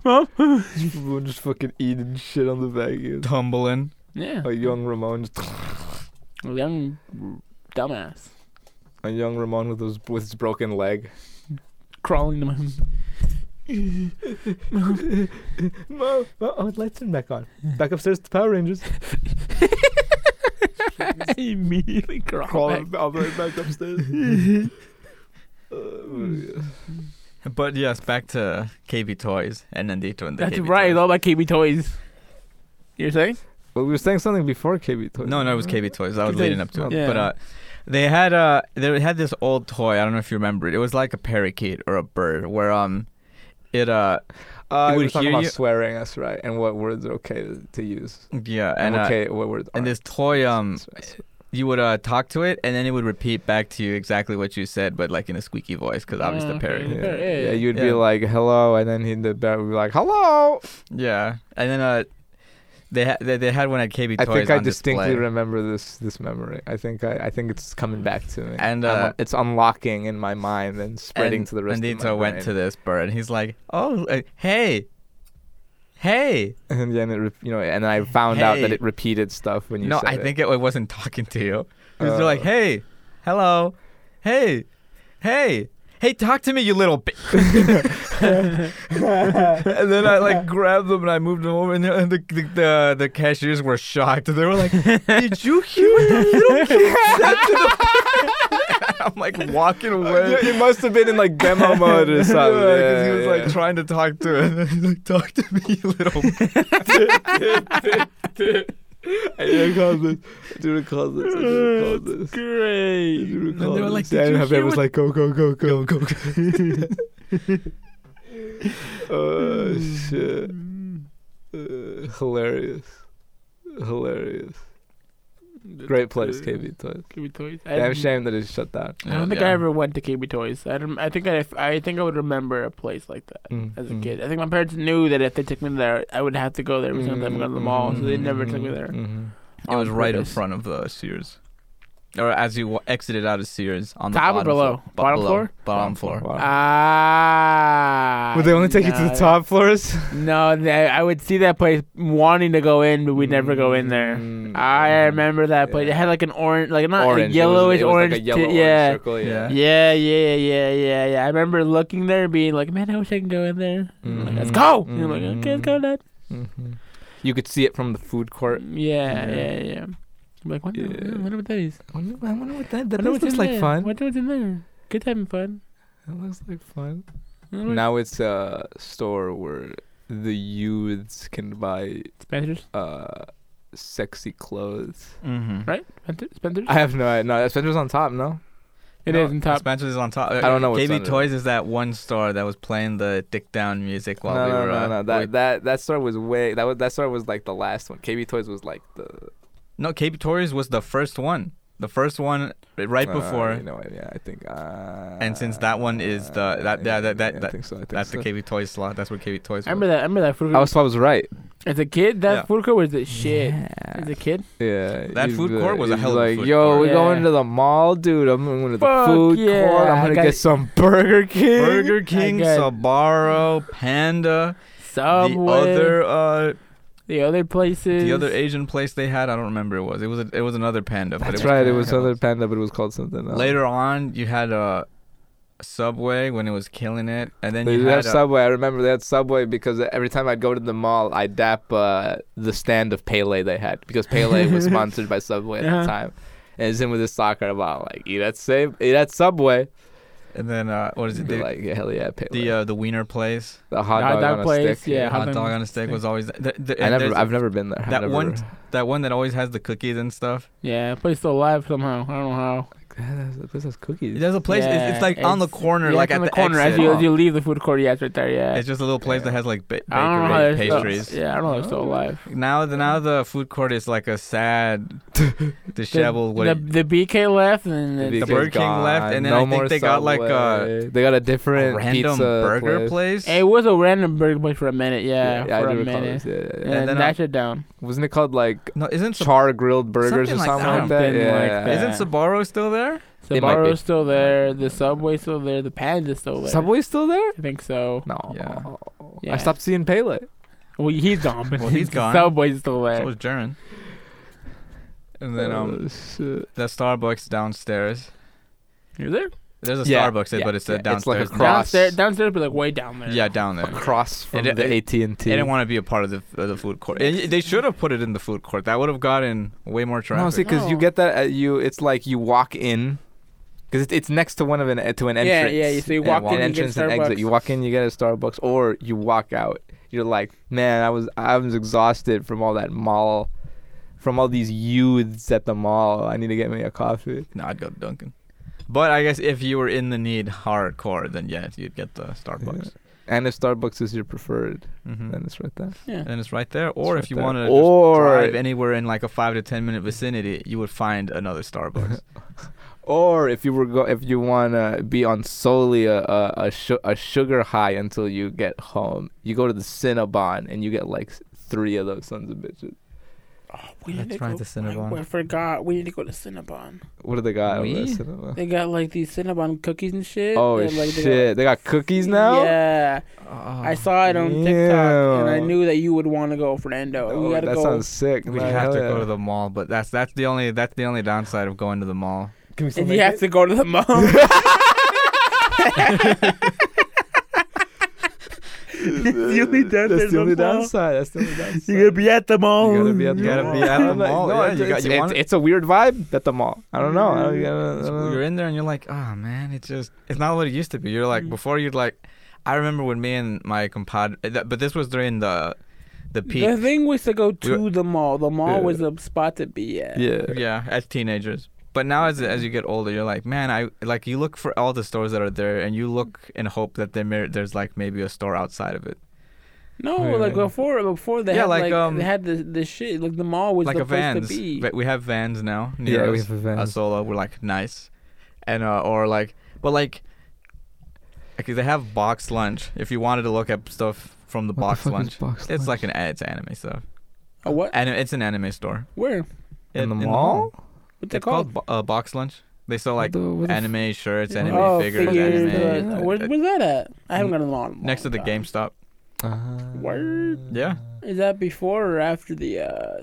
Speaker 3: Mom?
Speaker 2: Ramon just fucking eating shit on the vacuum.
Speaker 1: Tumbling.
Speaker 3: Yeah.
Speaker 2: A young Ramon, just-
Speaker 3: Young dumbass.
Speaker 2: a young Ramon with his with his broken leg.
Speaker 3: Crawling to my
Speaker 2: Mom, oh, lights turn back on. Back upstairs to Power Rangers.
Speaker 3: immediately
Speaker 2: Crawl
Speaker 3: crawling.
Speaker 2: all the way back upstairs. Oh,
Speaker 1: But yes, back to KB Toys and Nandito and the
Speaker 3: That's
Speaker 1: KB
Speaker 3: right. It's
Speaker 1: Toys.
Speaker 3: all about KB Toys. You're saying?
Speaker 2: Well, we were saying something before KB Toys.
Speaker 1: No, no, it was KB Toys. I was
Speaker 3: Toys.
Speaker 1: leading up to it.
Speaker 3: Yeah.
Speaker 1: But uh, they had uh, they had this old toy. I don't know if you remember it. It was like a parakeet or a bird, where um, it uh,
Speaker 2: Uh,
Speaker 1: It
Speaker 2: we
Speaker 1: would
Speaker 2: were talking
Speaker 1: hear
Speaker 2: about
Speaker 1: you-
Speaker 2: swearing. That's right. And what words are okay to, to use.
Speaker 1: yeah, and
Speaker 2: And,
Speaker 1: uh,
Speaker 2: okay, what words?
Speaker 1: and
Speaker 2: aren't.
Speaker 1: this toy um,
Speaker 2: That's right.
Speaker 1: you would uh talk to it, and then it would repeat back to you exactly what you said, but like in a squeaky voice, because obviously
Speaker 3: Oh,
Speaker 1: the
Speaker 3: okay.
Speaker 1: parrot.
Speaker 3: Yeah,
Speaker 2: Yeah,
Speaker 3: yeah,
Speaker 2: yeah, you'd
Speaker 1: yeah.
Speaker 2: be like hello, and then he the bear would be like hello.
Speaker 1: Yeah, and then uh, they ha- they, they had one at KB
Speaker 2: I
Speaker 1: Toys.
Speaker 2: think I
Speaker 1: on
Speaker 2: distinctly
Speaker 1: display.
Speaker 2: remember this this memory. I think I, I think it's coming back to me,
Speaker 1: And,
Speaker 2: I'm-
Speaker 1: uh,
Speaker 2: it's unlocking in my mind and spreading to the rest.
Speaker 1: Nandito
Speaker 2: of my
Speaker 1: went
Speaker 2: brain.
Speaker 1: to this bird, and he's like, "Oh, uh, hey, hey."
Speaker 2: and then it re- you know, and I found out that
Speaker 1: Hey.
Speaker 2: it repeated stuff when you
Speaker 1: no,
Speaker 2: said
Speaker 1: I
Speaker 2: it.
Speaker 1: think it, it wasn't talking to you. It was
Speaker 2: Oh.
Speaker 1: like, "Hey, hello, hey, hey." Hey, talk to me, you little bitch! and then I like grabbed them and I moved them over, and, the, and the, the, the the cashiers were shocked. They were like, "Did you hear what that little kid said to the?" I'm like walking away.
Speaker 2: Yeah, it must have been in like demo mode or something.
Speaker 1: Yeah, 'cause he
Speaker 2: Yeah,
Speaker 1: was like
Speaker 2: yeah.
Speaker 1: trying to talk to it. And he's like, talk to me, you little.
Speaker 2: I do recall this. I do recall this. I do recall Oh, this. I
Speaker 3: Great.
Speaker 2: do
Speaker 1: they
Speaker 2: recall
Speaker 1: were
Speaker 2: this.
Speaker 1: like, "Did
Speaker 2: Dan
Speaker 1: you
Speaker 2: Javier
Speaker 1: hear
Speaker 2: was
Speaker 1: what-
Speaker 2: like, go, go, go, go, go, go. oh shit! Uh, hilarious, hilarious. Great place, KB Toys.
Speaker 3: KB Toys. I,
Speaker 2: Damn
Speaker 3: didn't-
Speaker 2: shame that it shut down.
Speaker 3: I don't think I ever went to KB Toys. I, don't, I think I, I think I would remember a place like that
Speaker 2: Mm,
Speaker 3: as a
Speaker 2: mm.
Speaker 3: kid. I think my parents knew that if they took me there, I would have to go there every single time I got to the mall, so they never took me there.
Speaker 2: Mhm.
Speaker 1: It was right in
Speaker 3: purpose.
Speaker 1: front of the Sears. Or as you wa- exited out of Sears on the
Speaker 3: Top or
Speaker 1: bottom
Speaker 3: below?
Speaker 1: floor.
Speaker 3: Bottom
Speaker 1: below.
Speaker 3: floor?
Speaker 1: Bottom floor.
Speaker 2: Wow.
Speaker 3: Ah.
Speaker 2: Oh. Would they only take you to
Speaker 3: no,
Speaker 2: the top floors?
Speaker 3: No, they, I would see that place wanting to go in, but we'd never go in there.
Speaker 2: Mm.
Speaker 3: I remember that, but
Speaker 2: Yeah.
Speaker 3: it had like an orange, like not
Speaker 2: orange.
Speaker 3: a yellowish
Speaker 2: it was,
Speaker 3: orange.
Speaker 2: It was like a
Speaker 3: ti-
Speaker 2: yellow orange
Speaker 3: yeah.
Speaker 2: circle.
Speaker 1: Yeah.
Speaker 2: Yeah.
Speaker 3: yeah, yeah, yeah, yeah, yeah. I remember looking there, and being like, "Man, I wish I could go in there." I'm Like, let's
Speaker 2: Mhm.
Speaker 3: go. And I'm like,
Speaker 2: Mhm.
Speaker 3: "Okay, let's go, Dad."
Speaker 2: Mhm. You could see it from the food court.
Speaker 3: Mm, Yeah,
Speaker 2: Yeah.
Speaker 3: yeah, yeah. I'm like, wonder,
Speaker 2: Yeah.
Speaker 3: I wonder what that is.
Speaker 2: I wonder, I wonder what that.
Speaker 3: Wonder what's in there. Wonder what's in there. Good having fun.
Speaker 2: That looks like fun.
Speaker 3: Wonder what-
Speaker 2: Now it's a store where the youths can buy
Speaker 3: Spencer's,
Speaker 2: uh, sexy clothes.
Speaker 1: Mm-hmm.
Speaker 3: right? Spencer, Spencer's.
Speaker 2: I have no idea. No, Spencer's on top. No.
Speaker 3: it
Speaker 1: No,
Speaker 3: is in top.
Speaker 1: Spencer's is on top. I
Speaker 2: don't know what's
Speaker 1: KB
Speaker 2: under it.
Speaker 1: Toys is that one store that was playing the Dick Down music while
Speaker 2: no,
Speaker 1: we
Speaker 2: no,
Speaker 1: were.
Speaker 2: no,
Speaker 1: uh,
Speaker 2: no. That
Speaker 1: wait.
Speaker 2: that that store was way. That was that store was like the last one. KB Toys was like the
Speaker 1: no, KB Toys was the first one. The first one right
Speaker 2: Uh,
Speaker 1: before.
Speaker 2: You know what? Yeah, I think. Uh,
Speaker 1: And since that one is the- that- that- that- that-
Speaker 2: yeah, I
Speaker 1: that-
Speaker 2: think so. I think
Speaker 1: That's the
Speaker 2: so.
Speaker 1: KB Toys slot. That's where KB Toys.
Speaker 3: I remember that. I remember that food
Speaker 2: I
Speaker 3: court.
Speaker 2: was, I was right.
Speaker 3: As a kid, that
Speaker 1: Yeah.
Speaker 3: food court was the shit. As a kid,
Speaker 2: Yeah,
Speaker 1: That
Speaker 2: you'd
Speaker 1: food
Speaker 2: be
Speaker 1: court was a
Speaker 2: you'd be
Speaker 1: hell of a
Speaker 2: like,
Speaker 1: food
Speaker 2: Yo,
Speaker 1: court."
Speaker 2: we're
Speaker 3: Yeah.
Speaker 2: going to the mall, dude. I'm going to the
Speaker 3: Fuck
Speaker 2: food
Speaker 3: yeah,
Speaker 2: court.
Speaker 3: I
Speaker 2: I'm gonna
Speaker 3: got-
Speaker 2: get some Burger King.
Speaker 1: Burger King,
Speaker 3: got-
Speaker 1: Sabaro, Panda,
Speaker 3: Subway,
Speaker 1: the other uh,
Speaker 3: the other places,
Speaker 1: the other Asian place they had. I don't remember it was. It was a, it was another Panda. but
Speaker 2: That's
Speaker 1: it was
Speaker 2: right. It
Speaker 1: kinda
Speaker 2: was
Speaker 1: close.
Speaker 2: other panda, but it was called something else.
Speaker 1: Later on, you had a Subway when it was killing it, and then
Speaker 2: They
Speaker 1: you
Speaker 2: did
Speaker 1: had
Speaker 2: have
Speaker 1: a,
Speaker 2: Subway. I remember they had Subway because every time I'd go to the mall, I'd dap uh, the stand of Pele they had because Pele was sponsored by Subway at
Speaker 3: Uh-huh.
Speaker 2: the time. And it's in with his soccer ball, like eat at save, eat at Subway.
Speaker 1: and then uh, what is it?
Speaker 2: Be
Speaker 1: The,
Speaker 2: like yeah, hell yeah, Pele.
Speaker 1: the uh, the wiener place,
Speaker 2: the hot
Speaker 3: hot
Speaker 2: dog,
Speaker 3: dog
Speaker 2: on a
Speaker 3: place,
Speaker 2: stick.
Speaker 3: yeah.
Speaker 1: hot
Speaker 3: hot
Speaker 1: dog
Speaker 3: dog
Speaker 1: on a stick was always. The, the,
Speaker 2: I
Speaker 1: and
Speaker 2: never,
Speaker 1: there's
Speaker 2: I've never been there. I've
Speaker 1: that
Speaker 2: never-
Speaker 1: one- that one that always has the cookies and stuff.
Speaker 3: Yeah, place still alive somehow. I don't know how.
Speaker 2: God, that's- that place has cookies.
Speaker 1: There's a place. it's, it's
Speaker 3: Yeah,
Speaker 1: like on the
Speaker 3: it's-
Speaker 1: corner,
Speaker 3: yeah,
Speaker 1: like
Speaker 3: it's
Speaker 1: at
Speaker 3: on the, corner
Speaker 1: exit.
Speaker 3: as you as you leave the food court. Yeah, it's right there. Yeah.
Speaker 1: It's just a little place that has like ba-
Speaker 3: I don't know how
Speaker 1: bakery
Speaker 3: they're still-
Speaker 1: pastries. Oh.
Speaker 3: yeah, I don't know if they're still alive.
Speaker 1: Now the now the food court is like a sad,
Speaker 3: The-
Speaker 1: disheveled.
Speaker 3: the,
Speaker 1: what
Speaker 3: the BK left and
Speaker 2: The
Speaker 3: then
Speaker 1: BK
Speaker 3: it's
Speaker 2: BK's
Speaker 1: Burger King left, and then I think
Speaker 2: more
Speaker 1: they got, like, a-
Speaker 2: Subway. they got a
Speaker 1: a
Speaker 2: different
Speaker 1: random
Speaker 2: pizza
Speaker 1: burger
Speaker 2: place.
Speaker 1: place.
Speaker 3: it was a random burger place for a minute. Yeah,
Speaker 2: yeah,
Speaker 3: for
Speaker 2: I
Speaker 3: a
Speaker 2: do recall
Speaker 3: minute.
Speaker 2: this. Yeah, yeah,
Speaker 3: And,
Speaker 2: yeah.
Speaker 1: And then uh,
Speaker 3: then that
Speaker 1: I'm-
Speaker 3: shit down.
Speaker 2: Wasn't it called like
Speaker 1: no, isn't Sab-
Speaker 2: char grilled burgers or
Speaker 1: Something like
Speaker 2: something like
Speaker 3: that.
Speaker 2: that?
Speaker 3: Something
Speaker 2: Yeah,
Speaker 3: like
Speaker 2: yeah.
Speaker 3: that.
Speaker 1: isn't Sabaro still there?
Speaker 2: It might be.
Speaker 3: Sabaro's still there. The Subway's still there. The Panda's still there.
Speaker 2: Subway still there?
Speaker 3: I think so.
Speaker 2: No.
Speaker 3: Yeah.
Speaker 2: I stopped seeing Pele.
Speaker 3: Well, he's gone, but
Speaker 1: Well, he's
Speaker 3: the
Speaker 1: gone.
Speaker 3: Subway's still there.
Speaker 1: So was Jaren. And then um
Speaker 2: Oh, shit.
Speaker 1: the Starbucks downstairs.
Speaker 3: Is there?
Speaker 1: There's a
Speaker 2: Yeah,
Speaker 1: Starbucks, there,
Speaker 2: yeah,
Speaker 1: but it's
Speaker 2: yeah,
Speaker 1: a
Speaker 2: it's like a
Speaker 1: downstairs.
Speaker 2: Cross.
Speaker 3: Downstairs, downstairs, but like way down there.
Speaker 1: Yeah, down there.
Speaker 2: across from
Speaker 1: It-
Speaker 2: the
Speaker 1: it-
Speaker 2: AT and
Speaker 1: They
Speaker 2: T.
Speaker 1: didn't want to be a part of the of the food court. And they should have put it in the food court. That would have gotten way more traffic.
Speaker 2: No, see, because you
Speaker 3: No.
Speaker 2: get that at you. It's like you walk in, because it's next to one of an to an
Speaker 3: Yeah,
Speaker 2: entrance.
Speaker 3: yeah, you- so you
Speaker 2: And
Speaker 1: walk
Speaker 2: one
Speaker 1: in, you get
Speaker 2: entrance and exit.
Speaker 3: Starbucks.
Speaker 2: You walk in, you get a Starbucks, or you walk out. You're like, man, I was I was exhausted from all that mall, from all these youths at the mall. I need to get me a coffee.
Speaker 1: no, I'd go to Dunkin'. But I guess if you were in the need hardcore, then yes, you'd get the Starbucks.
Speaker 2: And if Starbucks is your preferred,
Speaker 1: Mm-hmm.
Speaker 2: then it's right there.
Speaker 3: Yeah.
Speaker 1: And then it's right there. Or
Speaker 2: It's
Speaker 1: if you
Speaker 2: right
Speaker 1: wanted
Speaker 2: there.
Speaker 1: to
Speaker 2: Or-
Speaker 1: just drive anywhere in like a five to ten minute vicinity, you would find another Starbucks.
Speaker 2: Or if you were go, if you wanna be on solely a a, a, su- a sugar high until you get home, you go to the Cinnabon and you get like s- three of those sons of bitches.
Speaker 3: We
Speaker 1: Let's
Speaker 3: need to
Speaker 1: try
Speaker 3: go-
Speaker 1: the Cinnabon.
Speaker 3: I forgot. We need to go to Cinnabon.
Speaker 2: What do they got over
Speaker 1: We?
Speaker 2: at Cinnabon?
Speaker 3: They got like these Cinnabon cookies and shit.
Speaker 2: Oh
Speaker 3: and, like,
Speaker 2: shit!
Speaker 3: They got,
Speaker 2: they got cookies now.
Speaker 3: Yeah, I saw it on TikTok, and I
Speaker 2: Ew.
Speaker 3: knew that you would want to go, Fernando.
Speaker 2: Oh,
Speaker 3: we gotta
Speaker 2: that
Speaker 3: go.
Speaker 2: sounds sick.
Speaker 1: we
Speaker 2: man.
Speaker 1: have
Speaker 2: Hell
Speaker 1: to
Speaker 2: yeah.
Speaker 1: go to the mall, but that's that's the only that's the only downside of going to the mall.
Speaker 2: Can we still
Speaker 3: and
Speaker 2: make
Speaker 3: you have
Speaker 2: it?
Speaker 3: to go to the mall. the only downside
Speaker 2: That's
Speaker 3: of the
Speaker 2: the only
Speaker 3: mall.
Speaker 2: downside. That's the only downside.
Speaker 3: You gotta be at the mall.
Speaker 2: You gotta be at the
Speaker 1: You gotta
Speaker 2: mall.
Speaker 1: be at the
Speaker 2: I'm like,
Speaker 1: mall,
Speaker 2: no,
Speaker 1: yeah,
Speaker 2: it's,
Speaker 1: you got-
Speaker 2: it's,
Speaker 1: you
Speaker 2: it's,
Speaker 1: wanna-
Speaker 2: it's a weird vibe at the mall. I don't know. I don't, I don't, I don't
Speaker 1: You're in there and you're like, oh man, it's just it's not what it used to be. You're like
Speaker 3: Mm.
Speaker 1: before you'd like, I remember when me and my compadre, uh, but this was during the the peak.
Speaker 3: The thing was to go to
Speaker 1: We
Speaker 3: the mall. The mall
Speaker 2: Yeah.
Speaker 3: was the spot to be at.
Speaker 2: yeah.
Speaker 1: yeah, as teenagers. But now as as you get older, you're like, man, I like you look for all the stores that are there, and you look and hope that there may, there's like maybe a store outside of it,
Speaker 3: No,
Speaker 2: Oh, Yeah.
Speaker 3: like before, before they
Speaker 1: Yeah,
Speaker 3: had
Speaker 1: like,
Speaker 3: like,
Speaker 1: um,
Speaker 3: they had the the shit. Like the mall was
Speaker 1: like
Speaker 3: the
Speaker 1: a
Speaker 3: place
Speaker 1: Vans.
Speaker 3: to be.
Speaker 1: But we have Vans now. near
Speaker 2: Yeah, we
Speaker 1: us.
Speaker 2: have a van.
Speaker 1: a solo we're like nice and uh, or like but like okay they have box lunch if you wanted to look up stuff from the box lunch
Speaker 2: Box
Speaker 1: it's like an it's anime stuff
Speaker 3: A what?
Speaker 1: and it's an anime store
Speaker 3: Where?
Speaker 2: in the
Speaker 1: It-
Speaker 2: mall.
Speaker 3: What's it
Speaker 1: it's
Speaker 3: called?
Speaker 1: called bo- uh, box lunch they sell like
Speaker 2: What the- what the f-
Speaker 1: anime shirts
Speaker 2: Yeah.
Speaker 1: anime
Speaker 2: Oh,
Speaker 1: figures,
Speaker 2: figures,
Speaker 1: anime
Speaker 2: uh,
Speaker 1: uh,
Speaker 3: "Oh, Where,
Speaker 1: uh,
Speaker 3: where's that at? I haven't gone to the mall.
Speaker 1: next to the GameStop
Speaker 2: Ah.
Speaker 3: Word.
Speaker 1: yeah
Speaker 3: Is that before or after the? uh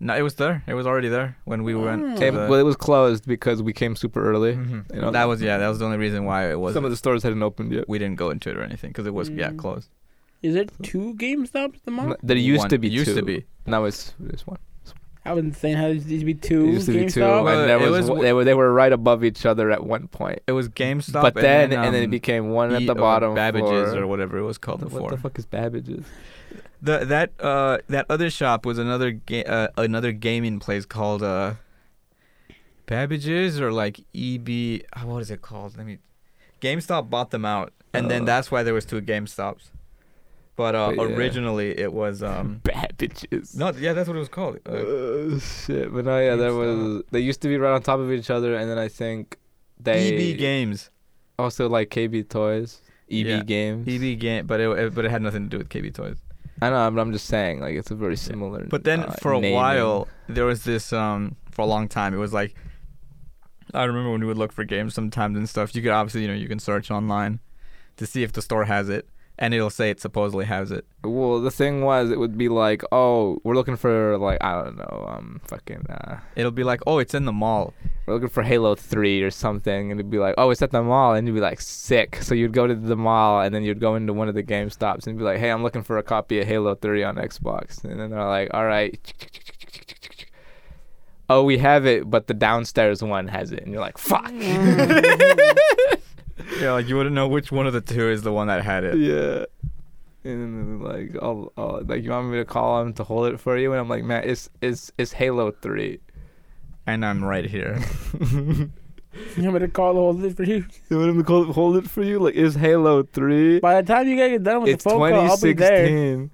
Speaker 1: no it was there it was already there when we went to
Speaker 2: It,
Speaker 1: the-
Speaker 2: well, it was closed because we came super early.
Speaker 1: Mhm.
Speaker 2: you know,
Speaker 1: that was yeah that was the only reason why it was
Speaker 2: Some of the stores hadn't opened yet.
Speaker 1: we didn't go into it or anything because it was yeah
Speaker 3: Mm.
Speaker 1: closed
Speaker 3: Is there two GameStops at the mall?
Speaker 2: N- There used
Speaker 1: One-
Speaker 2: to be
Speaker 1: it used
Speaker 2: two.
Speaker 1: to be
Speaker 2: Now it's it's one.
Speaker 3: I was insane. How there used to be
Speaker 2: It
Speaker 3: two
Speaker 2: used to be two,
Speaker 3: GameStops?
Speaker 1: Well,
Speaker 2: and there
Speaker 1: it
Speaker 2: was,
Speaker 1: was w-
Speaker 2: w- they were they were right above each other at one point.
Speaker 1: it was GameStop
Speaker 2: but then, and then
Speaker 1: um,
Speaker 2: it became one at
Speaker 1: E-
Speaker 2: the
Speaker 1: or
Speaker 2: bottom.
Speaker 1: Babbage's
Speaker 2: floor.
Speaker 1: or whatever it was called
Speaker 2: What
Speaker 1: before.
Speaker 2: the fuck is Babbage's?
Speaker 1: The- that uh that other shop was another ga- uh, another gaming place called uh Babbage's or like EB uh, what is it called? Let me GameStop bought them out and
Speaker 2: Uh.
Speaker 1: then that's why there was two GameStops. But uh
Speaker 2: But yeah.
Speaker 1: originally it was um
Speaker 2: Babbage's.
Speaker 1: no yeah that's what it was called. Uh,
Speaker 2: Uh, shit, but no, yeah, there was. They used to be right on top of each other, and then I think they
Speaker 1: EB E Games.
Speaker 2: also like KB Toys, EB
Speaker 1: Yeah, E
Speaker 2: Games.
Speaker 1: EB Game but it, it but it had nothing to do with KB Toys.
Speaker 2: I know, but I'm just saying, like it's a very similar.
Speaker 1: But then
Speaker 2: uh,
Speaker 1: for a
Speaker 2: naming.
Speaker 1: while, there was this um for a long time. It was like I remember when we would look for games sometimes and stuff. You could obviously you know you can search online to see if the store has it, and it'll say it supposedly has it.
Speaker 2: Well, the thing was, it would be like, oh, we're looking for like I don't know, um, fucking, uh,
Speaker 1: It'll be like, oh, it's in the mall.
Speaker 2: we're looking for Halo Three or something, and it'd be like, oh, it's at the mall, and you'd be like, sick. So you'd go to the mall, and then you'd go into one of the Game Stops, and be like, hey, I'm looking for a copy of Halo Three on Xbox, and then they're like, all right. Oh, we have it, but the downstairs one has it, and you're like, "Fuck!"
Speaker 1: Yeah, like you wouldn't know which one of the two is the one that had it.
Speaker 2: Yeah. And then, like I'll, I'll like you want me to call him to hold it for you, and I'm like, man, it's it's it's Halo Three.
Speaker 1: And I'm right here.
Speaker 3: You want me to call the whole thing for you?
Speaker 2: You want him to call, hold it for you? Like it's Halo Three.
Speaker 3: By the time you guys get done with
Speaker 2: It's
Speaker 3: the phone call, I'll be there.
Speaker 2: 2016.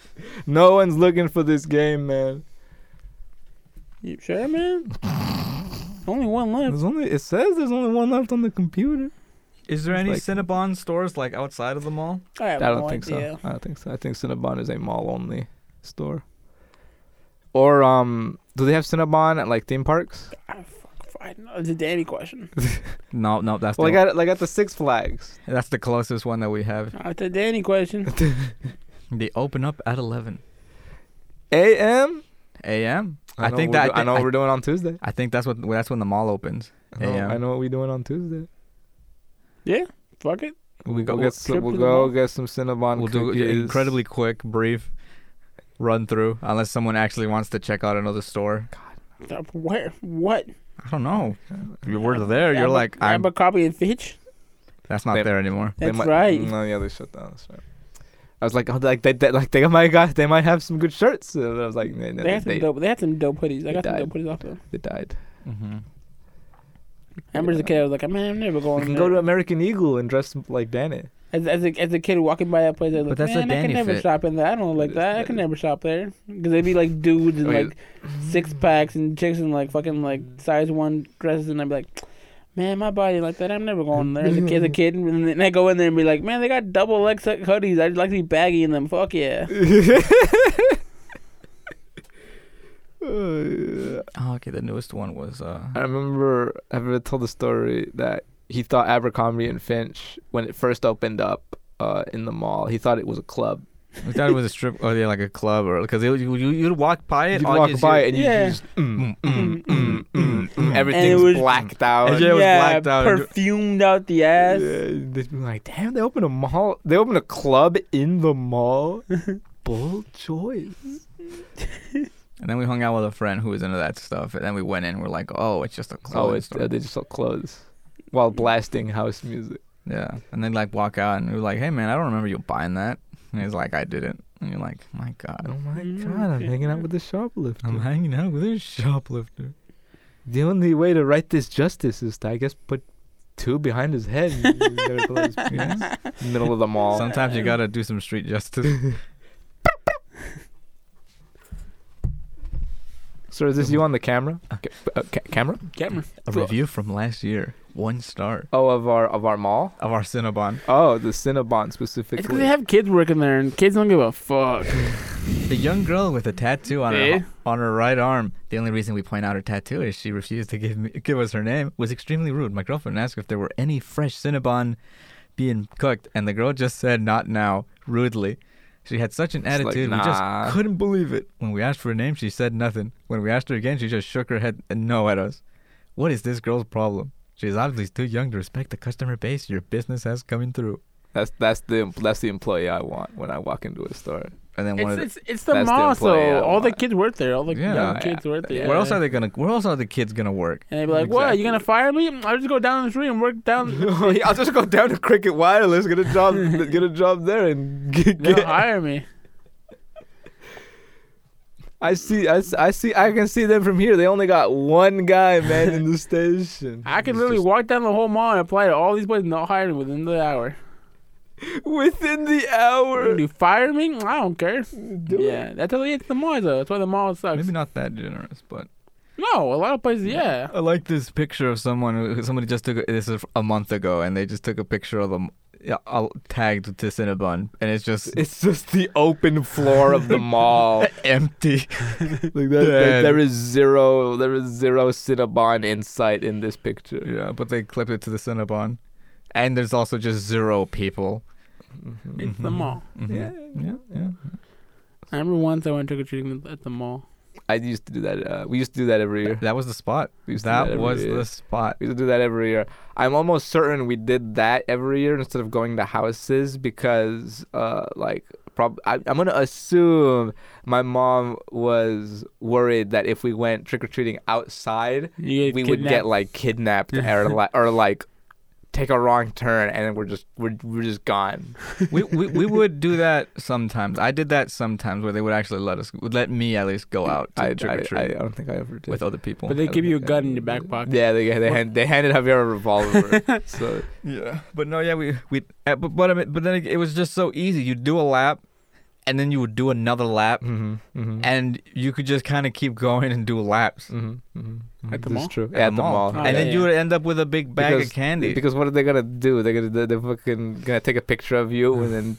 Speaker 2: no one's looking for this game, man.
Speaker 3: You sure, man? Only one left.
Speaker 2: There's only it says there's only one left on the computer.
Speaker 1: Is there
Speaker 2: It's
Speaker 1: any
Speaker 2: like-
Speaker 1: Cinnabon stores like outside of the mall?
Speaker 3: I have
Speaker 2: I don't
Speaker 3: no
Speaker 2: think
Speaker 3: idea.
Speaker 2: so. I don't think so. I think Cinnabon is a mall only store. Or um, do they have Cinnabon at like theme parks?
Speaker 3: I Ah, fuck, I know. It's a Danny question.
Speaker 1: No, no, that's
Speaker 2: Well,
Speaker 1: the
Speaker 2: like at like at the Six Flags.
Speaker 1: that's the closest one that we have.
Speaker 3: Uh, It's a Danny question.
Speaker 1: They open up at 11
Speaker 2: A.M.
Speaker 1: a.m. I,
Speaker 2: know
Speaker 1: think
Speaker 2: we're
Speaker 1: that
Speaker 2: do- I know what
Speaker 1: I,
Speaker 2: we're doing on Tuesday.
Speaker 1: I think that's what that's when the mall opens.
Speaker 2: I know,
Speaker 1: AM.
Speaker 2: I know what we're doing on Tuesday.
Speaker 3: Fuck it.
Speaker 1: We go-
Speaker 2: will
Speaker 1: we'll
Speaker 2: get some,
Speaker 3: trip
Speaker 2: we'll
Speaker 3: to the
Speaker 2: go
Speaker 3: mall.
Speaker 2: get some Cinnabon
Speaker 1: we'll do
Speaker 2: cookies.
Speaker 1: an incredibly quick, brief run through, unless someone actually wants to check out another store.
Speaker 3: Uh, Where? What?
Speaker 1: I don't know. You were there. You're
Speaker 3: Grab a-
Speaker 1: like, I'm.
Speaker 3: grab a copy and Fitch.
Speaker 1: That's not
Speaker 2: They-
Speaker 1: there anymore.
Speaker 2: They
Speaker 3: That's
Speaker 2: might-
Speaker 3: right.
Speaker 2: No, yeah, they shut down. That's right. I was like, oh, like they, they like they might got they might have some good shirts. And I was like, nah, nah,
Speaker 3: They
Speaker 2: they,
Speaker 3: had some
Speaker 2: they,
Speaker 3: dope. They had some dope hoodies. I
Speaker 2: they
Speaker 3: got some
Speaker 2: died.
Speaker 3: dope hoodies off them.
Speaker 2: they died.
Speaker 1: Mm-hmm.
Speaker 3: Amber's a kid. I was like, man, I'm never
Speaker 2: We
Speaker 3: going.
Speaker 2: can
Speaker 3: there."
Speaker 2: go to American Eagle and dress like Danny.
Speaker 3: As, as, a, as a kid walking by that place, I was
Speaker 1: But
Speaker 3: like,
Speaker 1: that's a
Speaker 3: man, I
Speaker 1: Danny
Speaker 3: can never
Speaker 1: fit.
Speaker 3: shop in that. I don't look
Speaker 2: That
Speaker 3: like
Speaker 2: is-
Speaker 3: that. I can
Speaker 2: that is-
Speaker 3: never shop there because they'd be like dudes and
Speaker 2: Okay.
Speaker 3: like six packs and chicks and like fucking like size one dresses, and I'd be like, man, my body like that. I'm never going there as a, as a kid. And then I go in there and be like, man, they got double X hoodies. I'd like to be baggy in them. Fuck yeah. Uh,
Speaker 2: Oh, yeah.
Speaker 1: Oh, okay. The newest one was. Uh,
Speaker 2: I remember I ever told the story that he thought Abercrombie and Finch when it first opened up uh, in the mall. He thought it was a club.
Speaker 1: I thought it was a strip or yeah, like a club or because you you you'd walk by it.
Speaker 2: You'd
Speaker 1: all you
Speaker 2: walk
Speaker 1: just
Speaker 2: by
Speaker 1: hear-
Speaker 2: it and you
Speaker 3: Yeah.
Speaker 2: just mm,
Speaker 1: mm,
Speaker 2: mm, mm, mm,
Speaker 1: And
Speaker 2: mm.
Speaker 1: it
Speaker 2: everything's
Speaker 3: was-
Speaker 1: And
Speaker 2: blacked out.
Speaker 1: yeah, it was
Speaker 3: yeah,
Speaker 1: blacked out.
Speaker 3: perfumed out the ass.
Speaker 2: Yeah, they'd be like, damn, they open a mall. They open a club in the mall. Bold choice.
Speaker 1: And then we hung out with a friend who was into that stuff, and then we went in. We're like, oh, it's just a club.
Speaker 2: Oh, it's, uh, they just sell clothes while blasting house music.
Speaker 1: yeah. And then like walk out, and we were like, hey man, I don't remember you buying that. And he's like, I didn't. And you're like, my god,
Speaker 2: Oh my
Speaker 1: Mm-hmm.
Speaker 3: Mm,
Speaker 2: god, I'm hanging out
Speaker 3: yeah.
Speaker 2: with a shoplifter.
Speaker 1: I'm hanging out with a shoplifter.
Speaker 2: The only way to write this justice is to, I guess, put two behind his head and he's gonna pull out his
Speaker 1: Yeah.
Speaker 2: penis. middle of the mall.
Speaker 1: Sometimes you gotta do some street justice.
Speaker 2: Sir, is this you on the camera? Ca- Um, uh, ca- camera?
Speaker 3: Camera.
Speaker 1: A
Speaker 3: Cool.
Speaker 1: review from last year, one star
Speaker 2: Oh, of our of our mall.
Speaker 1: of our Cinnabon.
Speaker 2: Oh, the Cinnabon
Speaker 3: It's because
Speaker 2: specifically.
Speaker 3: they have kids working there, and kids don't give a fuck.
Speaker 1: The young girl with a tattoo on
Speaker 3: Eh?
Speaker 1: her on her right arm. The only reason we point out her tattoo is she refused to give me, give us her name. Was extremely rude. My girlfriend asked if there were any fresh Cinnabon being cooked, and the girl just said, "Not now," rudely. She had such an
Speaker 2: It's like,
Speaker 1: attitude, we
Speaker 2: nah.
Speaker 1: just couldn't believe it. When we asked for her name, she said nothing. When we asked her again, she just shook her head and no at us. What is this girl's problem? She is obviously too young to respect the customer base your business has coming through.
Speaker 2: that's that's the that's the employee I want when I walk into a store.
Speaker 1: And then one of
Speaker 3: It's,
Speaker 1: the,
Speaker 3: it's it's the
Speaker 2: That's the
Speaker 3: mall,
Speaker 2: employee I
Speaker 3: so all the
Speaker 2: want.
Speaker 3: kids work there. All the
Speaker 1: Yeah.
Speaker 3: young
Speaker 2: Yeah.
Speaker 3: kids work there.
Speaker 2: it's-
Speaker 1: where else are they gonna? Where else are the kids gonna work?
Speaker 3: And they'd be like, "What? You gonna fire me? I'll just go down the street and work down.
Speaker 2: I'll just go down to Cricket Wireless, get a job, get a job there, and get,
Speaker 3: They'll
Speaker 2: get
Speaker 3: hire me."
Speaker 2: I see, I, s- I see, I can see them from here. They only got one guy, man, in the station.
Speaker 3: I could
Speaker 2: It's
Speaker 3: literally walk down the whole mall and apply to all these places, and they'll hire me within the hour.
Speaker 2: just within the
Speaker 3: Would
Speaker 2: hour.
Speaker 3: you fire me? I don't care.
Speaker 2: Do
Speaker 3: Yeah, that's how they get the mall though. That's why the mall sucks.
Speaker 1: Maybe not that generous, but
Speaker 3: No, a lot of places, yeah.
Speaker 1: I like this picture of someone. Who, somebody just took a, this is a month ago, and they just took a picture of them yeah, all tagged to Cinnabon, and it's just
Speaker 2: It's just the open floor of the mall.
Speaker 1: empty.
Speaker 2: like that, that-
Speaker 1: Dead.
Speaker 2: there is zero, there is zero Cinnabon insight in this picture.
Speaker 1: yeah, but they clipped it to the Cinnabon, and there's also just zero people.
Speaker 2: Mhm.
Speaker 3: It's the
Speaker 1: Mhm.
Speaker 3: mall.
Speaker 1: Mhm.
Speaker 2: Yeah.
Speaker 1: yeah, yeah.
Speaker 3: I remember once I went trick or treating at the mall.
Speaker 2: I used to do that. Uh, we used to do that every year.
Speaker 1: That was the spot.
Speaker 2: We used to do
Speaker 1: That
Speaker 2: every
Speaker 1: was
Speaker 2: year.
Speaker 1: the spot.
Speaker 2: We used to do that every year. I'm almost certain we did that every year instead of going to houses because, uh, like, prob- I, I'm gonna assume my mom was worried that if we went trick or treating outside,
Speaker 3: You get
Speaker 2: we would
Speaker 3: kidnapped.
Speaker 2: get like kidnapped or like or like take a wrong turn and then we're just we're, we're just gone.
Speaker 1: we, we we would do that sometimes. I did that sometimes where they would actually let us, would let me at least go out to
Speaker 2: I,
Speaker 1: trick or
Speaker 2: I, I
Speaker 1: treat
Speaker 2: don't think I ever did.
Speaker 1: with other people.
Speaker 3: But they give you a gun in your back pocket.
Speaker 2: yeah, they they, hand, they handed Javier a revolver. so
Speaker 1: Yeah, but no, yeah, we we uh, but but, I mean, but then it, it was just so easy. You do a lap, and then you would do another lap,
Speaker 2: mm-hmm, mm-hmm,
Speaker 1: and you could just kind of keep going and do laps
Speaker 2: mm-hmm, mm-hmm.
Speaker 3: At the
Speaker 2: That's
Speaker 3: mall?
Speaker 2: true.
Speaker 1: at,
Speaker 2: Yeah, at the mall.
Speaker 3: Oh,
Speaker 1: and then
Speaker 3: yeah,
Speaker 1: you
Speaker 3: yeah.
Speaker 1: would end up with a big bag
Speaker 2: Because-
Speaker 1: of candy.
Speaker 2: Because what are they gonna do? They're gonna they're fucking gonna take a picture of you and then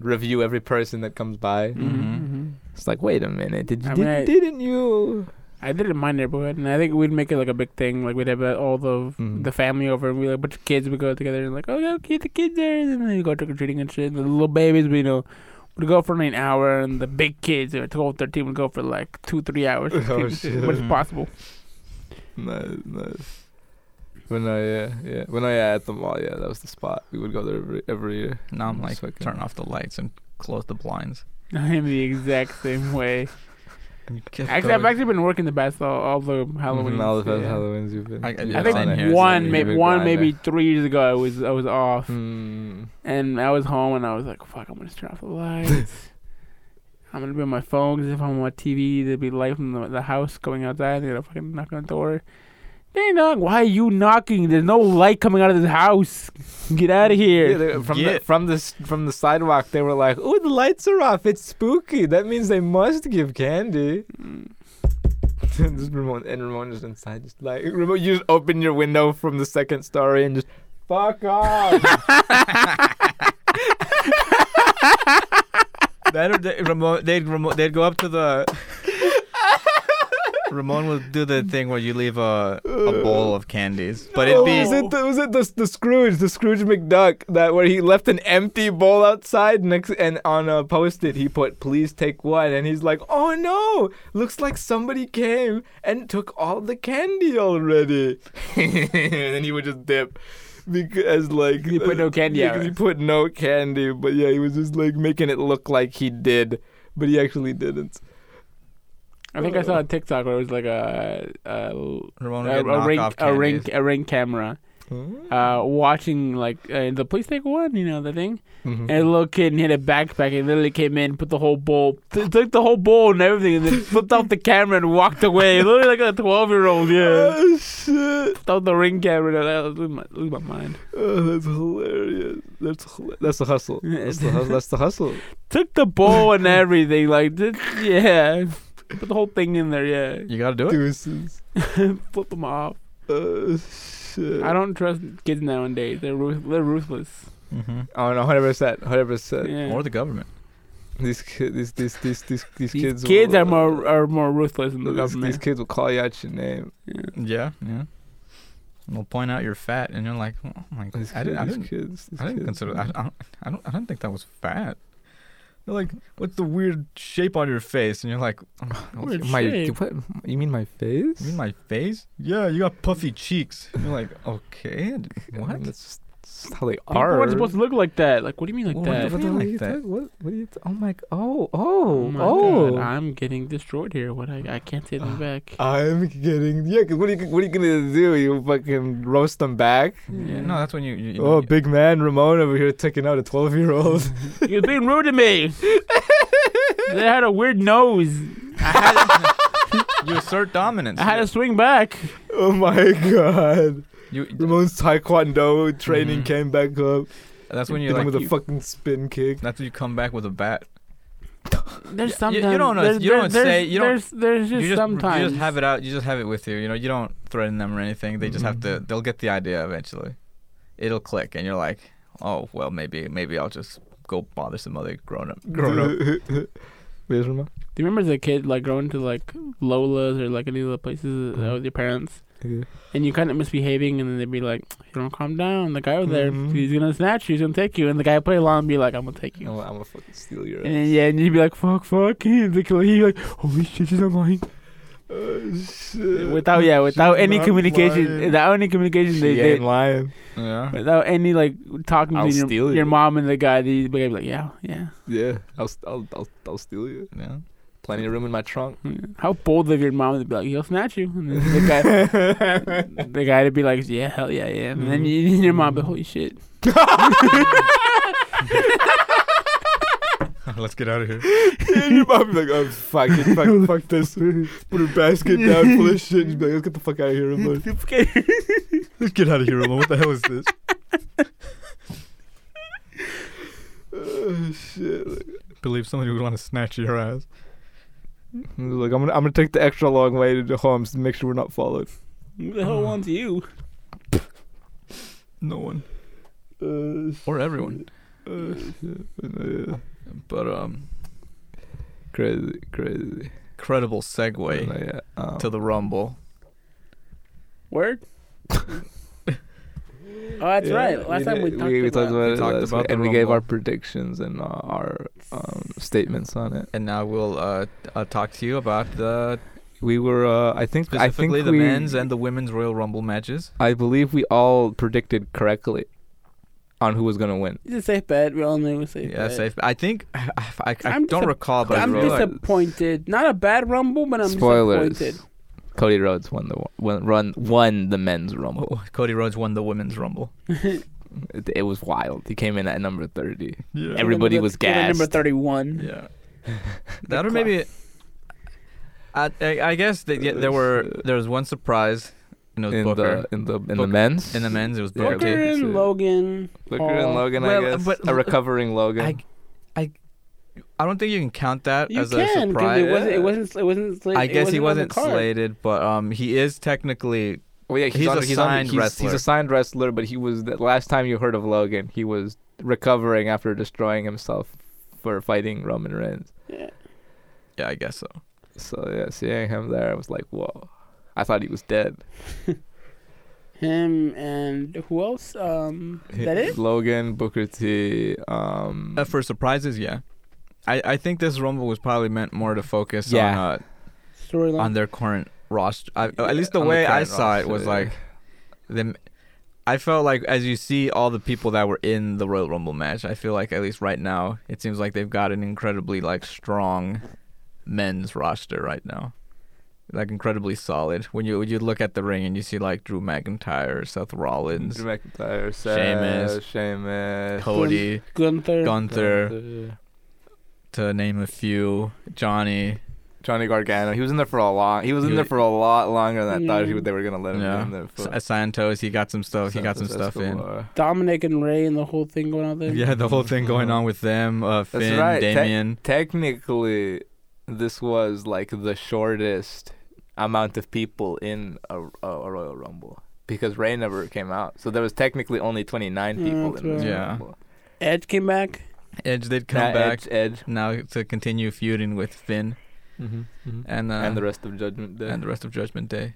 Speaker 2: review every person that comes by.
Speaker 3: Mhm,
Speaker 1: Mhm.
Speaker 3: mhm.
Speaker 2: It's like, wait a minute, did you
Speaker 3: I
Speaker 2: did,
Speaker 3: mean, I-
Speaker 2: didn't you?
Speaker 3: I did it in my neighborhood, and I think we'd make it like a big thing. Like we'd have uh, all the
Speaker 2: Mhm.
Speaker 3: the family over, and we like a bunch of kids would go together, and like, oh, yeah, get the kids there, and then we go trick or treating and shit. And the little babies, we you know, would go for an hour, and the big kids, who are 12, 13, would go for like two, three hours.
Speaker 2: Oh,
Speaker 3: Which
Speaker 2: shit.
Speaker 3: is possible.
Speaker 2: Nice, nice. When I yeah yeah when I yeah, at the mall yeah that was the spot we would go there every every year.
Speaker 1: now I'm like,
Speaker 2: Just fucking-
Speaker 1: turn off the lights and close the blinds.
Speaker 3: I am the exact same way.
Speaker 1: And you kept
Speaker 3: Actually, I've
Speaker 1: going.
Speaker 3: actually been working the best all, all the Halloween.
Speaker 2: Mhm, all the past Halloweens you've been.
Speaker 1: I- I-
Speaker 3: I
Speaker 1: Yeah, same
Speaker 3: think
Speaker 1: here.
Speaker 3: one,
Speaker 1: You've
Speaker 3: maybe
Speaker 2: been
Speaker 3: one,
Speaker 2: grinding.
Speaker 3: maybe three years ago, I was I was off,
Speaker 2: Hmm.
Speaker 3: and I was home, and I was like, "Fuck, I'm gonna turn off the lights. I'm gonna be on my phone 'cause if I'm on TV, there'd be light from the, the house going outside. They're gonna fucking knock on the door. Ding dong! Why are you knocking? There's no light coming out of this house. Get out of
Speaker 2: Yeah,
Speaker 3: here!
Speaker 2: they, from the
Speaker 1: Get-
Speaker 2: from the s- from the sidewalk, they were like, "Oh, the lights are off. It's spooky. That means they must give candy."
Speaker 3: Mm.
Speaker 2: Just Ramon, and Ramon just inside, just like Ramon, you just open your window from the second story and just fuck off.
Speaker 1: That or they, Ramon, they'd Ramon, they'd go up to the. Ramon would do the thing where you leave a, a bowl of candies, but it'd
Speaker 2: Oh,
Speaker 1: be
Speaker 2: was it the, was it the, the Scrooge, the Scrooge McDuck, that where he left an empty bowl outside next and on a post-it he put "Please take one," and he's like, "Oh no, looks like somebody came and took all the candy already," and then he would just dip. Because like uh,
Speaker 3: He put no candy
Speaker 2: yeah,
Speaker 3: out.
Speaker 2: 'cause he put no candy, but yeah, he was just like making it look like he did, but he actually didn't.
Speaker 3: I think I saw a TikTok where it was like a a,
Speaker 1: Ramon would
Speaker 3: a,
Speaker 1: get
Speaker 3: a
Speaker 1: knocked
Speaker 3: ring
Speaker 1: off
Speaker 3: a
Speaker 1: candies.
Speaker 3: ring a ring camera, uh, watching like uh, the police take one, you know the thing,
Speaker 2: Mhm.
Speaker 3: and a little kid hit a backpack and literally came in, put the whole bowl, t- took the whole bowl and everything, and then flipped off the camera and walked away, literally like a twelve year old, yeah.
Speaker 2: Oh shit!
Speaker 3: Thought the ring camera, I was losing my, losing my mind.
Speaker 2: Oh, that's hilarious. That's hila- that's the hustle. That's the hustle. That's the hustle.
Speaker 3: Took the bowl and everything, like did, yeah, put the whole thing in there, yeah.
Speaker 1: You gotta do it.
Speaker 2: Deuces.
Speaker 3: Flip them off.
Speaker 2: Oh shit.
Speaker 3: I don't trust kids nowadays. They're ruth- they're ruthless.
Speaker 1: Mm-hmm.
Speaker 2: Oh no, hundred percent, hundred percent.
Speaker 3: Yeah.
Speaker 1: Uh, Or the government.
Speaker 2: These ki- these these these these these
Speaker 3: These kids,
Speaker 2: kids.
Speaker 3: are more are more ruthless than the
Speaker 2: These, these
Speaker 3: government.
Speaker 2: kids will call you out your name.
Speaker 1: Yeah, yeah. They'll point out you're fat, and you're like, oh my god,
Speaker 2: These
Speaker 1: I didn't, I
Speaker 2: kids-
Speaker 1: didn't,
Speaker 2: these kids. these
Speaker 1: I didn't
Speaker 2: kids.
Speaker 1: consider. I, I, don't, I don't. I don't think that was fat. They're like, what's the weird shape on your face? And you're like, "Oh, okay.
Speaker 3: Weird
Speaker 2: My
Speaker 3: shape.
Speaker 2: what? You mean my face?
Speaker 1: You mean my face? Yeah, you got puffy cheeks. And you're like, okay, d- what?
Speaker 2: That's just- that's how they
Speaker 3: People
Speaker 2: are.
Speaker 3: aren't supposed to look like that. Like, what do you mean like
Speaker 1: Well, what
Speaker 3: that?
Speaker 1: the-
Speaker 2: What
Speaker 1: Yeah,
Speaker 2: the hell are
Speaker 1: like
Speaker 2: you
Speaker 1: that.
Speaker 2: talking- What? What are you? T- oh my! Oh! Oh!
Speaker 3: my
Speaker 2: oh!
Speaker 3: God, I'm getting destroyed here. What I I can't take them back.
Speaker 2: I'm getting yeah. 'cause what are you what are you gonna do? You fucking roast them back?
Speaker 1: Yeah, no, that's when you. you, you know,
Speaker 2: Oh, big man, Ramon over here taking out a twelve year old.
Speaker 3: You're being rude to me. they had a weird nose. I had
Speaker 1: you assert dominance.
Speaker 3: I had to swing back.
Speaker 2: Oh my god,
Speaker 1: you,
Speaker 2: Ramon's taekwondo training
Speaker 1: Mhm.
Speaker 2: came back up.
Speaker 1: that's when
Speaker 2: Hit
Speaker 1: you're like.
Speaker 2: him with a
Speaker 1: you-
Speaker 2: fucking spin kick.
Speaker 1: that's when you come back with a bat. You- you
Speaker 3: There's sometimes
Speaker 1: don't know-
Speaker 3: there's-
Speaker 1: you don't
Speaker 3: there's-
Speaker 1: say- you don't-
Speaker 3: There's there's just,
Speaker 1: you just
Speaker 3: sometimes.
Speaker 1: you just have it out. You just have it with you. You know, you don't threaten them or anything. They just have to.
Speaker 2: Mhm.
Speaker 1: They'll get the idea eventually. It'll click, and you're like, oh well, maybe maybe I'll just go bother some other grown up.
Speaker 2: Grown up. Where's Ramon?
Speaker 3: Do you remember as a kid like going to like Lola's or like any of the places uh, with your parents?
Speaker 2: Okay.
Speaker 3: and you kind of misbehaving, and then they'd be like, "You don't calm down. The guy over there,
Speaker 2: Mhm.
Speaker 3: he's gonna snatch you. He's gonna take you." And the guy play along, and be like, "I'm gonna
Speaker 2: You
Speaker 3: take you."
Speaker 2: know what? Oh, I'm gonna fucking steal your.
Speaker 3: And then, yeah, and you'd be like, "Fuck, fuck." He's like, he's like, "Holy shit, she's not lying."
Speaker 2: Oh, shit.
Speaker 3: Without yeah, without any communication, without any communication, they,
Speaker 2: They,
Speaker 3: they
Speaker 2: ain't lying.
Speaker 1: Yeah.
Speaker 3: without any like talking
Speaker 2: I'll
Speaker 3: to your,
Speaker 2: steal you.
Speaker 3: your mom and the guy, they would be like, "Yeah, yeah."
Speaker 2: Yeah, I'll, st- I'll, I'll, I'll steal you.
Speaker 1: Yeah.
Speaker 2: Plenty of room in my trunk.
Speaker 3: yeah." How bold of your mom to be like, "He'll snatch you," and then the guy. The guy to be like, yeah, hell yeah, yeah, and then
Speaker 2: Mhm.
Speaker 3: you, your mom, be, holy shit,
Speaker 1: Let's get out of here.
Speaker 2: And your mom be like, oh, fuck it, fuck, fuck this. Put her basket down full of shit. And be like, let's get the fuck out of here, Ramon.
Speaker 1: Let's get out of here, What the hell is this?
Speaker 2: oh, shit. Like,
Speaker 1: Believe somebody would want to snatch your ass.
Speaker 2: I'm gonna, I'm gonna take the extra long way to the homes to make sure we're not followed.
Speaker 3: who the
Speaker 2: Uh-huh.
Speaker 3: hell wants you?
Speaker 1: No one
Speaker 2: Uh,
Speaker 1: or everyone.
Speaker 2: uh, shit. Yeah.
Speaker 1: But um,
Speaker 2: Crazy, crazy.
Speaker 1: credible segue
Speaker 2: Like, yeah, um,
Speaker 1: to the rumble.
Speaker 3: Word. oh, that's
Speaker 2: yeah,
Speaker 3: right. Last time we
Speaker 2: did-
Speaker 3: talked
Speaker 2: we, we
Speaker 3: about,
Speaker 2: talked about
Speaker 1: We
Speaker 2: it,
Speaker 1: talked
Speaker 2: last
Speaker 1: about
Speaker 2: week,
Speaker 1: the
Speaker 2: and we gave
Speaker 1: Rumble.
Speaker 2: our predictions and uh, our um, statements on it.
Speaker 1: And now we'll uh, uh talk to you about the
Speaker 2: We were, uh, I think, I think
Speaker 1: specifically the
Speaker 2: we,
Speaker 1: men's and the women's Royal Rumble matches.
Speaker 2: I believe we all predicted correctly on who was gonna win.
Speaker 3: it's a safe bet. We all knew it was a safe
Speaker 1: Yeah,
Speaker 3: bet.
Speaker 1: safe. I think I, I, I
Speaker 3: I'm
Speaker 1: don't
Speaker 3: disap-
Speaker 1: recall, but I
Speaker 3: I'm
Speaker 1: wrote-
Speaker 2: Spoilers.
Speaker 3: disappointed. Not a bad rumble, but I'm
Speaker 2: Spoilers.
Speaker 3: disappointed.
Speaker 2: Cody Rhodes won the won, run won the men's rumble.
Speaker 1: Oh, Cody Rhodes won the women's rumble.
Speaker 2: It, it was wild. He came in at number thirty.
Speaker 1: Yeah.
Speaker 2: Every- Everybody
Speaker 3: Number-
Speaker 2: was
Speaker 3: Number
Speaker 2: gassed.
Speaker 3: thirty-one.
Speaker 1: yeah. that or maybe. I, I, I guess that yeah, there were there was one surprise, and it was
Speaker 2: in
Speaker 1: Booker.
Speaker 2: the in the in
Speaker 1: Booker.
Speaker 2: the men's
Speaker 1: in the men's, it was
Speaker 2: Yeah,
Speaker 1: Booker.
Speaker 3: Booker
Speaker 2: okay,
Speaker 3: and
Speaker 2: so-
Speaker 3: Logan.
Speaker 2: Booker
Speaker 3: Paul.
Speaker 2: and Logan,
Speaker 1: Well,
Speaker 2: I guess
Speaker 1: but-
Speaker 2: a recovering Logan.
Speaker 1: I, I, I don't think you can count that
Speaker 3: You
Speaker 1: as a
Speaker 3: can because
Speaker 1: surprise.
Speaker 3: it wasn't. It wasn't. It wasn't.
Speaker 1: I
Speaker 3: Sla- it
Speaker 1: guess he wasn't
Speaker 3: wasn't on the card.
Speaker 1: slated, but um, he is technically
Speaker 2: well, yeah, he's,
Speaker 1: he's
Speaker 2: on,
Speaker 1: a
Speaker 2: he's, on,
Speaker 1: signed
Speaker 2: he's, he's
Speaker 1: wrestler.
Speaker 2: a signed wrestler, but he was the last time you heard of Logan, he was recovering after destroying himself for fighting Roman Reigns.
Speaker 3: Yeah.
Speaker 1: yeah, I guess so.
Speaker 2: So yeah, seeing him there, I was like, whoa. I thought he was dead.
Speaker 3: Him and who else? Um, is that it?
Speaker 2: Logan, Booker T. Um,
Speaker 1: Uh, for surprises, yeah. I, I think this Rumble was probably meant more to focus on
Speaker 2: Yeah.
Speaker 1: uh, on
Speaker 3: Storyline.
Speaker 1: their current roster. I, at least the
Speaker 2: on the
Speaker 1: way I
Speaker 2: current
Speaker 1: saw it was
Speaker 2: roster, yeah.
Speaker 1: like them. I felt like as you see all the people that were in the Royal Rumble match, I feel like at least right now it seems like they've got an incredibly like strong men's roster right now. Like incredibly solid. When you when you look at the ring and you see like Drew McIntyre, Seth Rollins,
Speaker 2: Drew McIntyre,
Speaker 1: Sheamus.
Speaker 2: Seth, Sheamus,
Speaker 1: Cody,
Speaker 3: Gunther.
Speaker 1: Gunther, to name a few, Johnny,
Speaker 2: Johnny Gargano. He was in there for a long. He was in
Speaker 1: He-
Speaker 2: there for a lot longer than I thought he,
Speaker 3: Yeah.
Speaker 2: they were gonna let him
Speaker 1: Yeah.
Speaker 2: in there.
Speaker 1: S-
Speaker 2: For.
Speaker 1: uh, Santos, he got some stuff. He got some stuff in.
Speaker 2: Escobar.
Speaker 3: Dominic and Ray and the whole thing going on there.
Speaker 1: Yeah, the whole thing going on with them. Uh, Finn,
Speaker 2: right, tech-
Speaker 1: Damien.
Speaker 2: Technically, this was like the shortest amount of people in a, a, a Royal Rumble because Ray never came out, so there was technically only 29
Speaker 3: Yeah,
Speaker 2: people
Speaker 3: that's
Speaker 2: in this
Speaker 1: right.
Speaker 2: Royal
Speaker 1: Yeah.
Speaker 2: Rumble.
Speaker 3: Edge came back.
Speaker 1: Edge did come
Speaker 2: Now
Speaker 1: back
Speaker 2: Edge, Edge,
Speaker 1: now to continue feuding with Finn and uh,
Speaker 2: and the rest of Judgment Day.
Speaker 1: and the rest of Judgment Day.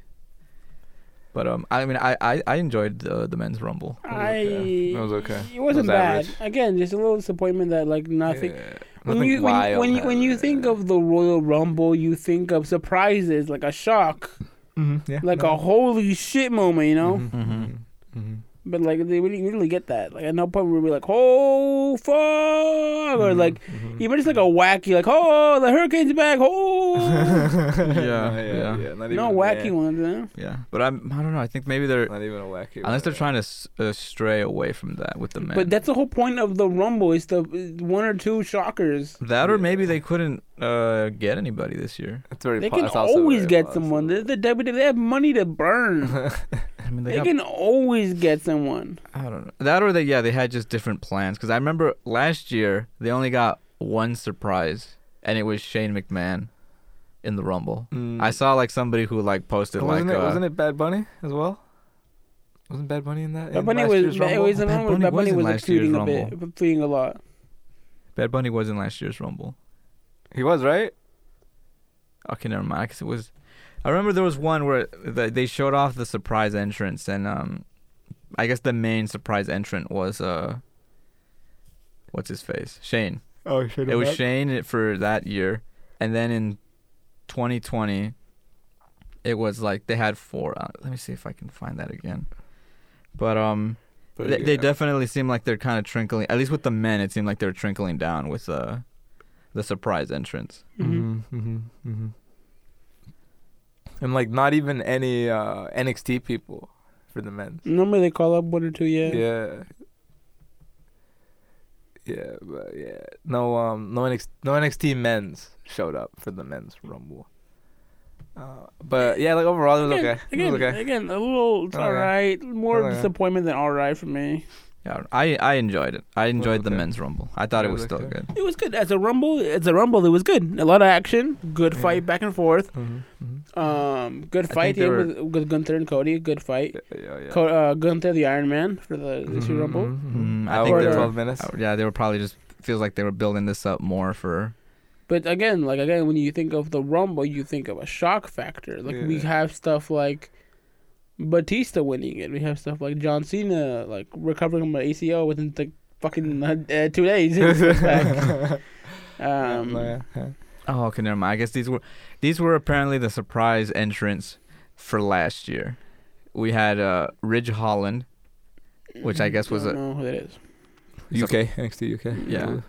Speaker 1: But um, I mean, I I, I enjoyed uh, the men's rumble.
Speaker 3: I.
Speaker 2: okay. That was okay.
Speaker 3: It wasn't
Speaker 2: It was
Speaker 3: bad.
Speaker 2: average.
Speaker 3: Again, just a little disappointment that like nothing.
Speaker 2: Yeah.
Speaker 3: When
Speaker 2: Nothing
Speaker 3: you, when, you-
Speaker 2: wild
Speaker 3: when you when you think
Speaker 2: happened.
Speaker 3: of the Royal Rumble, you think of surprises, like a shock,
Speaker 2: Mhm,
Speaker 1: Mm-hmm,
Speaker 2: yeah,
Speaker 3: like
Speaker 2: no.
Speaker 3: a holy shit moment, you know.
Speaker 2: Mhm,
Speaker 1: Mhm.
Speaker 2: mhm.
Speaker 3: But like they we didn't really get that. Like at no point were we like, oh fuck,
Speaker 2: Mm-hmm.
Speaker 3: or like even just like a wacky, like oh the hurricane's back, oh
Speaker 1: Yeah, yeah.
Speaker 2: Not
Speaker 3: no
Speaker 2: even-
Speaker 3: wacky
Speaker 2: yeah.
Speaker 3: ones, huh?
Speaker 1: Yeah, but I'm I don't know. I think maybe they're
Speaker 2: Not even a wacky. one,
Speaker 1: unless they're
Speaker 2: yeah.
Speaker 1: trying to s- uh, stray away from that with the men.
Speaker 3: But that's the whole point of the Rumble is the is one or two shockers.
Speaker 1: that or
Speaker 2: Yeah.
Speaker 1: maybe they couldn't uh, get anybody this year.
Speaker 2: That's very.
Speaker 3: They
Speaker 2: po-
Speaker 3: can
Speaker 2: that's also
Speaker 3: always
Speaker 2: very
Speaker 3: get
Speaker 2: possible.
Speaker 3: someone. They're the WWE. They have money to burn.
Speaker 1: I mean, they,
Speaker 3: they
Speaker 1: got
Speaker 3: can always get someone.
Speaker 1: I don't know. That or they, yeah, they had just different plans. Because I remember last year they only got one surprise, and it was Shane McMahon in the Rumble.
Speaker 2: Mm.
Speaker 1: I saw like somebody who like posted
Speaker 2: wasn't
Speaker 1: like,
Speaker 2: it,
Speaker 1: uh,
Speaker 2: wasn't it Bad Bunny as well? Wasn't Bad Bunny in that?
Speaker 3: Bad
Speaker 2: in
Speaker 3: Bunny
Speaker 2: last
Speaker 3: was
Speaker 2: year's
Speaker 3: it
Speaker 2: Rumble?
Speaker 3: was the
Speaker 1: Bad
Speaker 3: one where
Speaker 1: Bunny
Speaker 3: Bad
Speaker 1: was
Speaker 3: Bunny
Speaker 1: in
Speaker 3: was like,
Speaker 1: last year's
Speaker 3: feuding a
Speaker 1: Rumble.
Speaker 3: bit, feuding a lot.
Speaker 1: Bad Bunny was in last year's Rumble.
Speaker 2: He was right.
Speaker 1: Okay, never mind. 'cause it was. I remember there was one where the, they showed off the surprise entrance, and um, I guess the main surprise entrant was uh, what's his face, Shane.
Speaker 2: Oh, should
Speaker 1: It was Shane it- for that year, and then in 2020, it was like they had four. Uh, let me see if I can find that again. But um, they, they definitely seem like they're kind of trickling. At least with the men, it seemed like they're trickling down with uh, the surprise entrance.
Speaker 3: Mhm.
Speaker 2: hmm hmm And like not even any uh, NXT people for the men.
Speaker 3: Normally they call up one or two. Yeah.
Speaker 2: Yeah. Yeah, but yeah, no, um, no NXT, no NXT men's showed up for the men's rumble. Uh, but yeah, like overall, it was
Speaker 3: Again,
Speaker 2: okay. It
Speaker 3: again,
Speaker 2: was okay.
Speaker 3: again, a little. It's
Speaker 2: Okay.
Speaker 3: all right. More
Speaker 2: Okay.
Speaker 3: disappointment than all right for me.
Speaker 1: Yeah, I I enjoyed it. I enjoyed the
Speaker 2: okay.
Speaker 1: men's rumble. Oh, I thought it was still
Speaker 2: Okay.
Speaker 1: good.
Speaker 3: It was good as a rumble. As a rumble, it was good. A lot of action. Good
Speaker 2: Yeah.
Speaker 3: fight back and forth.
Speaker 2: Mm-hmm.
Speaker 3: Um, good
Speaker 1: think
Speaker 3: fight
Speaker 1: they
Speaker 3: here
Speaker 1: were-
Speaker 3: with, with Gunther and Cody. Good fight.
Speaker 2: Yeah, yeah, yeah.
Speaker 3: Co- uh, Gunther the Iron Man for the this year rumble. Mm-hmm.
Speaker 1: Mm, I
Speaker 2: Mm-hmm. I
Speaker 1: think
Speaker 2: think
Speaker 1: they're-
Speaker 2: twelve minutes.
Speaker 1: Uh, yeah, they were probably just feels like they were building this up more for.
Speaker 3: But again, like again, when you think of the Rumble, you think of a shock factor. Like we
Speaker 2: Yeah.
Speaker 3: have stuff like Batista winning it. We have stuff like John Cena like recovering from an ACL within like fucking uh, uh, two days. It's like, um,
Speaker 2: Yeah, yeah.
Speaker 1: Oh, okay, never mind. I guess these were these were apparently the surprise entrants for last year. We had uh, Ridge Holland, which I guess was
Speaker 3: don't
Speaker 1: a
Speaker 3: know who that is.
Speaker 1: So-
Speaker 2: UK, NXT UK.
Speaker 1: Yeah.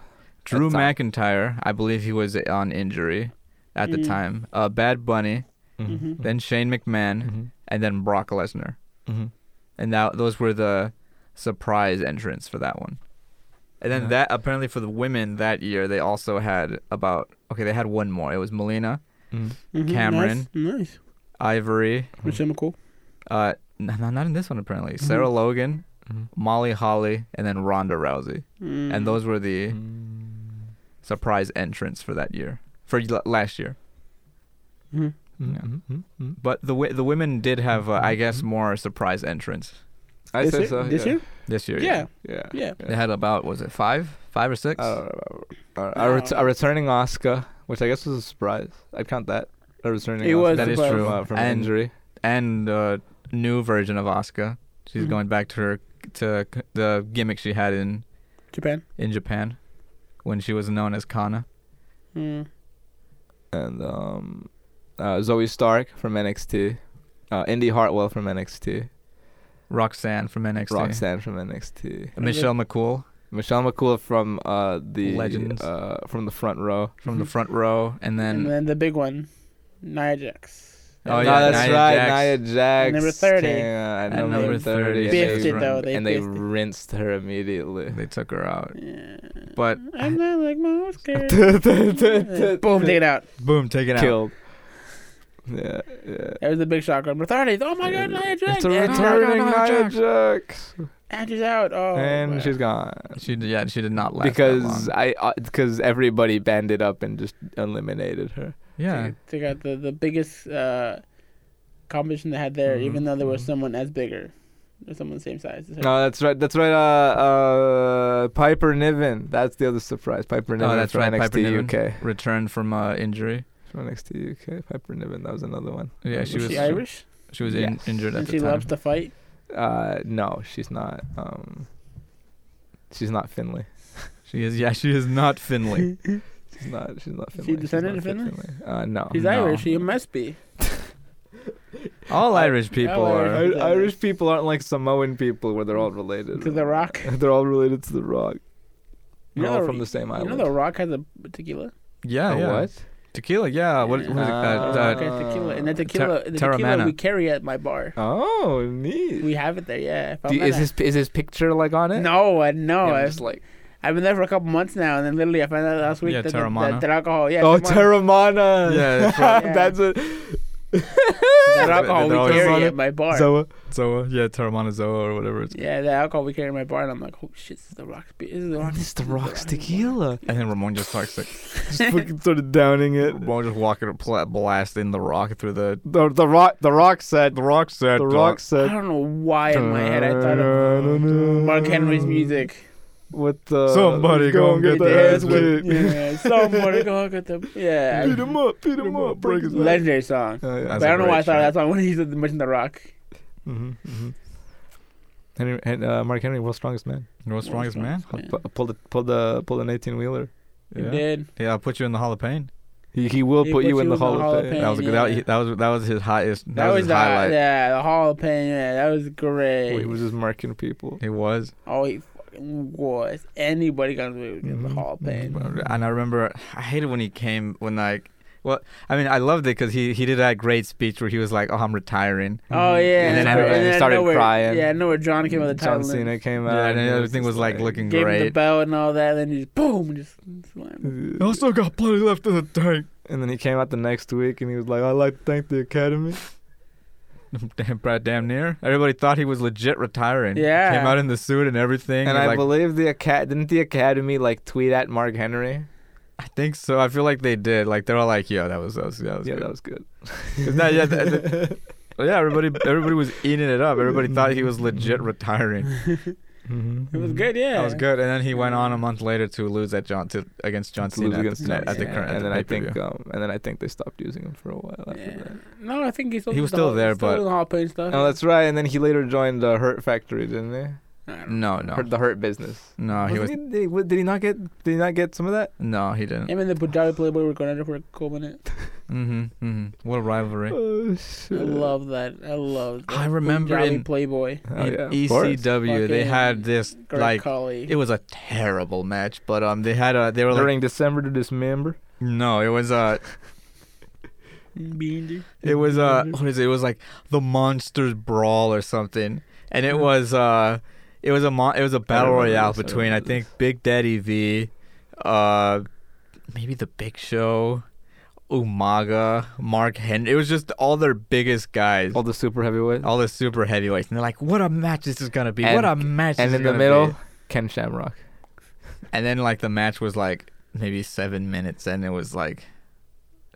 Speaker 1: Drew
Speaker 2: That's
Speaker 1: McIntyre. I believe he was on injury at the
Speaker 3: Mm.
Speaker 1: time. Uh, Bad Bunny,
Speaker 3: Mhm.
Speaker 1: then Shane McMahon,
Speaker 2: Mm-hmm.
Speaker 1: and then Brock Lesnar. And that those were the surprise entrants for that one. And then
Speaker 2: Yeah.
Speaker 1: that apparently for the women that year they also had about okay they had one more. It was Melina, Mm-hmm.
Speaker 3: Mhm,
Speaker 1: Cameron.
Speaker 3: Nice. nice.
Speaker 1: Ivory,
Speaker 3: Michelle McCool.
Speaker 1: Uh, n- no, not in this one apparently.
Speaker 2: Mm-hmm.
Speaker 1: Sarah Logan, Molly Holly, and then Ronda Rousey,
Speaker 3: Mm.
Speaker 1: and those were the Mm-hmm. surprise entrants for that year, for l- last year.
Speaker 3: Mhm.
Speaker 1: Mm-hmm. But the wi- the women did have, uh, I
Speaker 3: Mm-hmm.
Speaker 1: guess, more surprise entrants
Speaker 2: I
Speaker 3: this
Speaker 2: say
Speaker 3: year?
Speaker 2: so.
Speaker 3: This
Speaker 2: yeah.
Speaker 3: year?
Speaker 1: this year.
Speaker 3: Yeah.
Speaker 2: Yeah.
Speaker 3: Yeah.
Speaker 1: they had about was it five, five or six?
Speaker 3: Um,
Speaker 2: Uh, a, ret- a returning Oscar, which I guess was a surprise. I'd count that. a returning.
Speaker 3: He was
Speaker 2: Asuka
Speaker 1: That is
Speaker 2: from,
Speaker 1: true.
Speaker 2: uh, from
Speaker 1: And-
Speaker 2: injury.
Speaker 1: and uh, new version of Asuka. She's
Speaker 3: Mhm.
Speaker 1: going back to her to c- the gimmick she had in
Speaker 3: Japan.
Speaker 1: in Japan when she was known as Kana.
Speaker 3: Mm.
Speaker 2: And um, uh, Zoe Stark from NXT, uh, Indy Hartwell from NXT,
Speaker 1: Roxanne from NXT.
Speaker 2: Roxanne from NXT,
Speaker 1: Michelle McCool
Speaker 2: Michelle McCool from uh, the
Speaker 1: Legends.
Speaker 2: uh, from the front row.
Speaker 1: from the
Speaker 3: Mhm.
Speaker 1: front row, and then
Speaker 3: and then the big one, Nia Jax.
Speaker 1: Oh,
Speaker 2: no,
Speaker 1: yeah,
Speaker 2: that's
Speaker 1: Nia
Speaker 2: right.
Speaker 1: Jax.
Speaker 2: Nia Jax.
Speaker 3: Number 30.
Speaker 2: came out
Speaker 1: At
Speaker 2: At number,
Speaker 1: number
Speaker 2: 30.
Speaker 1: 30,
Speaker 3: Biffed
Speaker 1: they
Speaker 3: it though.
Speaker 1: run-
Speaker 3: They
Speaker 2: and they
Speaker 3: biffed
Speaker 2: rinsed her immediately.
Speaker 1: they took her out.
Speaker 3: it. Yeah.
Speaker 1: But
Speaker 3: I'm not like most characters. Boom, take it out.
Speaker 1: boom, take it out.
Speaker 2: Killed. Yeah, yeah.
Speaker 3: That was the big shocker. Number 30. Oh my god, Nia Jax.
Speaker 2: It's a
Speaker 3: Nia Jax.
Speaker 2: returning
Speaker 1: Oh Nia
Speaker 2: Nia
Speaker 1: Jax.
Speaker 2: Jax.
Speaker 3: And she's out. Oh,
Speaker 2: and
Speaker 3: wow.
Speaker 2: she's gone.
Speaker 1: She d- yeah, she did not last that
Speaker 2: because
Speaker 1: long.
Speaker 2: I because everybody banded up and just eliminated her.
Speaker 1: yeah,
Speaker 3: They got the, the biggest uh, competition they had there,
Speaker 1: Mhm,
Speaker 3: even though there was
Speaker 1: mhm.
Speaker 3: someone as bigger. Or someone the same size. as her.
Speaker 2: No, that's right. That's right. Uh, uh, Piper Niven. That's the other surprise. Piper Niven
Speaker 1: Oh, that's
Speaker 2: from
Speaker 1: right,
Speaker 2: NXT
Speaker 1: Piper Niven.
Speaker 2: UK.
Speaker 1: returned from uh, injury.
Speaker 2: From NXT UK. Piper Niven. That was another one.
Speaker 1: Yeah, she
Speaker 3: was
Speaker 1: was
Speaker 3: she Irish?
Speaker 1: she was in,
Speaker 2: Yes.
Speaker 1: injured at
Speaker 3: And
Speaker 1: the
Speaker 3: she
Speaker 1: time.
Speaker 3: loves to fight?
Speaker 2: Uh, no, she's not. Um, she's not Finley.
Speaker 1: She is yeah, she is not Finley.
Speaker 2: She's not. She's not Finley.
Speaker 3: She descended
Speaker 2: She's
Speaker 3: from
Speaker 2: not
Speaker 3: Finlay?
Speaker 2: Uh, no.
Speaker 3: She's
Speaker 1: No.
Speaker 3: Irish. She must be.
Speaker 1: All Irish people
Speaker 3: All
Speaker 1: are.
Speaker 3: Irish.
Speaker 2: I- Irish people aren't like Samoan people where they're all related.
Speaker 3: To The Rock.
Speaker 2: they're all related to the Rock.
Speaker 3: You
Speaker 2: They're
Speaker 3: know
Speaker 2: all
Speaker 3: the-
Speaker 2: from the same
Speaker 3: You
Speaker 2: island.
Speaker 3: know, The Rock has a tequila.
Speaker 1: Yeah,
Speaker 2: A
Speaker 1: yeah.
Speaker 2: what?
Speaker 1: Tequila, yeah. What, what is it?
Speaker 2: Uh,
Speaker 1: That,
Speaker 3: Oh, Ah, okay,
Speaker 1: uh,
Speaker 3: tequila. And the
Speaker 2: Ter-
Speaker 3: tequila, the
Speaker 1: Terra
Speaker 3: tequila
Speaker 1: Manna.
Speaker 3: we carry at my bar.
Speaker 2: Oh, neat.
Speaker 3: We have it there, yeah.
Speaker 2: Do you-
Speaker 3: Palmera.
Speaker 2: is his is his picture like on it?
Speaker 3: No, I no.
Speaker 2: I'm
Speaker 3: I've,
Speaker 2: just like
Speaker 3: I've been there for a couple months now, and then literally I found out last week
Speaker 1: Yeah,
Speaker 3: that, that,
Speaker 1: Terramana.
Speaker 3: that, that alcohol. Yeah.
Speaker 2: oh
Speaker 3: come on.
Speaker 2: Terramana.
Speaker 1: Yeah, that's
Speaker 3: right. Yeah.
Speaker 2: that's it.
Speaker 3: That
Speaker 1: They're
Speaker 3: alcohol we
Speaker 1: always-
Speaker 3: carry
Speaker 2: Terramana.
Speaker 3: at my bar.
Speaker 2: Zoa.
Speaker 1: Zoa, yeah, Taramanazoa or whatever it's.
Speaker 3: yeah, that alcohol we carry at my bar, and I'm like, oh shit, this is the rock's beer. This is the rock's.
Speaker 2: It's the Rock's tequila.
Speaker 1: And then Ramon just starts like
Speaker 2: just fucking sort of downing it.
Speaker 1: Ramon just walking pl- blasting the rock through the
Speaker 2: The the Rock the Rock said
Speaker 1: the rock set.
Speaker 2: the Rock
Speaker 3: I
Speaker 2: said
Speaker 3: don't know why in my head I thought of Mark Henry's music.
Speaker 2: what the
Speaker 1: Somebody
Speaker 2: go and
Speaker 1: gonna
Speaker 2: get
Speaker 1: get
Speaker 2: the
Speaker 1: their
Speaker 2: ass
Speaker 1: ass
Speaker 2: whipped.
Speaker 3: Yeah, somebody gonna get the yeah.
Speaker 2: Beat him up, beat him up, break his leg.
Speaker 3: Legendary song.
Speaker 2: Oh, yeah.
Speaker 1: That's
Speaker 3: but I
Speaker 1: a
Speaker 3: don't know why I
Speaker 1: great
Speaker 3: thought of
Speaker 1: track.
Speaker 3: that song when he said mentioned the rock.
Speaker 2: Mm-hmm, mm-hmm. Henry, Hen- uh, Mark Henry, world's strongest man.
Speaker 1: What's wrong, is man?
Speaker 3: Yeah.
Speaker 2: Pu- pulled a, pulled a, pulled an eighteen wheeler.
Speaker 3: He
Speaker 1: Yeah.
Speaker 3: did.
Speaker 1: yeah, I'll put you in the hall of pain.
Speaker 2: He, he will
Speaker 3: He
Speaker 2: put, you in the hall, of fame.
Speaker 1: That was a good.
Speaker 3: Yeah.
Speaker 1: That, that was that was his highest. That,
Speaker 3: That, was,
Speaker 1: his
Speaker 3: the
Speaker 1: highlight.
Speaker 3: yeah, the Hall of Pain. Yeah, that was great.
Speaker 2: Where he was just marking people.
Speaker 1: It was.
Speaker 3: Oh, he fucking was. Anybody got away with the
Speaker 2: Mhm.
Speaker 3: Hall of Pain.
Speaker 2: Mhm.
Speaker 1: And I remember I hated when he came when like. Well, I mean, I loved it because he, he did that great speech where he was like, "Oh, I'm retiring,"
Speaker 3: Oh yeah,
Speaker 1: And then
Speaker 3: out of
Speaker 1: everybody
Speaker 2: started
Speaker 3: nowhere-
Speaker 2: crying.
Speaker 3: Yeah, I know where John came with the title.
Speaker 2: John Cena came out.
Speaker 1: yeah, and
Speaker 2: he
Speaker 1: everything
Speaker 2: just
Speaker 1: was like looking
Speaker 3: gave him the
Speaker 1: great.
Speaker 3: belt and all that. Then he just boom, just slammed.
Speaker 1: I still got plenty left in the tank.
Speaker 2: And then he came out the next week and he was like, "I'd like to thank the Academy."
Speaker 1: Damn, Brad, damn near. Everybody thought he was legit retiring.
Speaker 3: Yeah.
Speaker 1: Came out in the suit and everything.
Speaker 2: And I
Speaker 1: like,
Speaker 2: believe the Acad didn't the Academy like tweet at Mark Henry.
Speaker 1: I think so. I feel like they did. Like they're all like, "Yo, that was that was that was
Speaker 2: yeah,
Speaker 1: good."
Speaker 2: that was good.
Speaker 1: 'Cause now, yeah, th- th- yeah, everybody everybody was eating it up. Everybody thought he was legit retiring. Mm-hmm.
Speaker 3: It was good. Yeah,
Speaker 1: That was good. And then he went on a month later to lose at John to against John
Speaker 2: To lose
Speaker 1: Cena at
Speaker 2: against
Speaker 1: the,
Speaker 2: John
Speaker 1: at the
Speaker 2: Cena.
Speaker 1: current. at
Speaker 2: and
Speaker 1: the
Speaker 2: then I
Speaker 1: pay-per-view.
Speaker 2: think, um, and then I think they stopped using him for a while after
Speaker 3: Yeah.
Speaker 2: that.
Speaker 3: No, I think he still
Speaker 1: He
Speaker 3: did
Speaker 1: was
Speaker 3: the
Speaker 1: still
Speaker 3: Hall-
Speaker 1: there,
Speaker 3: still
Speaker 1: but-
Speaker 3: did the Hall of Pain stuff.
Speaker 2: Oh, that's right. And then he later joined the Hurt Factory, didn't he?
Speaker 3: I don't know.
Speaker 1: no, no,
Speaker 2: Hurt, the Hurt Business.
Speaker 1: no. Oh, He was
Speaker 2: uh, Wasn't he- did, did he not get? Did he not get some of that?
Speaker 1: no, he didn't.
Speaker 3: Him and the Punjabi Playboy were going at it for a cool minute.
Speaker 1: Mm-hmm, mm-hmm. What a rivalry.
Speaker 2: Oh
Speaker 3: I
Speaker 2: shit!
Speaker 3: love that. I love. That.
Speaker 1: I remember
Speaker 3: Punjabi
Speaker 1: in-
Speaker 3: Playboy.
Speaker 2: Oh,
Speaker 1: In
Speaker 2: yeah, of course.
Speaker 1: ECW, they
Speaker 3: Fucking
Speaker 1: had this
Speaker 3: Greg
Speaker 1: like
Speaker 3: Colley.
Speaker 1: it was a terrible match, but um, they had a they were like
Speaker 2: during December to Dismember.
Speaker 1: no, it was uh
Speaker 3: Bean.
Speaker 1: It was uh what is it? It was like the monsters brawl or something. And it was uh it was a mon- it was a battle
Speaker 2: remember
Speaker 1: royale
Speaker 2: this, I
Speaker 1: between I
Speaker 2: remember
Speaker 1: think
Speaker 2: this.
Speaker 1: Big Daddy V, uh maybe the Big Show, Umaga, Mark Henry. It was just all their biggest guys.
Speaker 2: All
Speaker 1: All the,
Speaker 2: the super heavyweights.
Speaker 1: super heavyweights. And they're like, What a match this is gonna be.
Speaker 2: And-
Speaker 1: what a match
Speaker 2: and
Speaker 1: this
Speaker 2: in
Speaker 1: is
Speaker 2: the
Speaker 1: gonna
Speaker 2: middle,
Speaker 1: be."
Speaker 2: Ken Shamrock.
Speaker 1: And then like the match was like maybe seven minutes and it was like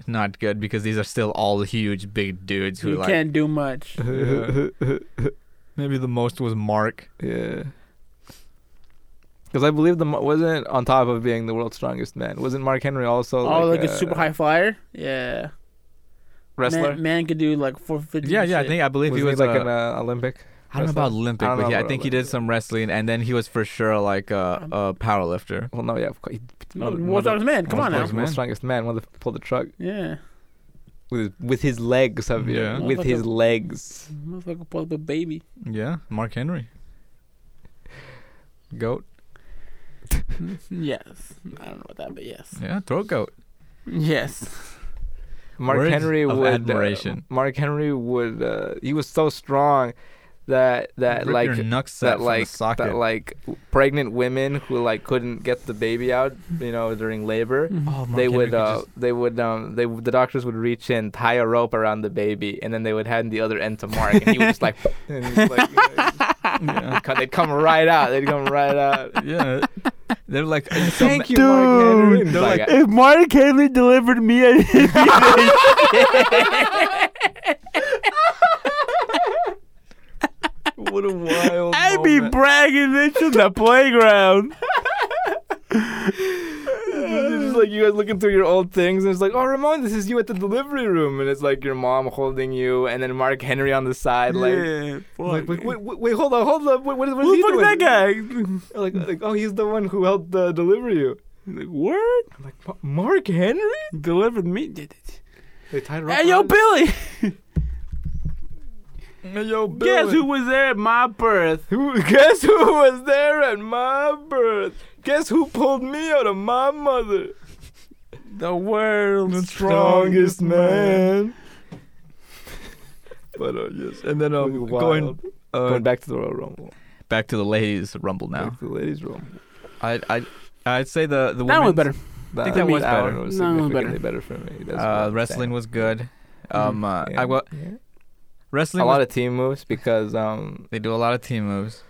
Speaker 1: not good because these are still all huge big dudes who
Speaker 3: You
Speaker 1: like
Speaker 3: can't do much.
Speaker 1: Yeah. maybe the most was Mark.
Speaker 2: yeah. Because I believe the mo- wasn't on top of being the world's strongest man. Wasn't Mark Henry also
Speaker 3: oh, like,
Speaker 2: like
Speaker 3: a super high flyer. Oh, Yeah.
Speaker 2: wrestler?
Speaker 3: Man, man could do like 450.
Speaker 1: Yeah,
Speaker 3: and
Speaker 1: yeah. I
Speaker 3: shit.
Speaker 1: think I believe
Speaker 2: was
Speaker 1: he was
Speaker 2: like
Speaker 1: uh,
Speaker 2: an uh, Olympic?
Speaker 1: I don't know about
Speaker 2: wrestler?
Speaker 1: Olympic,
Speaker 2: I don't
Speaker 1: but
Speaker 2: know
Speaker 1: yeah, I
Speaker 2: about
Speaker 1: think he did
Speaker 2: Olympic.
Speaker 1: some wrestling, and then he was for sure like
Speaker 2: Um,
Speaker 1: a, a power lifter.
Speaker 2: Well, no, yeah, of course. he-
Speaker 3: No,
Speaker 2: one of-
Speaker 3: World's
Speaker 2: one
Speaker 3: Strongest Man. Come on now.
Speaker 1: Strongest Man.
Speaker 2: World's strongest man, one of the pulled the truck
Speaker 3: Yeah.
Speaker 2: with his, with his legs, Javier.
Speaker 1: Yeah.
Speaker 2: With his legs,
Speaker 3: Motherfucker pulled up a baby.
Speaker 1: Yeah, Mark Henry, goat.
Speaker 3: yes. I don't know about that, but yes.
Speaker 1: Yeah, throat goat.
Speaker 3: Yes.
Speaker 2: Mark
Speaker 1: Words
Speaker 2: Henry
Speaker 1: of
Speaker 2: would. uh,
Speaker 1: admiration.
Speaker 2: Mark Henry would. Uh, he was so strong that that
Speaker 1: Rip
Speaker 2: like
Speaker 1: your nuts out
Speaker 2: that
Speaker 1: from the
Speaker 2: like
Speaker 1: socket.
Speaker 2: that like pregnant women who like couldn't get the baby out, you know, during labor.
Speaker 1: Oh, Mark
Speaker 2: they
Speaker 1: Henry
Speaker 2: would,
Speaker 1: could
Speaker 2: uh,
Speaker 1: just-
Speaker 2: they would, um, they would- the doctors would reach in, tie a rope around the baby, and then they would hand the other end to Mark, and he would just like, and he's like
Speaker 1: yeah.
Speaker 2: co- they'd come right out, they'd come right out.
Speaker 1: yeah. They're like,
Speaker 2: Thank you, Mark Henry.
Speaker 4: Dude,
Speaker 2: They're like,
Speaker 4: if Mark Henry delivered me, I'd be
Speaker 2: what a wild.
Speaker 4: I'd be
Speaker 2: moment.
Speaker 4: bragging this in the playground.
Speaker 2: It's just like you guys looking through your old things, and it's like, oh, Ramon, this is you at the delivery room, and it's like your mom holding you, and then Mark Henry on the side, like,
Speaker 4: yeah,
Speaker 2: like
Speaker 4: fuck.
Speaker 2: wait, wait, wait, wait, hold on, hold on, what, what, what is
Speaker 4: Who
Speaker 2: he
Speaker 4: the fuck's
Speaker 2: doing?
Speaker 4: that guy?
Speaker 2: Like, like, oh, he's the one who helped uh, deliver you.
Speaker 4: Like, what?
Speaker 2: I'm like, "Ma- Mark Henry?
Speaker 4: Delivered me? Did it?
Speaker 2: They tied her up.
Speaker 4: Hey, yo,
Speaker 2: around-
Speaker 4: Billy!
Speaker 2: Hey, yo, Bill.
Speaker 4: Guess who was there at my birth?
Speaker 2: Who, guess who was there at my birth? Guess who pulled me out of my mother?
Speaker 4: The world's
Speaker 2: Strongest man. but uh, yes, and then
Speaker 1: um, going- uh,
Speaker 2: going back to the Royal Rumble,
Speaker 1: back to the ladies rumble now.
Speaker 2: back to the ladies' Rumble.
Speaker 1: I I I'd say the the
Speaker 3: That
Speaker 1: women's-
Speaker 3: one's better.
Speaker 2: I
Speaker 1: think that was better.
Speaker 2: Was
Speaker 3: No, better.
Speaker 2: significantly better. for me. That's
Speaker 1: Uh,
Speaker 2: what
Speaker 1: wrestling was good. Um, uh,
Speaker 2: I'm saying.
Speaker 1: I wa-
Speaker 2: Mm, Yeah.
Speaker 1: wrestling.
Speaker 2: a lot
Speaker 1: was-
Speaker 2: of team moves because um,
Speaker 1: they do a lot of team moves.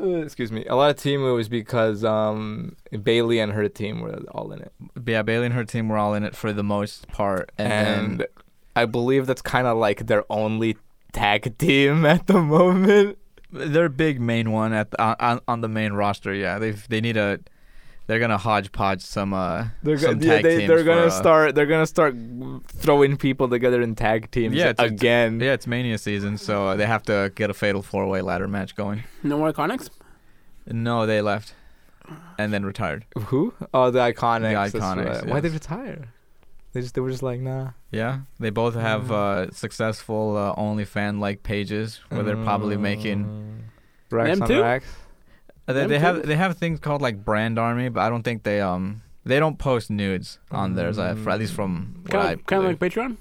Speaker 2: uh, excuse me, a lot of team moves because um, Bailey and her team were all in it,
Speaker 1: Yeah, Bailey and her team were all in it for the most part, and,
Speaker 2: and I believe that's kind of like their only tag team at the moment.
Speaker 1: their big main one at the, on on the main roster. Yeah, they they need a. They're gonna hodgepodge some uh
Speaker 2: They're
Speaker 1: some
Speaker 2: gonna,
Speaker 1: tag
Speaker 2: they,
Speaker 1: teams
Speaker 2: they're gonna
Speaker 1: for, uh,
Speaker 2: start. They're gonna start throwing people together in tag teams
Speaker 1: Yeah, it's- it's-
Speaker 2: again.
Speaker 1: Yeah, it's Mania season, so uh, they have to get a fatal four way ladder match going.
Speaker 3: No more iconics?
Speaker 1: No, they left, and then retired.
Speaker 2: Who? Oh, the Iconics. that's
Speaker 1: Iconics,
Speaker 2: right. Why
Speaker 1: yes.
Speaker 2: they retire? They just they were just like nah.
Speaker 1: Yeah, they both
Speaker 3: Mm.
Speaker 1: have uh, successful uh, OnlyFan like pages where they're
Speaker 3: Mm.
Speaker 1: probably making.
Speaker 2: racks
Speaker 3: Them
Speaker 2: Mm. on
Speaker 3: too?
Speaker 2: racks.
Speaker 1: Uh, They,
Speaker 3: Them
Speaker 1: they have
Speaker 3: too?
Speaker 1: they have things called like Brand Army, but I don't think they um they don't post nudes on theirs. I, for, at least from what I
Speaker 3: Kind of, kind of like
Speaker 1: believe.
Speaker 3: Patreon?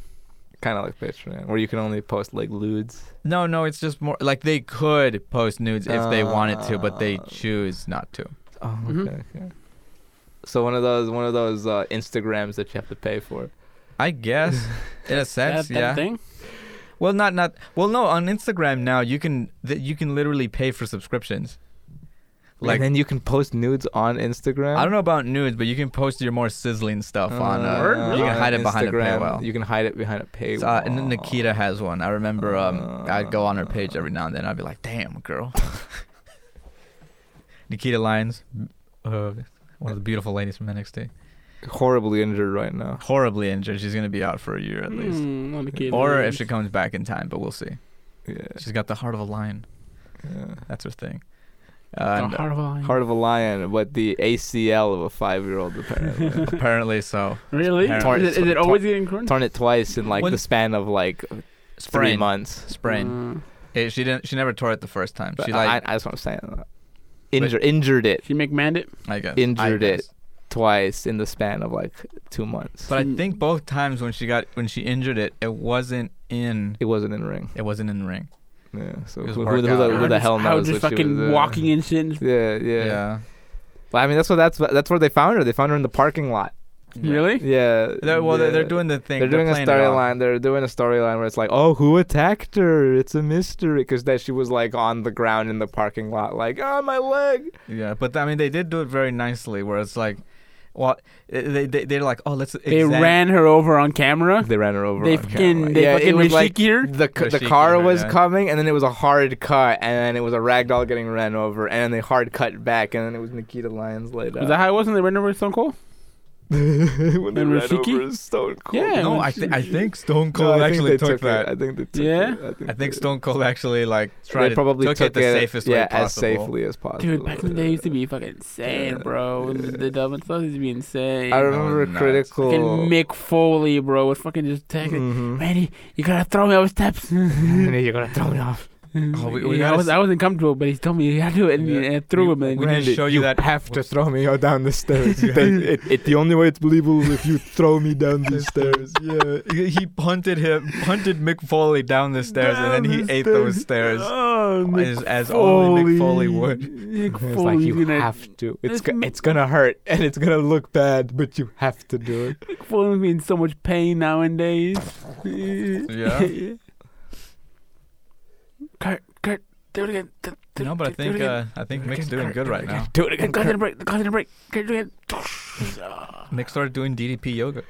Speaker 2: Kind of like Patreon, where you can only post like lewds.
Speaker 1: no no, it's just more like they could post nudes if they wanted to, but they
Speaker 3: Ah.
Speaker 2: Uh,
Speaker 1: choose not to.
Speaker 2: Oh,
Speaker 3: Mhm.
Speaker 2: okay, okay. So one of those one of those uh, Instagrams that you have to pay for.
Speaker 1: I guess in a
Speaker 3: That,
Speaker 1: sense,
Speaker 3: that
Speaker 1: yeah.
Speaker 3: thing?
Speaker 1: Well, not not well. No, on Instagram now you can th- you can literally pay for subscriptions.
Speaker 2: Like,
Speaker 1: Like
Speaker 2: and then you can post nudes on Instagram.
Speaker 1: I don't know about nudes, but you can post your more sizzling stuff on. Uh,
Speaker 3: Word?
Speaker 1: you can
Speaker 2: on
Speaker 1: hide it behind a
Speaker 2: Instagram.
Speaker 1: paywall.
Speaker 2: You can hide it behind a paywall.
Speaker 1: So, uh, and then Nikita has one. I remember um, I'd go on her page every now and then. I'd be like, "Damn, girl." Nikita Lyons, uh, one of the beautiful ladies from NXT,
Speaker 2: horribly injured right now.
Speaker 1: horribly injured. She's gonna be out for a year at least,
Speaker 3: Mm, let me keep
Speaker 1: or
Speaker 3: it.
Speaker 1: if she comes back in time. But we'll see.
Speaker 2: Yeah.
Speaker 1: She's got the heart of a lion.
Speaker 2: yeah.
Speaker 1: That's her thing.
Speaker 3: The
Speaker 1: Uh, and
Speaker 3: heart of a lion.
Speaker 2: Heart of a lion, but the ACL of a five-year-old apparently.
Speaker 1: uh, apparently, so
Speaker 3: Really? Is
Speaker 1: Torn-
Speaker 3: it, is it
Speaker 2: torn-
Speaker 3: always getting current?
Speaker 2: Torn it twice in like
Speaker 1: When-
Speaker 2: the span of like three
Speaker 1: sprain,
Speaker 2: months.
Speaker 3: Hmm.
Speaker 1: sprain.
Speaker 3: Uh,
Speaker 1: Eh, she didn't. She never tore it the first time.
Speaker 2: But
Speaker 1: She
Speaker 2: I-
Speaker 1: like,
Speaker 2: I, that's what I'm saying. uh, Injur- injured it
Speaker 3: She McMahon it?
Speaker 1: I, guess,
Speaker 2: injured
Speaker 1: I
Speaker 2: it.
Speaker 1: guess.
Speaker 2: twice in the span of like two months.
Speaker 1: But I
Speaker 3: Hmm.
Speaker 1: think both times when she got when she injured it, it wasn't in
Speaker 2: it wasn't in ring.
Speaker 1: it wasn't in the ring.
Speaker 2: Yeah. So
Speaker 1: It was
Speaker 2: who, who, the- who,
Speaker 1: workout.
Speaker 2: the, who the hell knows?
Speaker 3: How just
Speaker 2: what she
Speaker 3: fucking
Speaker 2: was, uh,
Speaker 3: walking and shit. and-
Speaker 2: Yeah, yeah. Well, I mean, that's what that's that's where they found her. They found her in the parking lot.
Speaker 3: Really?
Speaker 2: Yeah.
Speaker 1: They're, well, they're, they're
Speaker 2: yeah.
Speaker 1: doing the thing.
Speaker 2: They're doing a
Speaker 1: playing it off.
Speaker 2: storyline. They're doing a storyline where it's like, oh, who attacked her? It's a mystery because that she was like on the ground in the parking lot, like, oh, my leg.
Speaker 1: Yeah, but I mean, they did do it very nicely, where it's like, well, they, they they're like, oh, let's.
Speaker 3: They
Speaker 1: exam-
Speaker 3: ran her over on camera.
Speaker 2: They ran her over.
Speaker 3: They
Speaker 2: on
Speaker 3: fucking,
Speaker 2: camera.
Speaker 3: they
Speaker 2: yeah, it
Speaker 3: fucking
Speaker 2: was like
Speaker 3: Rashiki her.
Speaker 2: the c- the
Speaker 1: Rashiki
Speaker 2: car
Speaker 1: her,
Speaker 2: was
Speaker 1: yeah.
Speaker 2: coming, and then it was a hard cut, and then it was a ragdoll getting ran over, and then they hard cut back, and then it was Nikita Lyons laid
Speaker 3: Was
Speaker 2: out.
Speaker 3: that how it was when they ran over Stone Cold?
Speaker 2: when they
Speaker 3: And
Speaker 2: ran
Speaker 3: Rafiki?
Speaker 2: over Stone Cold.
Speaker 3: Yeah,
Speaker 1: No,
Speaker 3: when
Speaker 1: I,
Speaker 3: she-
Speaker 1: th- I think Stone
Speaker 2: No,
Speaker 1: Cold
Speaker 2: I think
Speaker 1: actually
Speaker 2: they
Speaker 1: took,
Speaker 2: took
Speaker 1: that.
Speaker 2: It. I think they took it.
Speaker 3: Yeah?
Speaker 2: I think,
Speaker 1: I think
Speaker 2: they-
Speaker 1: Stone Cold actually like
Speaker 2: they
Speaker 1: tried to
Speaker 2: probably
Speaker 1: took, it the safest
Speaker 2: yeah,
Speaker 1: way possible.
Speaker 2: as safely as possible.
Speaker 3: Dude, back in the day used to be fucking
Speaker 2: Yeah.
Speaker 3: insane, bro. The
Speaker 2: Yeah.
Speaker 3: The dubbing stuff used to be insane.
Speaker 2: I
Speaker 1: was
Speaker 2: remember
Speaker 1: Oh, nuts.
Speaker 2: critical.
Speaker 3: fucking Mick Foley, bro, would fucking just
Speaker 1: Mm.
Speaker 3: take it.
Speaker 2: Mhm.
Speaker 3: Manny, you gotta throw me off steps.
Speaker 2: Manny, you gotta throw me off.
Speaker 1: Oh, we- we
Speaker 3: yeah, I
Speaker 1: gotta
Speaker 3: was
Speaker 1: s-
Speaker 3: I wasn't comfortable, but he told me I do it, and,
Speaker 1: Yeah.
Speaker 3: and I threw
Speaker 1: We-
Speaker 3: him. And
Speaker 1: we need to show you that-
Speaker 2: have to throw me out down the stairs. They- it, it, the only way it's believable is if you throw me down the stairs. Yeah.
Speaker 1: He he punted him, punted Mick Foley down the stairs, and then he
Speaker 2: Down the
Speaker 1: ate those stairs
Speaker 2: Oh,
Speaker 1: as, as only Mick Foley would.
Speaker 3: Mick
Speaker 2: It's like
Speaker 3: Foley's
Speaker 2: you
Speaker 3: gonna-
Speaker 2: have to. It's
Speaker 3: It's
Speaker 2: go-
Speaker 3: m-
Speaker 2: it's gonna hurt and it's gonna look bad, but you have to do it.
Speaker 3: Mick Foley's in so much pain nowadays.
Speaker 1: Yeah.
Speaker 3: Kurt, Kurt, do it again. Do, do,
Speaker 1: No, but I
Speaker 3: do it
Speaker 1: think
Speaker 3: again.
Speaker 1: uh, I think Mick's doing good right now.
Speaker 3: do it again. Go ahead and break. Go ahead and break. Kurt, do it again.
Speaker 1: Mick started doing DDP yoga.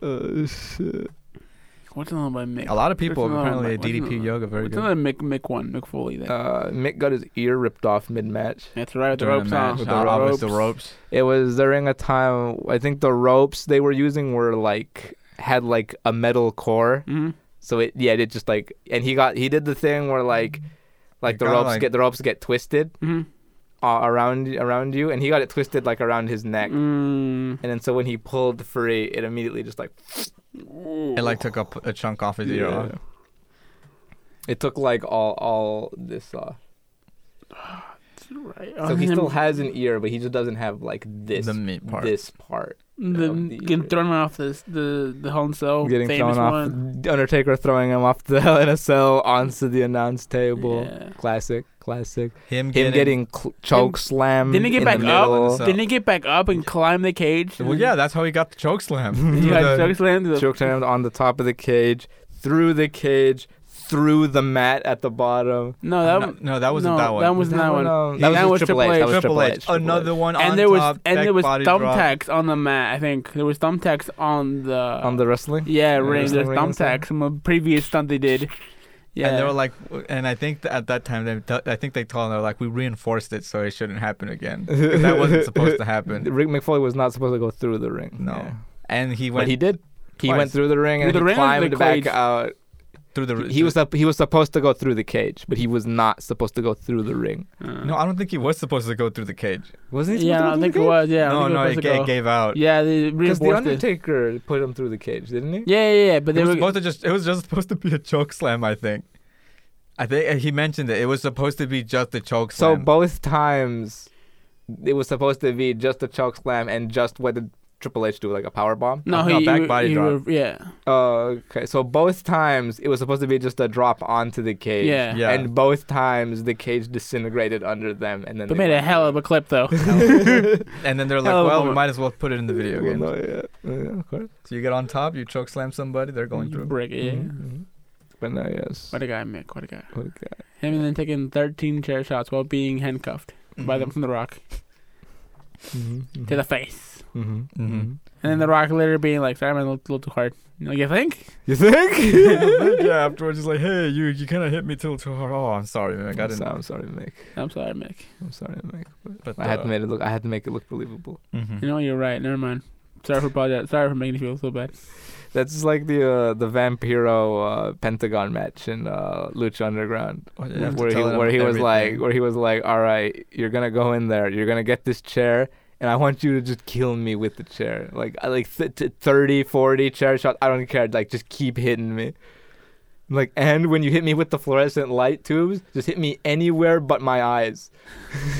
Speaker 2: Uh, shit.
Speaker 3: What's another by Mick?
Speaker 1: A lot of people
Speaker 3: What's another
Speaker 1: apparently
Speaker 3: one?
Speaker 1: at DDP
Speaker 3: What's
Speaker 1: yoga very
Speaker 3: What's
Speaker 1: good.
Speaker 3: another Mick Mick one? Mick Foley. Then.
Speaker 2: Uh, Mick got his ear ripped off mid-match.
Speaker 3: That's right. With the
Speaker 1: During
Speaker 3: ropes
Speaker 1: match,
Speaker 3: on.
Speaker 1: with
Speaker 2: with
Speaker 1: the,
Speaker 2: the
Speaker 1: uh, with the
Speaker 3: ropes.
Speaker 1: ropes.
Speaker 2: It was during a time I think the ropes they were using were like had like a metal core,
Speaker 3: Mhm.
Speaker 2: so it yeah it just like and he got he did the thing where like like
Speaker 1: It
Speaker 2: the
Speaker 1: kinda
Speaker 2: ropes
Speaker 1: like-
Speaker 2: get the ropes get twisted
Speaker 3: Mhm.
Speaker 2: uh, around around you and he got it twisted like around his neck
Speaker 3: Mm.
Speaker 2: and then so when he pulled free it immediately just like
Speaker 1: It like took up a chunk off his ear.
Speaker 2: Yeah.
Speaker 1: off.
Speaker 2: It took like all all this off.
Speaker 3: Right.
Speaker 2: So he still has an ear, but he just doesn't have like this
Speaker 1: The meat part.
Speaker 2: this part.
Speaker 3: Then
Speaker 2: of the
Speaker 3: getting
Speaker 2: year.
Speaker 3: thrown off this the the Hell in a Cell
Speaker 2: Getting
Speaker 3: Oh, famous
Speaker 2: thrown off
Speaker 3: one.
Speaker 2: Undertaker throwing him off the Hell in a Cell onto the announce table.
Speaker 3: Yeah.
Speaker 2: Classic, classic.
Speaker 1: Him
Speaker 2: Him
Speaker 1: getting.
Speaker 2: getting cl- choke slammed.
Speaker 3: Didn't he get
Speaker 2: in
Speaker 3: back
Speaker 2: the
Speaker 3: up?
Speaker 2: middle.
Speaker 1: So-
Speaker 3: Didn't he get back up and climb the cage?
Speaker 1: well, yeah, that's how he got the choke slam.
Speaker 3: He got
Speaker 1: The-
Speaker 3: choke slammed to the
Speaker 2: Choke slammed on the top of the cage, through the cage, through the mat at the bottom.
Speaker 3: No, that
Speaker 1: no,
Speaker 3: one.
Speaker 1: no, that wasn't
Speaker 3: no,
Speaker 1: that one.
Speaker 3: That was that one.
Speaker 2: um,
Speaker 1: That
Speaker 2: that, was
Speaker 3: was
Speaker 2: Triple H.
Speaker 3: Triple
Speaker 2: That was
Speaker 1: Triple H.
Speaker 2: Triple
Speaker 1: Another
Speaker 2: H.
Speaker 1: one on
Speaker 3: And there was
Speaker 1: top,
Speaker 3: and
Speaker 1: back
Speaker 3: there was
Speaker 1: body drop.
Speaker 3: thumbtacks on the mat. I think there was thumbtacks on the
Speaker 2: on the wrestling.
Speaker 3: yeah ring.
Speaker 2: wrestling
Speaker 3: There's
Speaker 2: ring and stuff.
Speaker 3: thumbtacks from a previous stunt they did. Yeah,
Speaker 1: And they were like, and I think that at that time, they, t- I think they told them, they were like, we reinforced it so it shouldn't happen again. 'Cause that wasn't supposed to happen.
Speaker 2: Rick McFoley was not supposed to go through the ring.
Speaker 1: No.
Speaker 2: Yeah.
Speaker 1: And he
Speaker 2: but
Speaker 1: went
Speaker 2: he did. He
Speaker 1: twice.
Speaker 2: went through the ring and
Speaker 3: Through
Speaker 2: he
Speaker 3: the ring or
Speaker 2: climbed
Speaker 3: the
Speaker 2: back
Speaker 3: cage?
Speaker 2: out.
Speaker 1: through the.
Speaker 2: He was sup- he was supposed to go through the cage, but he was not supposed to go through the ring.
Speaker 3: Uh,
Speaker 1: No, I don't think he was supposed to go through the cage.
Speaker 2: Wasn't he?
Speaker 3: yeah, I think it was. Yeah, I
Speaker 1: no,
Speaker 3: think
Speaker 1: no,
Speaker 3: it was
Speaker 1: it,
Speaker 3: supposed
Speaker 1: ga-
Speaker 3: to
Speaker 1: it
Speaker 3: go.
Speaker 1: gave out.
Speaker 3: Yeah, they
Speaker 2: Because the
Speaker 3: reinforced it.
Speaker 2: Undertaker put him through the cage, didn't he?
Speaker 3: Yeah, yeah, yeah. But
Speaker 1: It
Speaker 3: they
Speaker 1: was
Speaker 3: were
Speaker 1: supposed to just. It was just supposed to be a choke slam. I think. I think uh, he mentioned it. It was supposed to be just a choke
Speaker 2: So
Speaker 1: slam.
Speaker 2: both times, it was supposed to be just a choke slam and just what did Triple H do, like a power bomb?
Speaker 3: no,
Speaker 1: No,
Speaker 3: he,
Speaker 1: back
Speaker 3: he-
Speaker 1: body
Speaker 3: he
Speaker 1: drop.
Speaker 3: were- yeah,
Speaker 2: Oh, okay. So both times it was supposed to be just a drop onto the cage.
Speaker 3: yeah.
Speaker 1: Yeah.
Speaker 2: And both times the cage disintegrated under them, and then
Speaker 3: But
Speaker 2: they
Speaker 3: made a
Speaker 2: went-
Speaker 3: hell of a clip though.
Speaker 1: and then they're like,
Speaker 3: Hell of a
Speaker 1: well, we
Speaker 3: moment.
Speaker 1: might as well put it in the video
Speaker 2: Well,
Speaker 1: game.
Speaker 2: no, yeah. Yeah, of course.
Speaker 1: So you get on top, you choke slam somebody, they're going
Speaker 3: You
Speaker 1: through. Mm-hmm.
Speaker 3: Break it. Yeah.
Speaker 2: Mhm. But no, yes.
Speaker 3: What a guy, Mick. What a guy.
Speaker 2: What a guy.
Speaker 3: Him and then taking 13 chair shots while being handcuffed by
Speaker 4: Mm-hmm.
Speaker 3: them from The Rock
Speaker 2: Mm-hmm,
Speaker 3: to the face.
Speaker 2: Mhm.
Speaker 1: Mhm.
Speaker 3: And then The Rock later being like, sorry, man, a little, little too hard. You know, you think?
Speaker 2: You think?
Speaker 1: yeah, afterwards, he's like, hey, you, you kind of hit me till too hard. Oh, I'm sorry, man. I got
Speaker 2: I'm,
Speaker 1: it.
Speaker 2: so- I'm sorry, Mick.
Speaker 3: I'm sorry, Mick.
Speaker 2: I'm sorry, Mick. But
Speaker 1: But,
Speaker 2: I had
Speaker 1: uh,
Speaker 2: to make it look. I had to make it look believable.
Speaker 1: mhm.
Speaker 3: You know, you're right. Never mind. Sorry for apologizing. Sorry for making you feel so bad.
Speaker 2: That's just like the uh, the Vampiro uh, Pentagon match in uh, Lucha Underground,
Speaker 1: Oh, you have to
Speaker 2: where he
Speaker 1: tell them
Speaker 2: where he was like
Speaker 1: everything.
Speaker 2: where he was like, all right, you're gonna go in there, you're gonna get this chair. And I want you to just kill me with the chair. Like, I like th- th- 30, 40 chair shots. I don't care. Like, just keep hitting me. Like, and when you hit me with the fluorescent light tubes, just hit me anywhere but my eyes.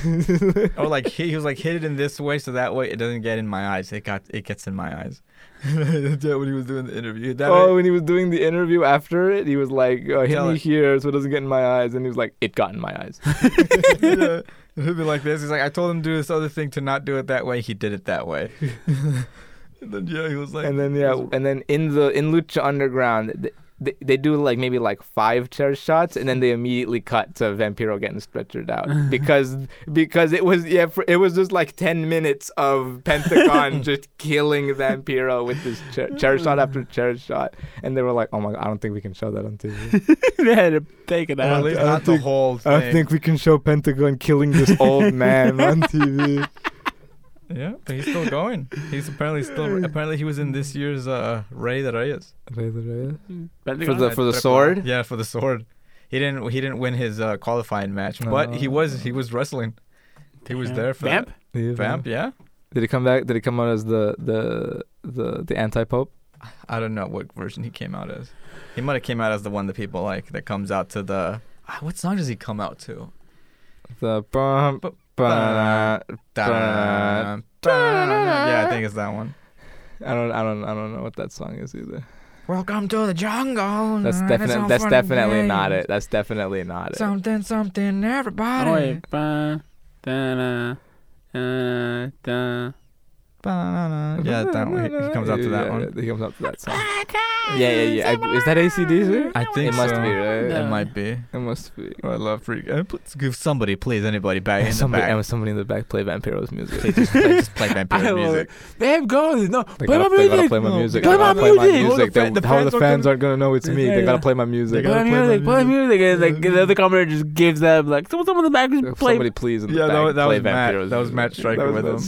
Speaker 1: or Oh, like he, he was like hit it in this way so that way it doesn't get in my eyes. It got it gets in my eyes. That's what he was doing the interview. That
Speaker 2: oh, when he was doing the interview after it, he was like, uh, "Hit
Speaker 1: Tell
Speaker 2: me
Speaker 1: it.
Speaker 2: here so it doesn't get in my eyes," and he was like, "It got in my eyes."
Speaker 1: yeah. He'd be like this. He's like, I told him to do this other thing to not do it that way. He did it that way. and then yeah, he was like,
Speaker 2: and then yeah, and then in the in Lucha Underground, th- they, they do like maybe like five chair shots, and then they immediately cut to Vampiro getting stretchered out because because it was yeah for, it was just like ten minutes of Pentagon just killing Vampiro with this chair, chair shot after chair shot, and they were like, "Oh my god, I don't think we can show that on TV."
Speaker 3: they had to take it
Speaker 1: Or at
Speaker 3: out.
Speaker 1: least
Speaker 2: I don't
Speaker 1: not the
Speaker 2: think-
Speaker 1: whole thing.
Speaker 2: I think we can show Pentagon killing this old man on TV.
Speaker 1: Yeah, but he's still going. He's apparently still. Apparently, he was in this year's uh, Rey de Reyes.
Speaker 2: Rey de Reyes.
Speaker 4: Bending
Speaker 2: For
Speaker 4: on
Speaker 2: the
Speaker 4: it.
Speaker 1: Triple R.
Speaker 2: sword?
Speaker 1: Yeah, for the sword. He didn't. He didn't win his uh, qualifying match, but
Speaker 2: Oh.
Speaker 1: he was. He was wrestling. He was
Speaker 4: Damn.
Speaker 1: there for
Speaker 4: Vamp?
Speaker 2: Yeah.
Speaker 1: that. Vamp. Yeah.
Speaker 2: Did he come back? Did he come out as the the the the anti pope?
Speaker 1: I don't know what version he came out as. He might have came out as the one that people like that comes out to the. Ah, What song does he come out to?
Speaker 2: The bum,
Speaker 1: Bu-
Speaker 2: ba-
Speaker 1: Da-na-na-na, da-na-na-na. Yeah, I think it's that one.
Speaker 2: I don't I don't I don't know what that song is either.
Speaker 1: Welcome to the jungle.
Speaker 2: That's definitely that's definitely not it. That's definitely not it.
Speaker 1: Something, something, everybody.
Speaker 4: Oi, ba, da, na, uh, da.
Speaker 1: Ba-na-na-na. Yeah, that one. He he comes out to that
Speaker 2: Yeah,
Speaker 1: one.
Speaker 2: He comes out to that song. Yeah, yeah, yeah. I, is that ACDC?
Speaker 1: I think
Speaker 2: it must
Speaker 1: so.
Speaker 2: be. Right?
Speaker 1: It
Speaker 4: No.
Speaker 1: might be.
Speaker 2: It must be.
Speaker 1: I love freak. uh, Please give somebody, please, anybody back in
Speaker 2: somebody,
Speaker 1: the back.
Speaker 2: and somebody in the back play Vampiro's music.
Speaker 1: Please just play, just play
Speaker 4: I
Speaker 1: vampire
Speaker 4: love
Speaker 1: music.
Speaker 4: Babe, go. No,
Speaker 2: They
Speaker 4: play
Speaker 2: gotta, they gotta
Speaker 4: my music.
Speaker 2: play my
Speaker 4: No,
Speaker 2: music.
Speaker 4: Play
Speaker 2: They
Speaker 4: my
Speaker 2: gotta
Speaker 4: music.
Speaker 1: music.
Speaker 2: They-
Speaker 1: All the fa- the
Speaker 2: how
Speaker 1: fans
Speaker 2: the
Speaker 1: are
Speaker 2: fans aren't gonna know it's me.
Speaker 4: Yeah,
Speaker 2: They gotta
Speaker 4: yeah.
Speaker 2: play my music.
Speaker 4: Play my music. Play my music. And like the other commentator just gives them like someone, someone in the back just play.
Speaker 2: Somebody please in the
Speaker 1: Yeah,
Speaker 2: back
Speaker 1: that was- that
Speaker 2: play
Speaker 1: was Matt-
Speaker 2: Vampiro's
Speaker 1: that was Matt
Speaker 2: music.
Speaker 1: Stryker
Speaker 2: That was
Speaker 1: with
Speaker 2: Matt
Speaker 1: him.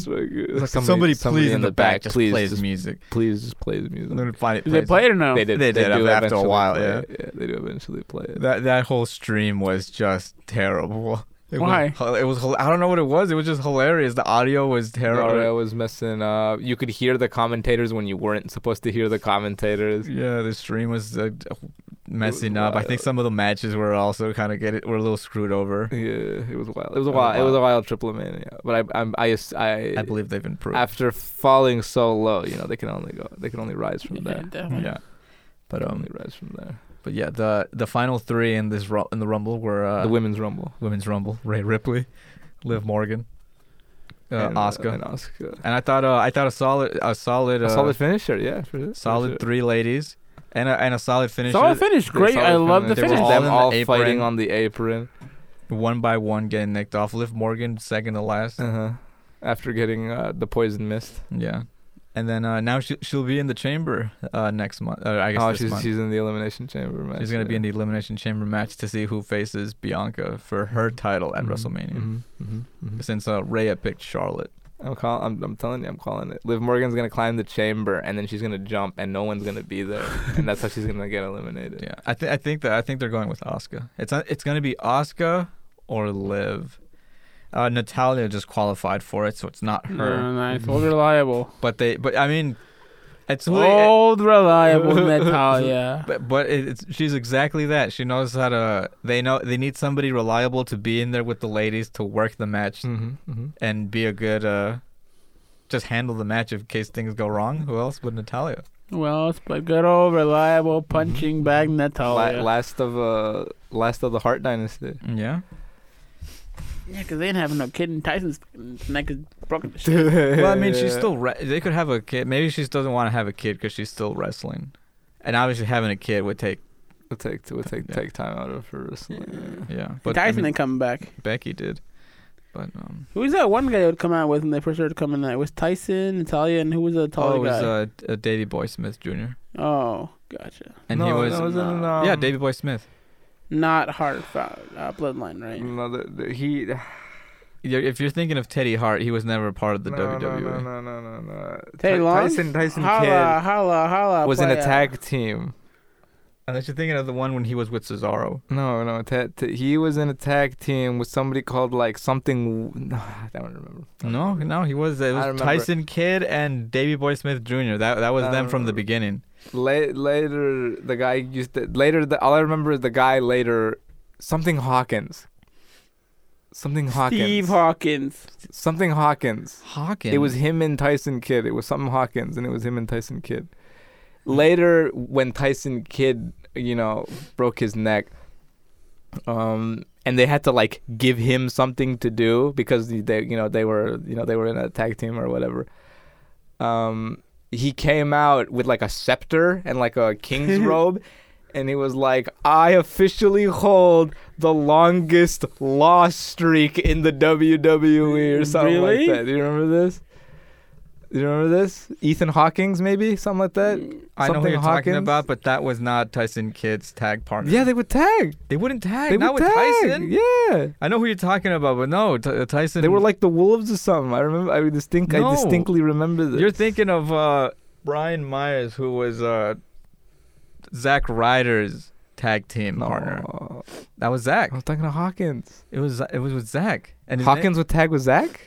Speaker 2: Stryker.
Speaker 1: Like, somebody,
Speaker 2: Somebody, somebody
Speaker 1: please, in the back, just
Speaker 2: please,
Speaker 1: plays
Speaker 2: just,
Speaker 1: music.
Speaker 2: please just play the
Speaker 1: And
Speaker 2: music.
Speaker 1: then finally
Speaker 4: Do they
Speaker 1: plays
Speaker 4: play it or no?
Speaker 2: They did.
Speaker 1: They did
Speaker 2: do
Speaker 1: after a
Speaker 2: eventually
Speaker 1: while,
Speaker 2: play
Speaker 1: yeah.
Speaker 2: it. yeah, they do eventually play it.
Speaker 1: That that whole stream was just terrible. It
Speaker 4: Why?
Speaker 1: Was, hi- it was. hil- I don't know what it was. It was just hilarious. The audio was terrible.
Speaker 2: Dario was messing up. You could hear the commentators when you weren't supposed to hear the commentators.
Speaker 1: Yeah, the stream was uh, messing up. I think some of the matches were also kind of get it, were a little screwed over.
Speaker 2: Yeah, it was wild. It was a
Speaker 1: It was
Speaker 2: wild. It was a
Speaker 1: wild.
Speaker 2: wild triple mania. But I, I'm, I, ass- I,
Speaker 1: I believe they've improved.
Speaker 2: after falling so low, you know, they can only go. They can only rise from
Speaker 4: Yeah,
Speaker 2: there.
Speaker 4: definitely.
Speaker 1: yeah,
Speaker 2: They
Speaker 1: but
Speaker 2: can
Speaker 1: um,
Speaker 2: only rise from there.
Speaker 1: but yeah, the the final three in this ru- in the rumble were uh,
Speaker 2: the women's rumble.
Speaker 1: women's rumble. Ray Ripley, Liv Morgan, uh,
Speaker 2: and,
Speaker 1: Oscar,
Speaker 2: and Oscar.
Speaker 1: and I thought uh, I thought a solid a solid
Speaker 2: A
Speaker 1: uh,
Speaker 2: solid finisher, yeah. For sure.
Speaker 1: solid three ladies and a, and a solid finisher.
Speaker 4: Solid finish. Great. I love the
Speaker 1: They were
Speaker 4: finish.
Speaker 1: all
Speaker 2: them
Speaker 1: in the
Speaker 2: all
Speaker 1: apron.
Speaker 2: fighting on the apron.
Speaker 1: one by one getting nicked off. Liv Morgan second to last.
Speaker 2: Uh huh. After getting uh, the poison mist.
Speaker 1: Yeah, and then uh, now she she'll be in the chamber uh, next month. Uh, I guess
Speaker 2: Oh,
Speaker 1: this
Speaker 2: she's
Speaker 1: month.
Speaker 2: she's in the elimination chamber, man.
Speaker 1: She's gonna be in the elimination chamber match to see who faces Bianca for her title
Speaker 2: Mm-hmm.
Speaker 1: at WrestleMania.
Speaker 2: hmm
Speaker 1: Since uh, Rhea picked Charlotte.
Speaker 2: I'm call- I'm, I'm telling you, I'm calling it. Liv Morgan's gonna climb the chamber, and then she's gonna jump, and no one's gonna be there, and that's how she's gonna get eliminated.
Speaker 1: Yeah, I think I think that I think they're going with Oscar. It's not, it's gonna be Oscar or Liv. Uh, Natalia just qualified for it, so it's not her. Mm-hmm.
Speaker 4: Oh, nice. Old reliable.
Speaker 1: But they, but I mean, it's who
Speaker 2: Oh,
Speaker 1: they-
Speaker 4: Old reliable Natalia.
Speaker 1: But, but it- it's, she's exactly that. She knows how to. They know they need somebody reliable to be in there with the ladies to work the match
Speaker 2: hmm hmm
Speaker 1: and be a good. uh Just handle the match in case things go wrong. Who else but Natalia?
Speaker 4: Well, it's but good old reliable
Speaker 1: Mm-hmm.
Speaker 4: punching bag
Speaker 2: La-
Speaker 4: Natalia.
Speaker 2: Last of uh, last of the Hart Dynasty.
Speaker 1: Yeah.
Speaker 4: Yeah, 'cause they didn't have no kid and Tyson's fucking neck is broken. to shit.
Speaker 1: Well,
Speaker 2: well,
Speaker 1: I mean, she's still. Re- they could have a kid. Maybe she just doesn't want to have a kid because she's still wrestling, and obviously having a kid would take.
Speaker 2: It'll take it'll take
Speaker 1: Yeah.
Speaker 2: take time out of her wrestling.
Speaker 1: Yeah, but I
Speaker 4: Tyson
Speaker 1: mean,
Speaker 4: didn't come back.
Speaker 1: Becky did. But um,
Speaker 4: Who was that one guy that would come out with when they first started coming out? It was Tyson, Natalia, and who was the
Speaker 1: oh,
Speaker 4: taller
Speaker 1: it was
Speaker 4: guy?
Speaker 1: uh, uh, Davy Boy Smith Jr.
Speaker 4: oh, gotcha.
Speaker 1: and
Speaker 2: no,
Speaker 1: he was
Speaker 2: that was in,
Speaker 4: uh,
Speaker 2: um,
Speaker 1: yeah Davy Boy Smith.
Speaker 4: Not hard fou- uh, bloodline, right?
Speaker 2: No, the, the, he
Speaker 1: You're, if you're thinking of Teddy Hart, he was never part of the E.
Speaker 2: no,
Speaker 1: WWE.
Speaker 2: No, no, no, no, no.
Speaker 4: Tay
Speaker 2: Ty-
Speaker 4: Long?
Speaker 2: Tyson
Speaker 1: Mm-hmm.
Speaker 2: Tyson
Speaker 4: Holla,
Speaker 3: uh,
Speaker 2: Kidd
Speaker 4: holla, holla.
Speaker 2: was in a
Speaker 4: playa.
Speaker 2: tag team.
Speaker 1: Unless you're thinking of the one when he was with Cesaro.
Speaker 2: No, no. Ta- ta- he was in a tag team with somebody called like something. w- No, I don't remember.
Speaker 1: No, no, he was. It
Speaker 2: I
Speaker 1: was
Speaker 2: remember.
Speaker 1: Tyson Kidd and Davey Boy Smith Jr. That that was
Speaker 2: I
Speaker 1: them from the
Speaker 2: remember.
Speaker 1: beginning.
Speaker 2: La- later, the guy used to, later. The, all I remember is the guy later, something Hawkins, something Hawkins,
Speaker 4: Steve Hawkins.
Speaker 2: something Hawkins.
Speaker 1: Hawkins.
Speaker 2: It was him and Tyson Kidd. It was something Hawkins, and it was him and Tyson Kidd. Later, when Tyson Kidd, you know, broke his neck, um, and they had to like give him something to do because they, you know, they were, you know, they were in a tag team or whatever. Um, he came out with like a scepter and like a king's robe. And he was like, I officially hold the longest loss streak in the WWE or something
Speaker 4: Really?
Speaker 2: like that. Do you remember this? You remember this? Ethan Hawkins, maybe something like
Speaker 1: I
Speaker 2: that.
Speaker 1: know who
Speaker 2: Something
Speaker 1: you're talking
Speaker 2: Hawkins.
Speaker 1: about, but that was not Tyson Kidd's tag partner.
Speaker 2: Yeah, they would tag.
Speaker 1: they wouldn't tag.
Speaker 2: They
Speaker 1: not
Speaker 2: would
Speaker 1: with
Speaker 2: tag.
Speaker 1: Tyson.
Speaker 2: Yeah,
Speaker 1: I know who you're talking about, but no, Ty uh, Tyson.
Speaker 2: they were like the wolves or something. I remember. I distinct.
Speaker 1: No.
Speaker 2: I distinctly remember this.
Speaker 1: You're thinking of uh, Brian Myers, who was uh, Zack Ryder's tag team
Speaker 2: no.
Speaker 1: partner. That was Zack.
Speaker 2: I was talking to Hawkins.
Speaker 1: It was it was with Zack. And his name-
Speaker 2: Hawkins would tag with Zach.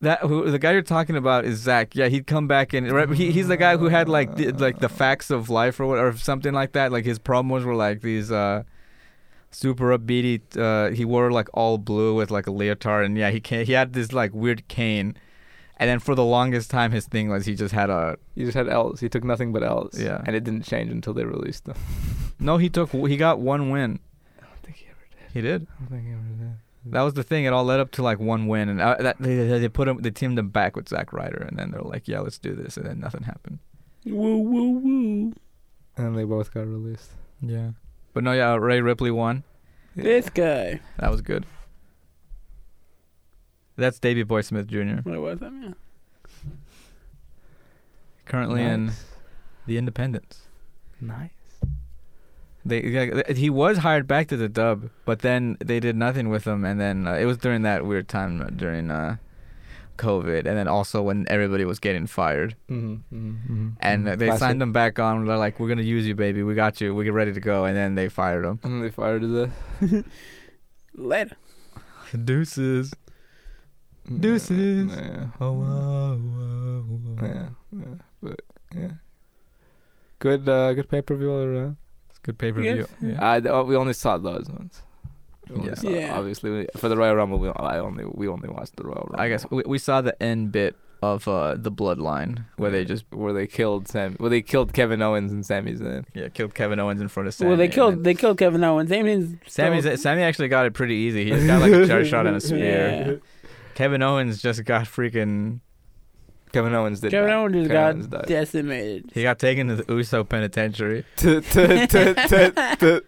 Speaker 1: that who, the guy you're talking about is Zach. Yeah, he'd come back and right, he, he's the guy who had like the, like the facts of life or what, or something like that. Like his promos were like these uh, super upbeat. Uh, he wore like all blue with like a leotard, and yeah, he can, he had this like weird cane. And then for the longest time, his thing was he just had a
Speaker 2: He just had L's. He took nothing but L's.
Speaker 1: Yeah.
Speaker 2: and it didn't change until they released them.
Speaker 1: no. He took he got one win.
Speaker 2: I don't think he ever did.
Speaker 1: He did.
Speaker 2: I don't think he ever did.
Speaker 1: That was the thing. It all led up to like one win, and uh, that, they, they they put him they teamed him back with Zack Ryder, and then they're like, yeah, let's do this, and then nothing happened.
Speaker 4: Woo, woo, woo.
Speaker 2: And they both got released.
Speaker 1: Yeah. But no, yeah, Ray Ripley won.
Speaker 3: This guy.
Speaker 1: That was good. That's Davey Boy Smith Jr.
Speaker 4: What was that, man?
Speaker 1: currently in
Speaker 2: nice.
Speaker 1: the Independents.
Speaker 2: nice.
Speaker 1: They, yeah, th- he was hired back to the dub, but then they did nothing with him, and then uh, it was during that weird time uh, during uh, COVID, and then also when everybody was getting fired,
Speaker 2: Mm-hmm, mm-hmm,
Speaker 1: and uh, they signed him back on. They're like, "We're gonna use you, baby. We got you. We get ready to go," and then they fired him.
Speaker 2: And they fired the
Speaker 4: Later.
Speaker 1: Deuces. Oh, Deuces.
Speaker 2: Yeah. Yeah.
Speaker 1: It's
Speaker 2: yeah. But yeah. Good. Uh, good pay per view all around.
Speaker 1: good pay per view. Yeah.
Speaker 2: Uh, th- oh, we only saw those ones. We only
Speaker 1: Yeah.
Speaker 2: saw-
Speaker 4: Yeah.
Speaker 2: Obviously, we, for the Royal Rumble, we, I only we only watched the Royal Rumble.
Speaker 1: I guess we, we saw the end bit of uh, the bloodline where they just
Speaker 2: where they killed Sam. Well, they killed Kevin Owens and Sami Zayn.
Speaker 1: yeah killed Kevin Owens in front of Sammy.
Speaker 4: Well, they
Speaker 1: and
Speaker 4: killed
Speaker 1: then-
Speaker 4: they killed Kevin Owens. Sammy's
Speaker 1: Sammy. Z- Sammy actually got it pretty easy. He just got like a chair shot and a spear.
Speaker 4: Yeah.
Speaker 1: Kevin Owens just got freaking.
Speaker 2: Kevin Owens did.
Speaker 4: Kevin
Speaker 2: die.
Speaker 4: Owens just
Speaker 2: Kevin Owens
Speaker 4: got
Speaker 2: died.
Speaker 4: decimated.
Speaker 1: He got taken to the Uso Penitentiary.
Speaker 2: Tut, tut, tut, tut, tut.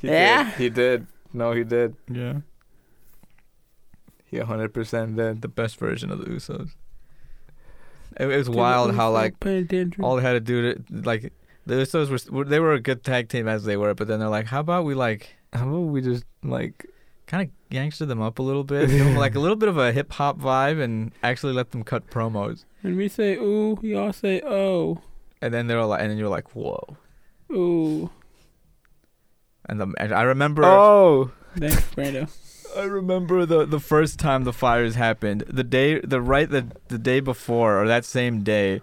Speaker 2: He
Speaker 4: Yeah.
Speaker 2: Did. He did. No, he did.
Speaker 1: Yeah,
Speaker 2: He 100% did.
Speaker 1: the best version of the Usos. It, it was
Speaker 4: To the
Speaker 1: wild how
Speaker 4: Uso
Speaker 1: like
Speaker 4: penitentiary.
Speaker 1: all they had to do to like the Usos were s- were they were a good tag team as they were, but then they're like, how about we like
Speaker 2: How about we just like
Speaker 1: kind of gangster them up a little bit, give them like a little bit of a hip hop vibe, and actually let them cut promos.
Speaker 4: When we say ooh, y'all say oh.
Speaker 1: And then they're like, and then you're like, whoa.
Speaker 4: Ooh.
Speaker 1: And, the, and I remember.
Speaker 2: oh
Speaker 4: Thanks, Brando.
Speaker 1: I remember the the first time the fires happened. The day, the right, the the day before, or that same day,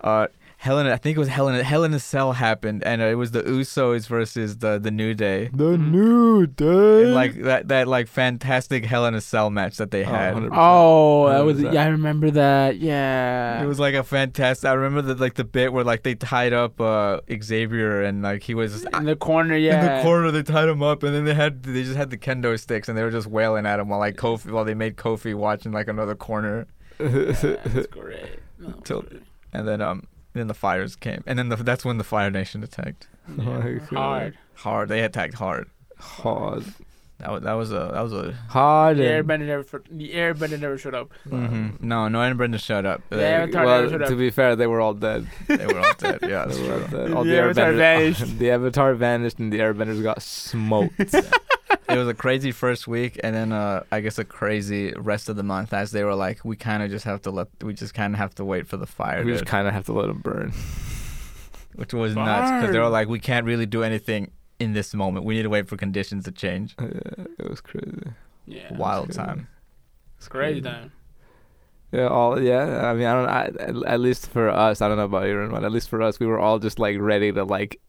Speaker 1: uh, Helena. I think it was Helena. Helena Cell happened, and uh, it was the Usos versus the the New Day.
Speaker 2: the new day.
Speaker 1: Mm-hmm. And, like that that like fantastic Helena Cell match that they
Speaker 2: Oh,
Speaker 1: had.
Speaker 2: 100%.
Speaker 4: Oh, that
Speaker 2: Who
Speaker 4: was
Speaker 2: was that?
Speaker 4: yeah. I remember that. Yeah.
Speaker 1: It was like a fantastic. I remember the like the bit where like they tied up uh, Xavier and like he was
Speaker 4: in the corner. Mm, Yeah.
Speaker 1: in the corner. They tied him up, and then they had they just had the kendo sticks, and they were just wailing at him while like Kofi while they made Kofi watch in like another corner.
Speaker 4: That's great. No,
Speaker 1: Till- and then um then the fires came and then the, that's when the fire nation attacked
Speaker 2: my
Speaker 4: yeah,
Speaker 2: God.
Speaker 4: hard.
Speaker 1: hard they attacked hard
Speaker 2: hard,
Speaker 1: that was that was a that was a
Speaker 2: hard.
Speaker 4: The
Speaker 2: and-
Speaker 4: airbender never. fr- The airbender never showed up.
Speaker 1: Mhm. no no and Brenda shut up
Speaker 4: Yeah,
Speaker 1: they,
Speaker 4: Avatar
Speaker 2: well,
Speaker 4: never showed
Speaker 2: to
Speaker 4: up.
Speaker 2: be fair, they were all dead.
Speaker 1: they were all dead yeah that's
Speaker 2: They were all
Speaker 1: true
Speaker 2: dead.
Speaker 4: The
Speaker 2: All the,
Speaker 4: Avatar
Speaker 2: airbenders-
Speaker 4: vanished.
Speaker 2: the Avatar vanished, and the Airbenders got smoked.
Speaker 1: it was a crazy first week and then uh I guess a crazy rest of the month as they were like we kind of just have to let we just kind of have to wait for the fire
Speaker 2: we just
Speaker 1: dude,"
Speaker 2: kind of have to let them burn.
Speaker 1: which was nuts because they
Speaker 4: Burn.
Speaker 1: were like we can't really do anything in this moment we need to wait for conditions to change
Speaker 2: Yeah, it was crazy.
Speaker 4: Yeah.
Speaker 1: wild
Speaker 2: good.
Speaker 1: time
Speaker 4: It's crazy time.
Speaker 2: Yeah, all yeah. I mean, I don't. I, at- at least for us, I don't know about you, Ren, but at least for us, we were all just like ready to like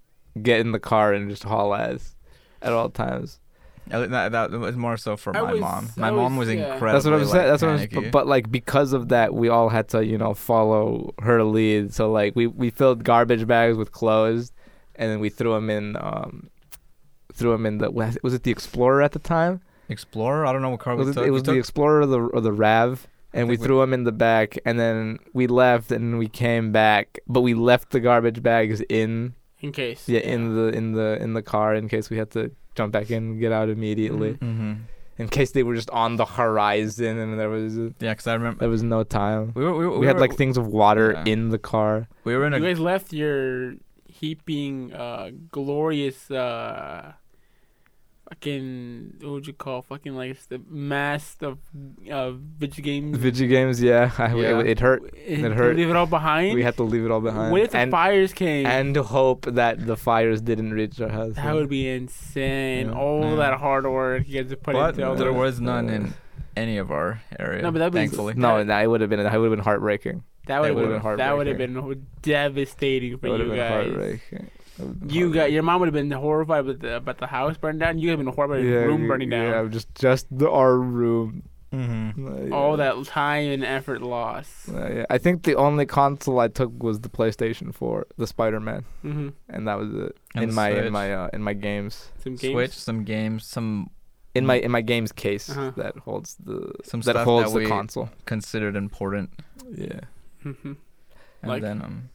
Speaker 2: get in the car and just haul ass at all times.
Speaker 1: Uh, That, that was more so for
Speaker 4: I
Speaker 1: my
Speaker 4: was-
Speaker 1: mom.
Speaker 4: I
Speaker 1: My mom
Speaker 4: was-
Speaker 1: was
Speaker 4: yeah.
Speaker 1: incredible.
Speaker 2: That's what I'm saying. That's what I'm.
Speaker 1: panicky.
Speaker 2: But, but like because of that, we all had to you know follow her lead. So like we we filled garbage bags with clothes, and then we threw them in. Um, threw them in the was was it the Explorer at the time?
Speaker 1: Explorer. I don't know what car
Speaker 2: Was
Speaker 1: we
Speaker 2: it,
Speaker 1: took.
Speaker 2: it was
Speaker 1: we
Speaker 2: the
Speaker 1: took-
Speaker 2: Explorer or the or the Rav,
Speaker 1: think
Speaker 2: and we
Speaker 1: we-
Speaker 2: threw them in the back, and then we left, and we came back, but we left the garbage bags in
Speaker 4: In case.
Speaker 2: yeah in the in the in the car in case we had to jump back in and get out immediately.
Speaker 1: Mhm.
Speaker 2: in case they were just on the horizon and there was
Speaker 1: Yeah, because I remember
Speaker 2: there was no time.
Speaker 1: we were, we, were,
Speaker 2: We had
Speaker 1: were-
Speaker 2: like things of water
Speaker 1: Yeah.
Speaker 2: in the car.
Speaker 1: we were in
Speaker 4: You
Speaker 1: a
Speaker 4: guys left your heaping uh, glorious uh, fucking what would you call fucking like it's the mass of uh, video games.
Speaker 2: Video games, yeah, I,
Speaker 1: Yeah.
Speaker 2: It, it hurt.
Speaker 4: and
Speaker 2: It
Speaker 4: to
Speaker 2: hurt.
Speaker 4: Leave it all behind.
Speaker 2: We had to leave it all behind.
Speaker 4: What if the
Speaker 2: and,
Speaker 4: fires came?
Speaker 2: and hope that the fires didn't reach our house.
Speaker 4: that would be insane.
Speaker 2: Yeah.
Speaker 4: All
Speaker 1: Yeah.
Speaker 4: that hard work you guys have put
Speaker 1: but
Speaker 4: into. all
Speaker 1: there
Speaker 4: this.
Speaker 1: was none in any of our area.
Speaker 4: No, but that was-
Speaker 1: thankfully.
Speaker 2: no, that would have been that would have been heartbreaking.
Speaker 4: that would
Speaker 2: would've
Speaker 4: have
Speaker 2: been
Speaker 4: been that would have
Speaker 2: heartbreaking.
Speaker 4: been devastating
Speaker 2: That
Speaker 4: for
Speaker 2: would have
Speaker 4: you
Speaker 2: been
Speaker 4: guys.
Speaker 2: heartbreaking. That would've been
Speaker 4: You got
Speaker 2: heartbreaking.
Speaker 4: your mom would have been horrified about the about the house burning down. You would have been horrified about the room burning down.
Speaker 2: Yeah, just just the our room.
Speaker 1: Mm-hmm.
Speaker 2: Uh,
Speaker 4: all
Speaker 2: yeah.
Speaker 4: that time and effort lost.
Speaker 2: Uh, yeah. I think the only console I took was the PlayStation 4, the Spider-Man,
Speaker 4: hmm
Speaker 2: and that was it.
Speaker 1: And
Speaker 2: in
Speaker 1: the
Speaker 2: my in
Speaker 1: Switch.
Speaker 2: my uh, in my games
Speaker 4: Some games.
Speaker 1: Switch, some games, some
Speaker 2: in my in my games case
Speaker 4: Mm. Uh-huh.
Speaker 2: that holds the
Speaker 1: some
Speaker 2: that
Speaker 1: stuff
Speaker 2: holds
Speaker 1: that
Speaker 2: the
Speaker 1: we
Speaker 2: console.
Speaker 1: considered important,
Speaker 2: Yeah.
Speaker 4: Mhm.
Speaker 1: and
Speaker 4: Like-
Speaker 1: then um,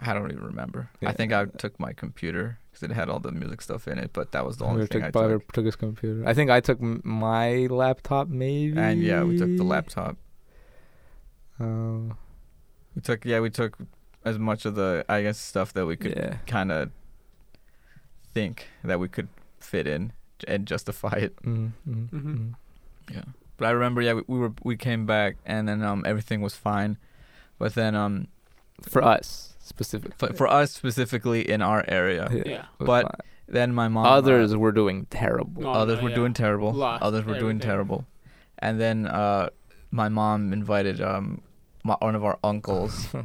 Speaker 1: I don't even remember.
Speaker 2: Yeah.
Speaker 1: I think I took my computer because it had all the music stuff in it, but that was the only
Speaker 2: We
Speaker 1: thing
Speaker 2: took,
Speaker 1: I
Speaker 2: Butter
Speaker 1: took.
Speaker 2: took his computer. I think I took m- my laptop maybe.
Speaker 1: And yeah, we took the laptop.
Speaker 2: Um,
Speaker 1: We took yeah, we took as much of the I guess stuff that we could
Speaker 2: yeah.
Speaker 1: kind of think that we could fit in j- and justify it.
Speaker 2: mm mm,
Speaker 4: Mhm.
Speaker 2: mm.
Speaker 1: Yeah. But I remember, yeah, we, we were we came back and then um everything was fine, but then um
Speaker 2: For us specifically.
Speaker 1: for, for us specifically in our area,
Speaker 2: Yeah.
Speaker 4: Yeah.
Speaker 2: was
Speaker 1: But
Speaker 2: fine.
Speaker 1: then my mom uh,
Speaker 2: others were doing terrible.
Speaker 4: No,
Speaker 1: others
Speaker 4: no,
Speaker 1: were
Speaker 4: yeah.
Speaker 1: doing terrible,
Speaker 4: Lost
Speaker 1: others were doing
Speaker 4: everything.
Speaker 1: terrible, and then uh my mom invited um my, one of our uncles
Speaker 2: Oh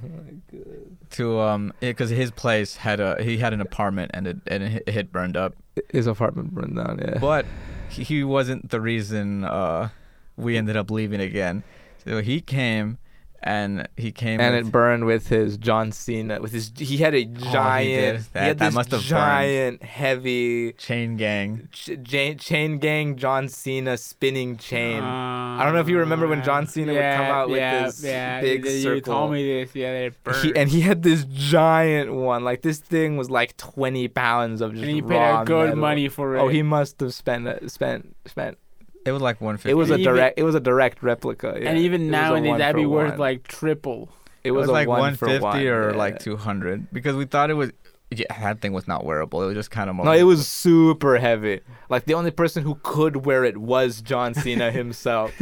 Speaker 1: to um because his place had a he had an apartment and it and it had burned up,
Speaker 2: His apartment burned down. Yeah.
Speaker 1: but he- he wasn't the reason uh, we ended up leaving again. So he came, and he came,
Speaker 2: and
Speaker 1: with-
Speaker 2: it burned with his John Cena. With his, he had a giant, he,
Speaker 1: did. That-
Speaker 2: had
Speaker 1: that
Speaker 2: this
Speaker 1: must have burned.
Speaker 2: giant, heavy
Speaker 1: chain gang.
Speaker 2: ch- ja- chain gang John Cena spinning chain.
Speaker 3: Ah,
Speaker 2: I don't know if you remember when John Cena would come out with this big
Speaker 4: you, You
Speaker 2: circle.
Speaker 4: told me this. Yeah, they burned.
Speaker 2: he, and he had this giant one. Like this thing was like twenty pounds of just
Speaker 4: And he paid
Speaker 2: raw
Speaker 4: out good
Speaker 2: metal.
Speaker 4: money for it.
Speaker 2: Oh, he must have spent uh, spent spent.
Speaker 1: It was like one fifty.
Speaker 2: It was a
Speaker 4: And even-
Speaker 2: direct. It was a direct replica. yeah.
Speaker 4: and
Speaker 2: It
Speaker 4: even
Speaker 2: was
Speaker 4: now
Speaker 2: a
Speaker 4: and then
Speaker 2: one
Speaker 4: that'd
Speaker 2: for
Speaker 4: be worth
Speaker 2: one.
Speaker 4: like triple.
Speaker 2: It was, a
Speaker 1: like
Speaker 2: one for
Speaker 1: fifty
Speaker 2: one,
Speaker 1: or
Speaker 2: yeah.
Speaker 1: like two hundred because we thought it was. Yeah, that thing was not wearable. It was just kind of
Speaker 2: No, it was super heavy. Like the only person who could wear it was John Cena himself.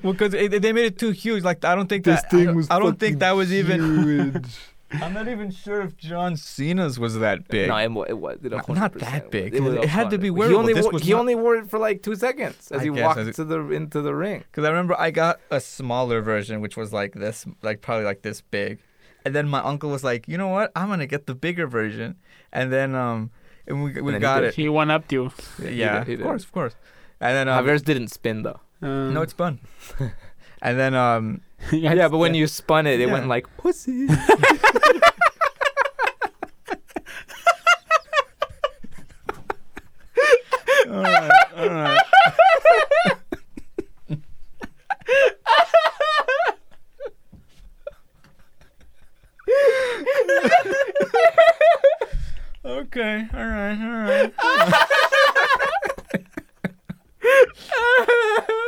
Speaker 1: because they made it too huge. Like I don't think that I don't, I don't think that was even. I'm not even sure if John Cena's was that big.
Speaker 2: No, it, wa- it was it
Speaker 1: Not-
Speaker 2: 100%
Speaker 1: not that big.
Speaker 2: was
Speaker 1: It had to be
Speaker 2: 100%.
Speaker 1: wearable.
Speaker 2: He only
Speaker 1: This
Speaker 2: wore,
Speaker 1: was
Speaker 2: he
Speaker 1: not-
Speaker 2: only wore it for like two seconds as
Speaker 1: I
Speaker 2: he
Speaker 1: guess,
Speaker 2: walked
Speaker 1: as it-
Speaker 2: to the into the ring.
Speaker 1: Because I remember I got a smaller version, which was like this, like probably like this big. And then my uncle was like, you know what? I'm gonna get the bigger version. And then um, and we we
Speaker 2: then he
Speaker 1: got
Speaker 2: did.
Speaker 1: it.
Speaker 4: He won up to.
Speaker 1: Yeah,
Speaker 2: he did, he
Speaker 1: of
Speaker 2: did.
Speaker 1: course, of course. And then um,
Speaker 2: Javier's didn't spin though.
Speaker 4: Um,
Speaker 1: no, it's fun. and then um,
Speaker 4: yeah,
Speaker 2: Yeah, but when you spun it, it
Speaker 1: Yeah.
Speaker 2: went like pussy.
Speaker 1: all right, all right. okay, all right, all right.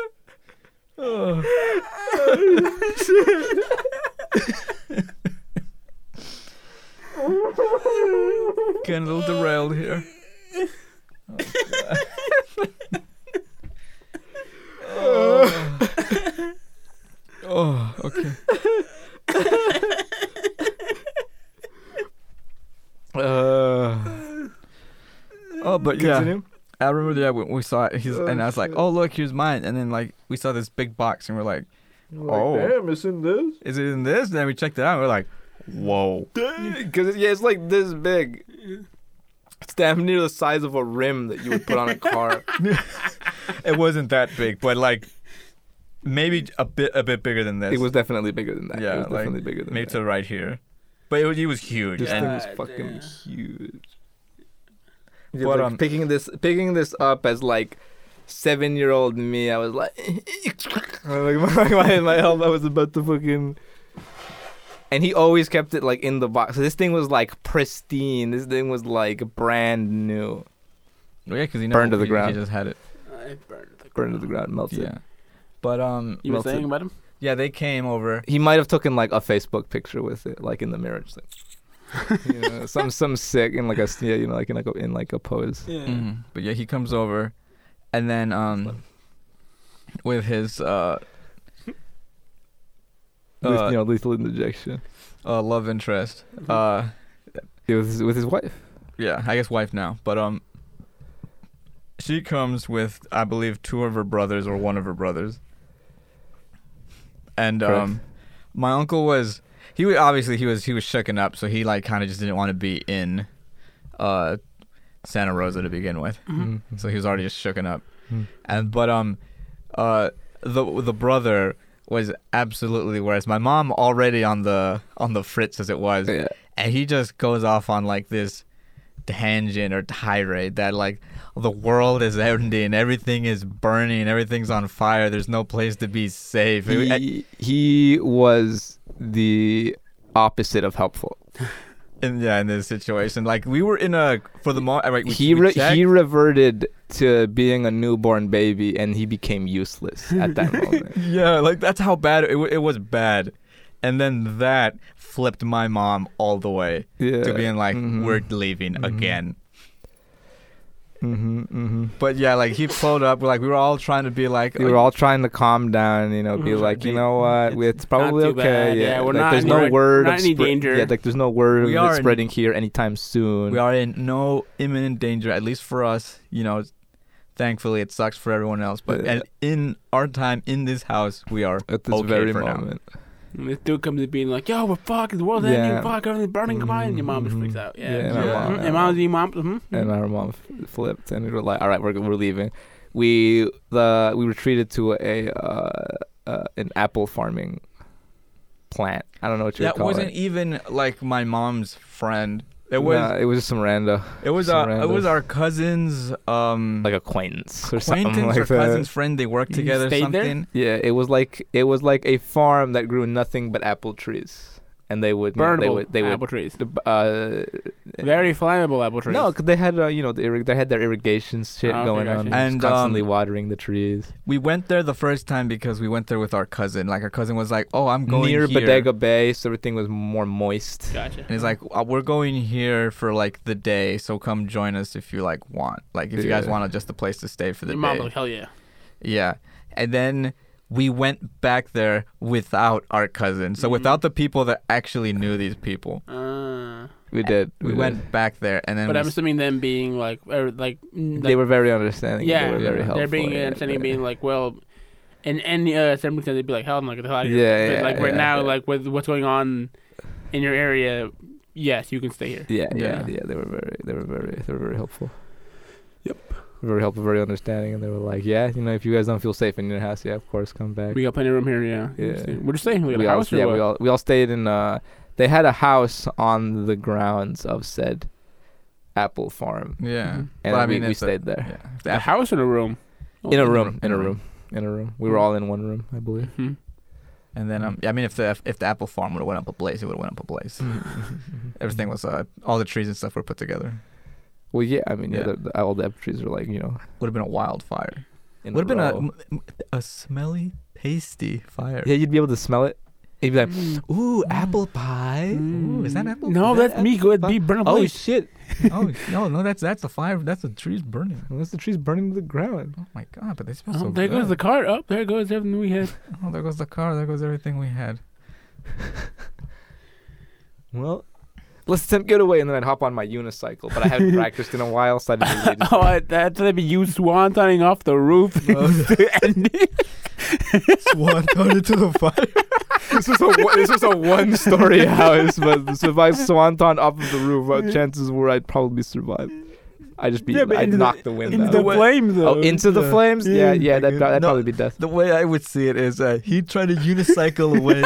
Speaker 1: Getting a little derailed here. Oh, okay.
Speaker 2: Uh,
Speaker 1: Oh, but yeah,
Speaker 2: continue.
Speaker 1: I remember that when we saw it, he's,
Speaker 2: Oh,
Speaker 1: and I was like,
Speaker 2: shit.
Speaker 1: "Oh, look, here's mine." And then like we saw this big box, and we're like, Oh.
Speaker 2: damn, it's in this.
Speaker 1: "Is it in this?" And then we checked it out, and we're like, "Whoa!"
Speaker 2: Because yeah, it's like this big. It's damn near the size of a rim that you would put on a car.
Speaker 1: It wasn't that big, but like maybe a bit, a bit bigger than this.
Speaker 2: it was definitely bigger than that.
Speaker 1: Yeah,
Speaker 2: it was
Speaker 1: like,
Speaker 2: definitely bigger than
Speaker 1: maybe
Speaker 2: that.
Speaker 1: to right here, but it was, he was huge.
Speaker 2: This
Speaker 1: and
Speaker 2: thing was
Speaker 4: God
Speaker 2: fucking
Speaker 4: damn.
Speaker 2: huge.
Speaker 1: But,
Speaker 2: but
Speaker 1: um,
Speaker 2: picking this picking this up as like seven year old me, I was like, like my, my my elbow was about to fucking. And he always kept it like in the box. So this thing was like pristine. This thing was like brand new.
Speaker 1: yeah, because he never-
Speaker 2: Burned to the
Speaker 1: he- He
Speaker 2: ground.
Speaker 1: just had it.
Speaker 4: I burned the
Speaker 2: burned to the ground, melted.
Speaker 1: Yeah. But um,
Speaker 4: You were
Speaker 2: Melted.
Speaker 4: saying about him?
Speaker 1: yeah, they came over.
Speaker 2: He might have taken like a Facebook picture with it, like in the mirror, just like, you know, some some sick in like a yeah, you know, like in like a, in like a pose.
Speaker 4: Yeah.
Speaker 1: Mhm. But yeah, he comes over, and then um, with his uh,
Speaker 2: Leth-
Speaker 1: Uh,
Speaker 2: you know, lethal injection.
Speaker 1: uh love interest,
Speaker 2: Mm-hmm.
Speaker 1: uh,
Speaker 2: It was with his wife.
Speaker 1: yeah, I guess wife now, but um, she comes with I believe two of her brothers or one of her brothers, and
Speaker 2: Correct.
Speaker 1: um, my uncle was he wa obviously he was he was shooken up, so he like kind of just didn't want to be in, uh, Santa Rosa to begin with.
Speaker 4: Mhm.
Speaker 2: Mm.
Speaker 1: so he was already just shooken up.
Speaker 2: Hmm.
Speaker 1: And but um, uh, the the brother was absolutely whereas my mom already on the on the fritz as it was,
Speaker 2: Yeah.
Speaker 1: and he just goes off on like this tangent or tirade that like the world is ending, everything is burning, everything's on fire. There's no place to be safe. And-
Speaker 2: He, he was the opposite of helpful.
Speaker 1: and- yeah, in this situation, like we were in a for the moment. Right, we,
Speaker 2: he
Speaker 1: we
Speaker 2: re-
Speaker 1: checked-
Speaker 2: he reverted to being a newborn baby, and he became useless at that moment.
Speaker 1: Yeah, like that's how bad it, w- it was bad. And then that flipped my mom all the way
Speaker 2: Yeah.
Speaker 1: to being like,
Speaker 2: Mhm.
Speaker 1: we're leaving
Speaker 2: Mhm.
Speaker 1: again.
Speaker 2: Mhm, mhm.
Speaker 1: But yeah, like he pulled up. We're like, we were all trying to be like,
Speaker 2: We were all trying to calm down, you know, be
Speaker 4: Mhm.
Speaker 2: like, you
Speaker 1: Be-
Speaker 2: know what, it's, probably
Speaker 4: too
Speaker 2: okay.
Speaker 4: bad,
Speaker 2: Yeah,
Speaker 4: yeah, we're
Speaker 2: like,
Speaker 4: not
Speaker 2: there's
Speaker 4: in-
Speaker 2: no
Speaker 4: we're
Speaker 2: word
Speaker 4: not
Speaker 2: of
Speaker 4: in any
Speaker 2: spread-
Speaker 4: danger.
Speaker 2: Yeah, like there's no word
Speaker 1: We
Speaker 2: of
Speaker 1: are
Speaker 2: it
Speaker 1: in-
Speaker 2: spreading here anytime soon.
Speaker 1: we are in no imminent danger, at least for us. You know, thankfully it sucks for everyone else. But
Speaker 2: Yeah.
Speaker 1: and in our time in this house, we are.
Speaker 2: at this
Speaker 1: okay
Speaker 2: very
Speaker 1: for now.
Speaker 2: moment.
Speaker 4: And this dude comes in being like, "Yo, we're fucked. The world's
Speaker 2: Yeah.
Speaker 4: ending. Fuck, everything's burning. Come on!" And your mom just
Speaker 2: Mhm.
Speaker 4: freaks out. Yeah.
Speaker 2: Yeah,
Speaker 1: and our mom-
Speaker 4: Mhm. Your mom's your mom. mhm.
Speaker 2: And
Speaker 1: Hmm.
Speaker 2: our mom f- flipped, and we were like, all right, we're we're leaving. We the we retreated to a uh, uh, an apple farming plant. I don't know what you
Speaker 1: That
Speaker 2: would call
Speaker 1: wasn't
Speaker 2: it.
Speaker 1: even like my mom's friend. It was
Speaker 2: Nah, it was just some rando,
Speaker 1: it was
Speaker 2: some
Speaker 1: uh, it
Speaker 2: random-
Speaker 1: was our cousin's um
Speaker 2: like acquaintance or something
Speaker 1: acquaintance
Speaker 2: like
Speaker 1: or
Speaker 2: that.
Speaker 1: cousin's friend. They worked
Speaker 4: You
Speaker 1: together.
Speaker 4: stayed there?
Speaker 1: Something.
Speaker 2: Yeah, it was like it was like a farm that grew nothing but apple trees, and they would
Speaker 4: Burnable
Speaker 2: they would they would
Speaker 4: apple trees.
Speaker 2: uh,
Speaker 4: Very flammable apple trees.
Speaker 2: no, 'cause they had uh, you know the irrig- they had their irrigation shit
Speaker 4: Oh, okay,
Speaker 2: going
Speaker 4: gotcha.
Speaker 2: on,
Speaker 1: Ah, And,
Speaker 2: and constantly
Speaker 1: um,
Speaker 2: watering the trees
Speaker 1: We went there the first time because we went there with our cousin. Like our cousin was like, "Oh, I'm going
Speaker 2: near
Speaker 1: here."
Speaker 2: Bodega Bay, so everything was more moist.
Speaker 4: Gotcha.
Speaker 1: And he's like, "Uh, "We're going here for like the day, so come join us if you like want. Like if you guys
Speaker 2: Yeah.
Speaker 1: want just a place to stay for the
Speaker 4: your mom's
Speaker 1: day."
Speaker 4: like, "Hell yeah."
Speaker 1: Yeah. And then we went back there without our cousin, so
Speaker 4: Mhm.
Speaker 1: without the people that actually knew these people.
Speaker 4: Uh,
Speaker 2: We did.
Speaker 1: We
Speaker 2: did.
Speaker 1: went back there, and then
Speaker 4: but
Speaker 1: we
Speaker 4: I'm
Speaker 1: s-
Speaker 4: assuming them being like, er, like, mm,
Speaker 2: They
Speaker 4: like-
Speaker 2: were very understanding.
Speaker 4: yeah,
Speaker 2: they were very helpful.
Speaker 4: they're being
Speaker 2: yeah,
Speaker 4: understanding,
Speaker 2: they-
Speaker 4: being like, well, in any uh, circumstance, they'd be like, hell, no, get the hell out of here.
Speaker 2: Yeah,
Speaker 4: But,
Speaker 2: yeah,
Speaker 4: like right
Speaker 2: yeah,
Speaker 4: now,
Speaker 2: yeah.
Speaker 4: like with what's going on in your area, yes, you can stay here.
Speaker 2: Yeah, yeah,
Speaker 1: Yeah.
Speaker 2: yeah. They were very, they were very, they were very helpful. Yep. Very helpful, very understanding, and they were like, "Yeah, you know, if you guys don't feel safe in your house, yeah, of course, come back."
Speaker 4: We got plenty of room here. Yeah,
Speaker 2: Yeah.
Speaker 4: We're just staying. We got a
Speaker 2: all,
Speaker 4: house. or
Speaker 2: yeah,
Speaker 4: what?
Speaker 2: we all we all stayed in. Uh, they had a house on the grounds of said apple farm,
Speaker 1: yeah.
Speaker 4: Mhm.
Speaker 2: and
Speaker 1: Well, I
Speaker 2: we,
Speaker 1: mean,
Speaker 2: we
Speaker 1: it's a-
Speaker 2: stayed there
Speaker 1: yeah.
Speaker 4: a house Oh, in a room. Mm-hmm.
Speaker 2: in a room, in a room, in a room. We were all in one room, I believe.
Speaker 3: Hmm.
Speaker 4: Mhm.
Speaker 1: And then, um, yeah, I mean, if the if, if the apple farm would have went up a blaze, it would have went up a blaze. Everything was uh, all the trees and stuff were put together.
Speaker 2: Well, yeah, I mean, yeah,
Speaker 1: Yeah.
Speaker 2: the, the, all the apple trees were like, you know,
Speaker 1: Would have been a wildfire.
Speaker 2: in
Speaker 1: Would have been a,
Speaker 2: row.
Speaker 1: m- m- a smelly, pasty fire.
Speaker 2: yeah, you'd be able to smell it. You'd be like,
Speaker 1: Ooh, apple pie. Ooh, is that
Speaker 4: Mm.
Speaker 1: apple?
Speaker 4: No,
Speaker 1: is that
Speaker 4: that's me.
Speaker 1: apple
Speaker 4: Good.
Speaker 1: pie?
Speaker 4: Be burn
Speaker 2: oh
Speaker 4: place.
Speaker 2: shit,
Speaker 1: oh no, no, that's that's the fire. That's the trees burning.
Speaker 2: unless the tree's burning to the ground.
Speaker 1: Oh my god, but they smell
Speaker 3: Um,
Speaker 1: so
Speaker 4: Oh, there
Speaker 1: good.
Speaker 4: goes the cart. Up there goes everything we had.
Speaker 1: oh, there goes the car. There goes everything we had.
Speaker 2: Well, let's attempt getaway, and then I'd hop on my unicycle, but I hadn't practiced in a while, so I didn't. Really
Speaker 4: oh, I- that's gonna be you swantoning off the roof. and
Speaker 1: Swan turned into the fire.
Speaker 2: this was a one- this was a one story house, but so if I swanton off of the roof, uh, chances were I'd probably survive. I just be
Speaker 4: Yeah, but
Speaker 2: I
Speaker 4: into the-
Speaker 2: knocked the, wind
Speaker 4: into
Speaker 2: out.
Speaker 4: the flames.
Speaker 2: oh, into the flames? Yeah, yeah, that'd, pro- that'd
Speaker 1: No.
Speaker 2: probably be death.
Speaker 1: The way I would see it is uh, he'd try to unicycle away,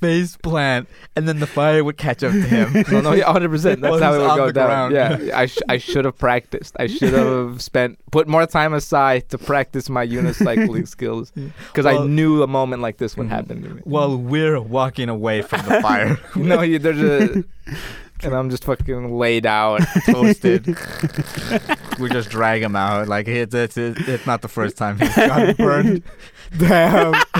Speaker 1: face plant, and then the fire would catch up to him.
Speaker 2: No, no, yeah, 100. percent That's
Speaker 1: While
Speaker 2: how it
Speaker 1: he's
Speaker 2: would
Speaker 1: on
Speaker 2: go
Speaker 1: the
Speaker 2: down.
Speaker 1: ground.
Speaker 2: Yeah, I sh- I should have practiced. I should have spent put more time aside to practice my unicycling skills because I
Speaker 1: Well-
Speaker 2: knew a moment like this would
Speaker 1: Mhm.
Speaker 2: happen to me.
Speaker 1: While we're walking away from the fire,
Speaker 2: no, you, there's a, and I'm just fucking laid out.
Speaker 1: toasted. we just drag him out. Like it's it's it's it's not the first time he's gotten burned.
Speaker 2: Damn.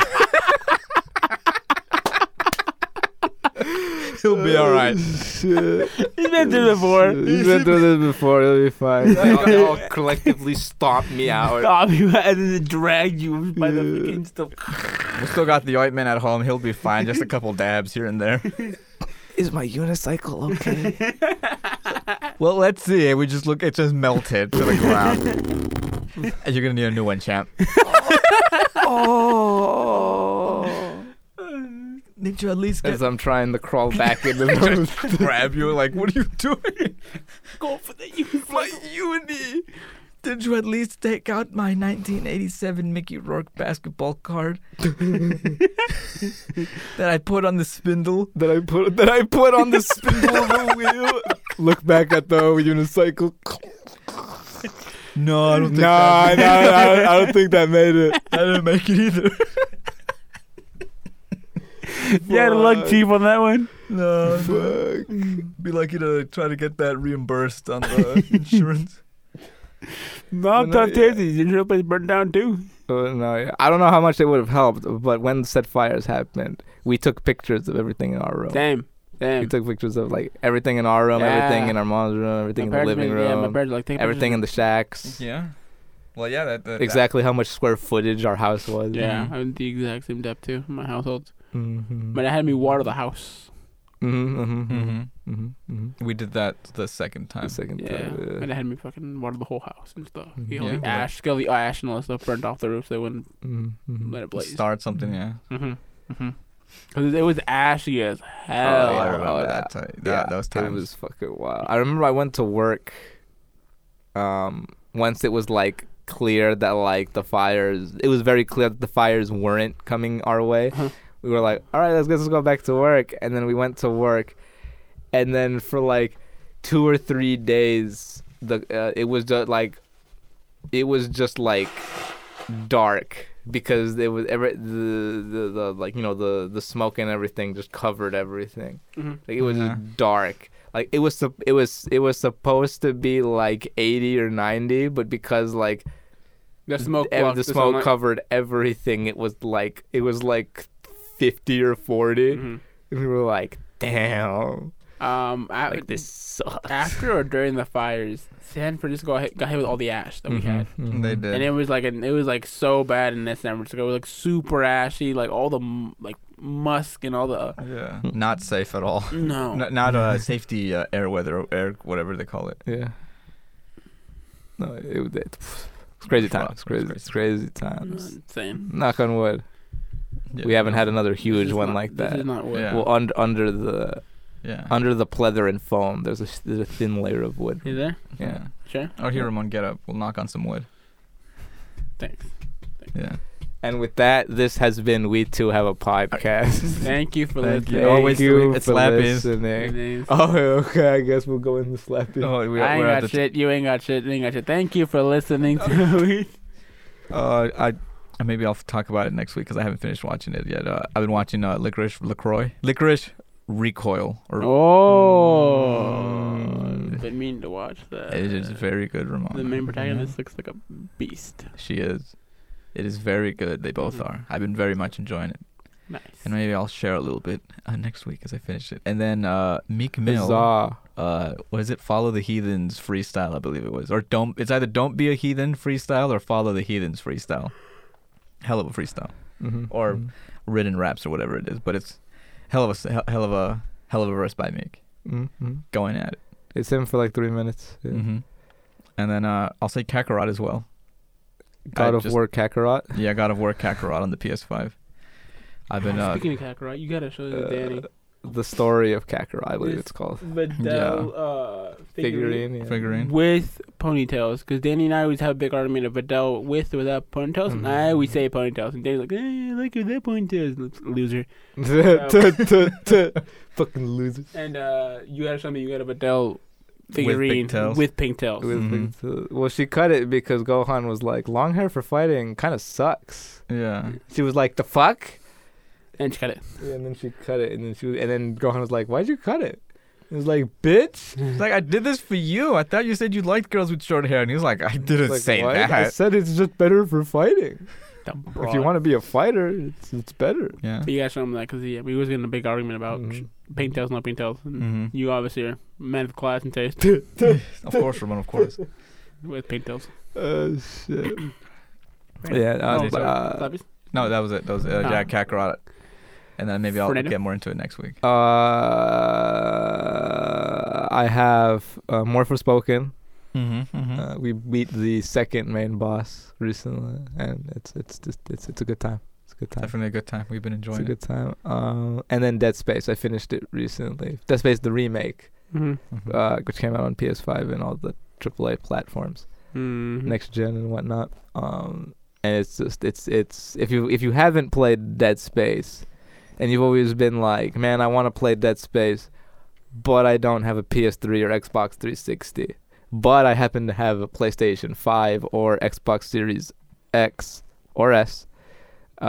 Speaker 1: He'll be all right.
Speaker 2: Shit.
Speaker 3: He's been through before.
Speaker 2: He's been through this before. He'll be fine.
Speaker 1: They all- they all
Speaker 2: collectively stomp me
Speaker 3: Stop you and then drag you by the fucking stuff.
Speaker 1: We still got the ointment at home. He'll be fine. Just a couple dabs here and there.
Speaker 2: Is my unicycle okay?
Speaker 1: Well, let's see. We just look. It just melted to the ground. And you're gonna need a new one, champ.
Speaker 2: oh.
Speaker 1: Did you at least
Speaker 2: As I'm trying to crawl back into the.
Speaker 1: grab you? Like, what are you doing?
Speaker 3: Go for the you.
Speaker 1: My uni. Did you at least take out my 1987 Mickey Rourke basketball card that I put on the spindle?
Speaker 2: That I put that I put on the spindle of the wheel. Look back at the unicycle.
Speaker 1: No, I
Speaker 2: No, no, I, I don't think that made it.
Speaker 1: I didn't make it either.
Speaker 3: Yeah, luck cheap on that one.
Speaker 1: No,
Speaker 2: Fuck.
Speaker 1: be lucky to try to get that reimbursed on the insurance.
Speaker 3: No,
Speaker 2: No,
Speaker 3: tough
Speaker 2: yeah.
Speaker 3: Tuesdays. Your shop is burned down too.
Speaker 2: Uh, no, yeah. I don't know how much they would have helped, but when set fires happened, we took pictures of everything in our room.
Speaker 3: Damn,
Speaker 2: We
Speaker 3: damn.
Speaker 2: took pictures of like everything in our room, everything
Speaker 3: Yeah.
Speaker 2: in our mom's room, everything in the living
Speaker 3: Yeah, my
Speaker 2: room,
Speaker 3: parents like take
Speaker 2: everything in the shacks.
Speaker 1: Yeah. Well, yeah, that, that
Speaker 2: Exactly how much square footage our house was.
Speaker 3: Yeah, I'm the exact same depth too. in My household,
Speaker 2: Mm-hmm.
Speaker 3: but I had me water the house.
Speaker 2: Mm-hmm.
Speaker 1: That,
Speaker 2: Mm-hmm.
Speaker 1: Mhm.
Speaker 2: Mm-hmm.
Speaker 1: We did that the second time.
Speaker 2: The second
Speaker 3: Yeah,
Speaker 2: time.
Speaker 3: and I had me fucking water the whole house and stuff.
Speaker 2: Mhm.
Speaker 3: You know,
Speaker 1: Yeah.
Speaker 3: the ash, got the ash and all that stuff burned off the roof, so they wouldn't
Speaker 2: Mm-hmm.
Speaker 3: let it blaze.
Speaker 1: Start something, yeah.
Speaker 3: Mm-hmm. Mm-hmm. Cause it was ashy as hell.
Speaker 2: Oh, yeah.
Speaker 1: I remember
Speaker 2: yeah.
Speaker 1: that time. That, those
Speaker 2: It
Speaker 1: times.
Speaker 2: was fucking wild. I remember I went to work. Um, once it was like clear that like the fires, it was very clear that the fires weren't coming our way.
Speaker 3: Uh-huh.
Speaker 2: We were like, all right, let's let's go back to work, and then we went to work, and then for like two or three days, the uh, it was just like, it was just like dark because it was every the, the the like you know the the smoke and everything just covered everything.
Speaker 3: Mhm.
Speaker 2: Like it was just
Speaker 1: Yeah.
Speaker 2: dark. Like it was sup- it was it was supposed to be like 80 or 90, but because like
Speaker 3: The smoke,
Speaker 2: ev-
Speaker 3: blocked
Speaker 2: the smoke
Speaker 3: sunlight.
Speaker 2: covered everything, it was like it was like 50 or 40.
Speaker 3: Mhm.
Speaker 2: And we were like, "Damn.
Speaker 3: Um, I,
Speaker 2: Like this sucks."
Speaker 3: after or during the fires, San Francisco got hit, got hit with all the ash that we
Speaker 2: Mm-hmm.
Speaker 3: had,
Speaker 1: Mm-hmm. They did.
Speaker 3: and it was like an, it was like so bad in that San Francisco. It was like super ashy, like all the m- like musk and all the
Speaker 1: yeah. Not safe at all.
Speaker 3: no.
Speaker 1: N- not a
Speaker 2: Mm-hmm.
Speaker 1: uh, safety uh, air weather, air whatever they call it.
Speaker 2: Yeah. No, it, it, it's crazy time.
Speaker 1: Fuck,
Speaker 2: It's crazy.
Speaker 1: it's
Speaker 2: It's crazy
Speaker 3: No,
Speaker 2: times.
Speaker 3: Insane.
Speaker 2: Knock on wood.
Speaker 1: Yeah.
Speaker 2: We haven't had another
Speaker 3: This
Speaker 2: huge
Speaker 3: is
Speaker 2: one
Speaker 3: not-
Speaker 2: like
Speaker 3: This
Speaker 2: that.
Speaker 3: is not what.
Speaker 1: Yeah.
Speaker 2: Well, under under the
Speaker 1: Yeah.
Speaker 2: under the pleather and foam there's a there's a thin layer of wood
Speaker 3: You there?
Speaker 2: yeah
Speaker 3: Sure.
Speaker 1: Out here, Ramon, get up. We'll knock on some wood.
Speaker 3: Thanks.
Speaker 1: Yeah.
Speaker 2: and with that this has been we two have a podcast
Speaker 3: Thank you for
Speaker 1: Thank
Speaker 3: listening.
Speaker 1: you. Always do it. It's slap is.
Speaker 3: Listening.
Speaker 2: oh okay i guess we'll go in the slap is.
Speaker 1: Oh, we,
Speaker 3: I ain't
Speaker 1: we're at
Speaker 3: got
Speaker 1: the
Speaker 3: shit. you ain't got shit. You ain't got shit. Thank you for listening to
Speaker 1: Uh, I uh, maybe I'll talk about it next week because I haven't finished watching it yet. Uh, I've been watching uh, Licorice Lacroix, Licorice Recoil, or
Speaker 3: Oh, been meaning to watch that.
Speaker 1: it is very good. Ramon,
Speaker 3: The main protagonist looks like a beast.
Speaker 1: she is. It is very good. They both
Speaker 3: Mhm.
Speaker 1: are. I've been very much enjoying it,
Speaker 3: Nice.
Speaker 1: and maybe I'll share a little bit uh, next week as I finish it. And then uh, Meek Mill,
Speaker 2: bizarre
Speaker 1: uh, was it Follow the Heathens freestyle? I believe it was, or don't. It's either Don't Be a Heathen freestyle or Follow the Heathens freestyle. Hell of a freestyle.
Speaker 2: mm-hmm.
Speaker 1: Or- written raps or whatever it is, but it's hell of a hell of a hell of a verse by Meek
Speaker 2: mm-hmm.
Speaker 1: going at it.
Speaker 2: it's him for like three minutes yeah.
Speaker 1: hmm And then uh, I'll say Kakarot as well.
Speaker 2: god
Speaker 1: I
Speaker 2: of
Speaker 1: just-
Speaker 2: war kakarot
Speaker 1: Yeah, God of War Kakarot on the PS5. I've been uh,
Speaker 3: Ah, Speaking of Kakarot, you gotta show this
Speaker 2: uh,
Speaker 3: to Danny.
Speaker 2: the story of kakarot i believe
Speaker 3: This-
Speaker 2: it's called
Speaker 3: Videl uh, figurine.
Speaker 2: figurine yeah.
Speaker 1: figurine.
Speaker 3: With ponytails, because Danny and I always have a big argument of Videl with or without ponytails, and I
Speaker 1: Mm-hmm.
Speaker 3: always say pigtails, and Danny's like, eh, I like it without ponytails, loser.
Speaker 2: Tuh, tuh, tuh. fucking losers
Speaker 3: And uh, you gotta show me you got a Videl
Speaker 1: big
Speaker 3: figurine
Speaker 1: tails.
Speaker 3: with pigtails.
Speaker 2: With
Speaker 1: Mhm.
Speaker 2: the- well she cut it because gohan was like long hair for fighting kind of sucks
Speaker 1: Yeah,
Speaker 2: She was like, "The fuck!"
Speaker 3: and she got it.
Speaker 2: Yeah, and then she cut it, and then she was, and then Gohan was like, "Why'd you cut it?" It's like, bitch.
Speaker 1: It's like I did this for you. I thought you said you liked girls with short hair, and he was like, I didn't
Speaker 2: Like,
Speaker 1: say
Speaker 2: "What? I
Speaker 1: that.
Speaker 2: said it's just better for fighting. If you want
Speaker 4: to.
Speaker 2: to be a fighter, it's it's better.
Speaker 1: Yeah.
Speaker 4: But you guys show him that because yeah, we was getting a big argument about
Speaker 2: Mhm.
Speaker 1: Mm-hmm.
Speaker 4: sh- paintels, no paintels. And
Speaker 1: Mhm.
Speaker 4: You obviously are man of class and taste
Speaker 1: Of course, Ramon. Of course.
Speaker 4: with paintels.
Speaker 2: Uh, shit.
Speaker 4: Right.
Speaker 2: Yeah, uh,
Speaker 1: No,
Speaker 2: but, uh,
Speaker 4: Slappies?
Speaker 1: No, that was it. That was uh,
Speaker 4: Ah.
Speaker 1: Jack Kakarot, and then maybe I'll
Speaker 4: Fernando?
Speaker 1: get more into it next week.
Speaker 2: uh, I have uh, more for spoken.
Speaker 1: Mm-hmm. mm-hmm.
Speaker 2: Uh, we beat the second main boss recently, and it's it's just it's it's a good time. It's a good time.
Speaker 1: Definitely a good time. We've been
Speaker 2: It's a
Speaker 1: enjoying it.
Speaker 2: good time. Um, and then Dead Space. I finished it recently. Dead Space, the remake,
Speaker 4: Mhm.
Speaker 1: Mhm.
Speaker 2: uh, which came out on PS5 and all the AAA platforms,
Speaker 4: Mhm.
Speaker 2: next gen and whatnot. Um, and it's just it's it's if you if you haven't played Dead Space, and you've always been like, man, I want to play Dead Space, but I don't have a PS3 or Xbox 360, but I happen to have a PlayStation 5 or Xbox Series X or S.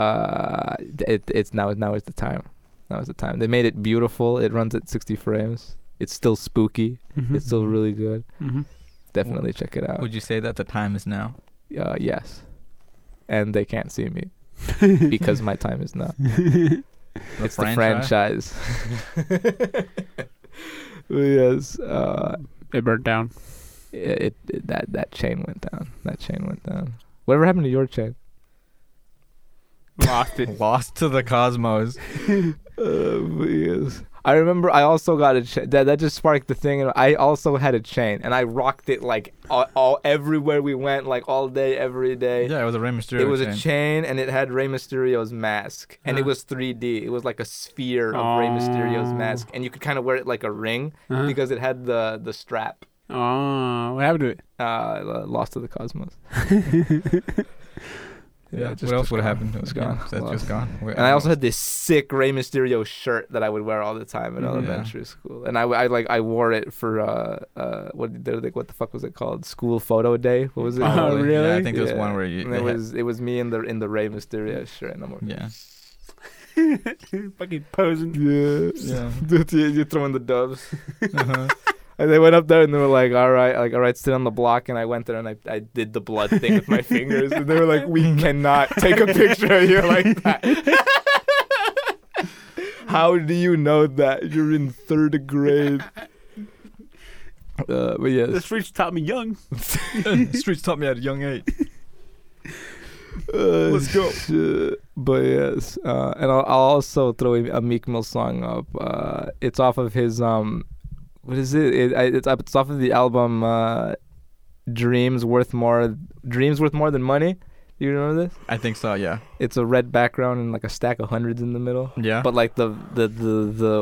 Speaker 2: Uh, it, it's now now is the time. Now is the time. They made it beautiful. It runs at 60 frames. It's still spooky.
Speaker 4: Mhm.
Speaker 2: It's still really good.
Speaker 4: Mhm.
Speaker 2: Definitely check it out.
Speaker 1: Would you say that the time is now?
Speaker 2: Uh, yes. And they can't see me because my time is now.
Speaker 1: The
Speaker 2: it's the franchise. yes. Uh,
Speaker 4: It burnt down.
Speaker 2: it, it, that that chain went down. That chain went down. Whatever happened to your chain?
Speaker 4: Lost it.
Speaker 1: Lost to the cosmos.
Speaker 2: Uh, but yes. I remember I also got a chain. That, that just sparked the thing. And I also had a chain, and I rocked it like all, all everywhere we went, like all day, every day.
Speaker 1: Yeah, it was a Rey Mysterio
Speaker 2: it was
Speaker 1: chain.
Speaker 2: a chain, and it had Rey Mysterio's mask, and it
Speaker 1: Uh-huh.
Speaker 4: Huh.
Speaker 2: was 3D. It was like a sphere of Rey Mysterio's
Speaker 4: Oh.
Speaker 2: mask, and you could kind of wear it like a ring
Speaker 4: Uh-huh.
Speaker 2: because it had the the strap.
Speaker 4: Oh, what happened to it?
Speaker 2: Uh, lo- lost to the cosmos.
Speaker 1: Yeah,
Speaker 2: it just-
Speaker 1: what else
Speaker 2: just
Speaker 1: would
Speaker 2: gone.
Speaker 1: have happened? It was
Speaker 2: Just
Speaker 1: gone.
Speaker 2: gone.
Speaker 1: That's just gone. We-
Speaker 2: And I also had this sick Rey Mysterio shirt that I would wear all the time in
Speaker 4: Mhm.
Speaker 2: elementary school, and I, I like I wore it for uh uh what did they- what the fuck was it called? School photo day? What was it?
Speaker 1: Oh,
Speaker 4: Oh,
Speaker 2: called?
Speaker 1: yeah, I
Speaker 4: really?
Speaker 1: think there's
Speaker 2: Yeah.
Speaker 1: one where you.
Speaker 2: And
Speaker 1: they
Speaker 2: it
Speaker 1: had-
Speaker 2: was it was me in the in the Rey Mysterio shirt, and I'm like,
Speaker 1: yeah.
Speaker 4: Fucking posing.
Speaker 2: Yeah.
Speaker 1: Yeah.
Speaker 2: Dude, you, you throwing the doves.
Speaker 1: Uh-huh.
Speaker 2: And they went up there and they were like, all right, like, all right, sit on the block. And I went there and I, I did the blood thing with my fingers. And they were like, we cannot take a picture of you like that. How do you know that? You're in third grade. Uh, but
Speaker 4: The
Speaker 2: yes.
Speaker 4: streets taught me young.
Speaker 1: Uh-huh. Streets taught me at a young age.
Speaker 2: Uh,
Speaker 1: Let's go.
Speaker 2: shit. But yes, uh, and I'll, I'll also throw a a Meek Mill song up. Uh, it's off of his um, what is it? it I, it's up. It's off of the album uh, "Dreams Worth More." Dreams worth more than money. Do you remember this?
Speaker 1: I think so. Yeah.
Speaker 2: It's a red background and like a stack of hundreds in the middle.
Speaker 1: Yeah.
Speaker 2: But like the the the the,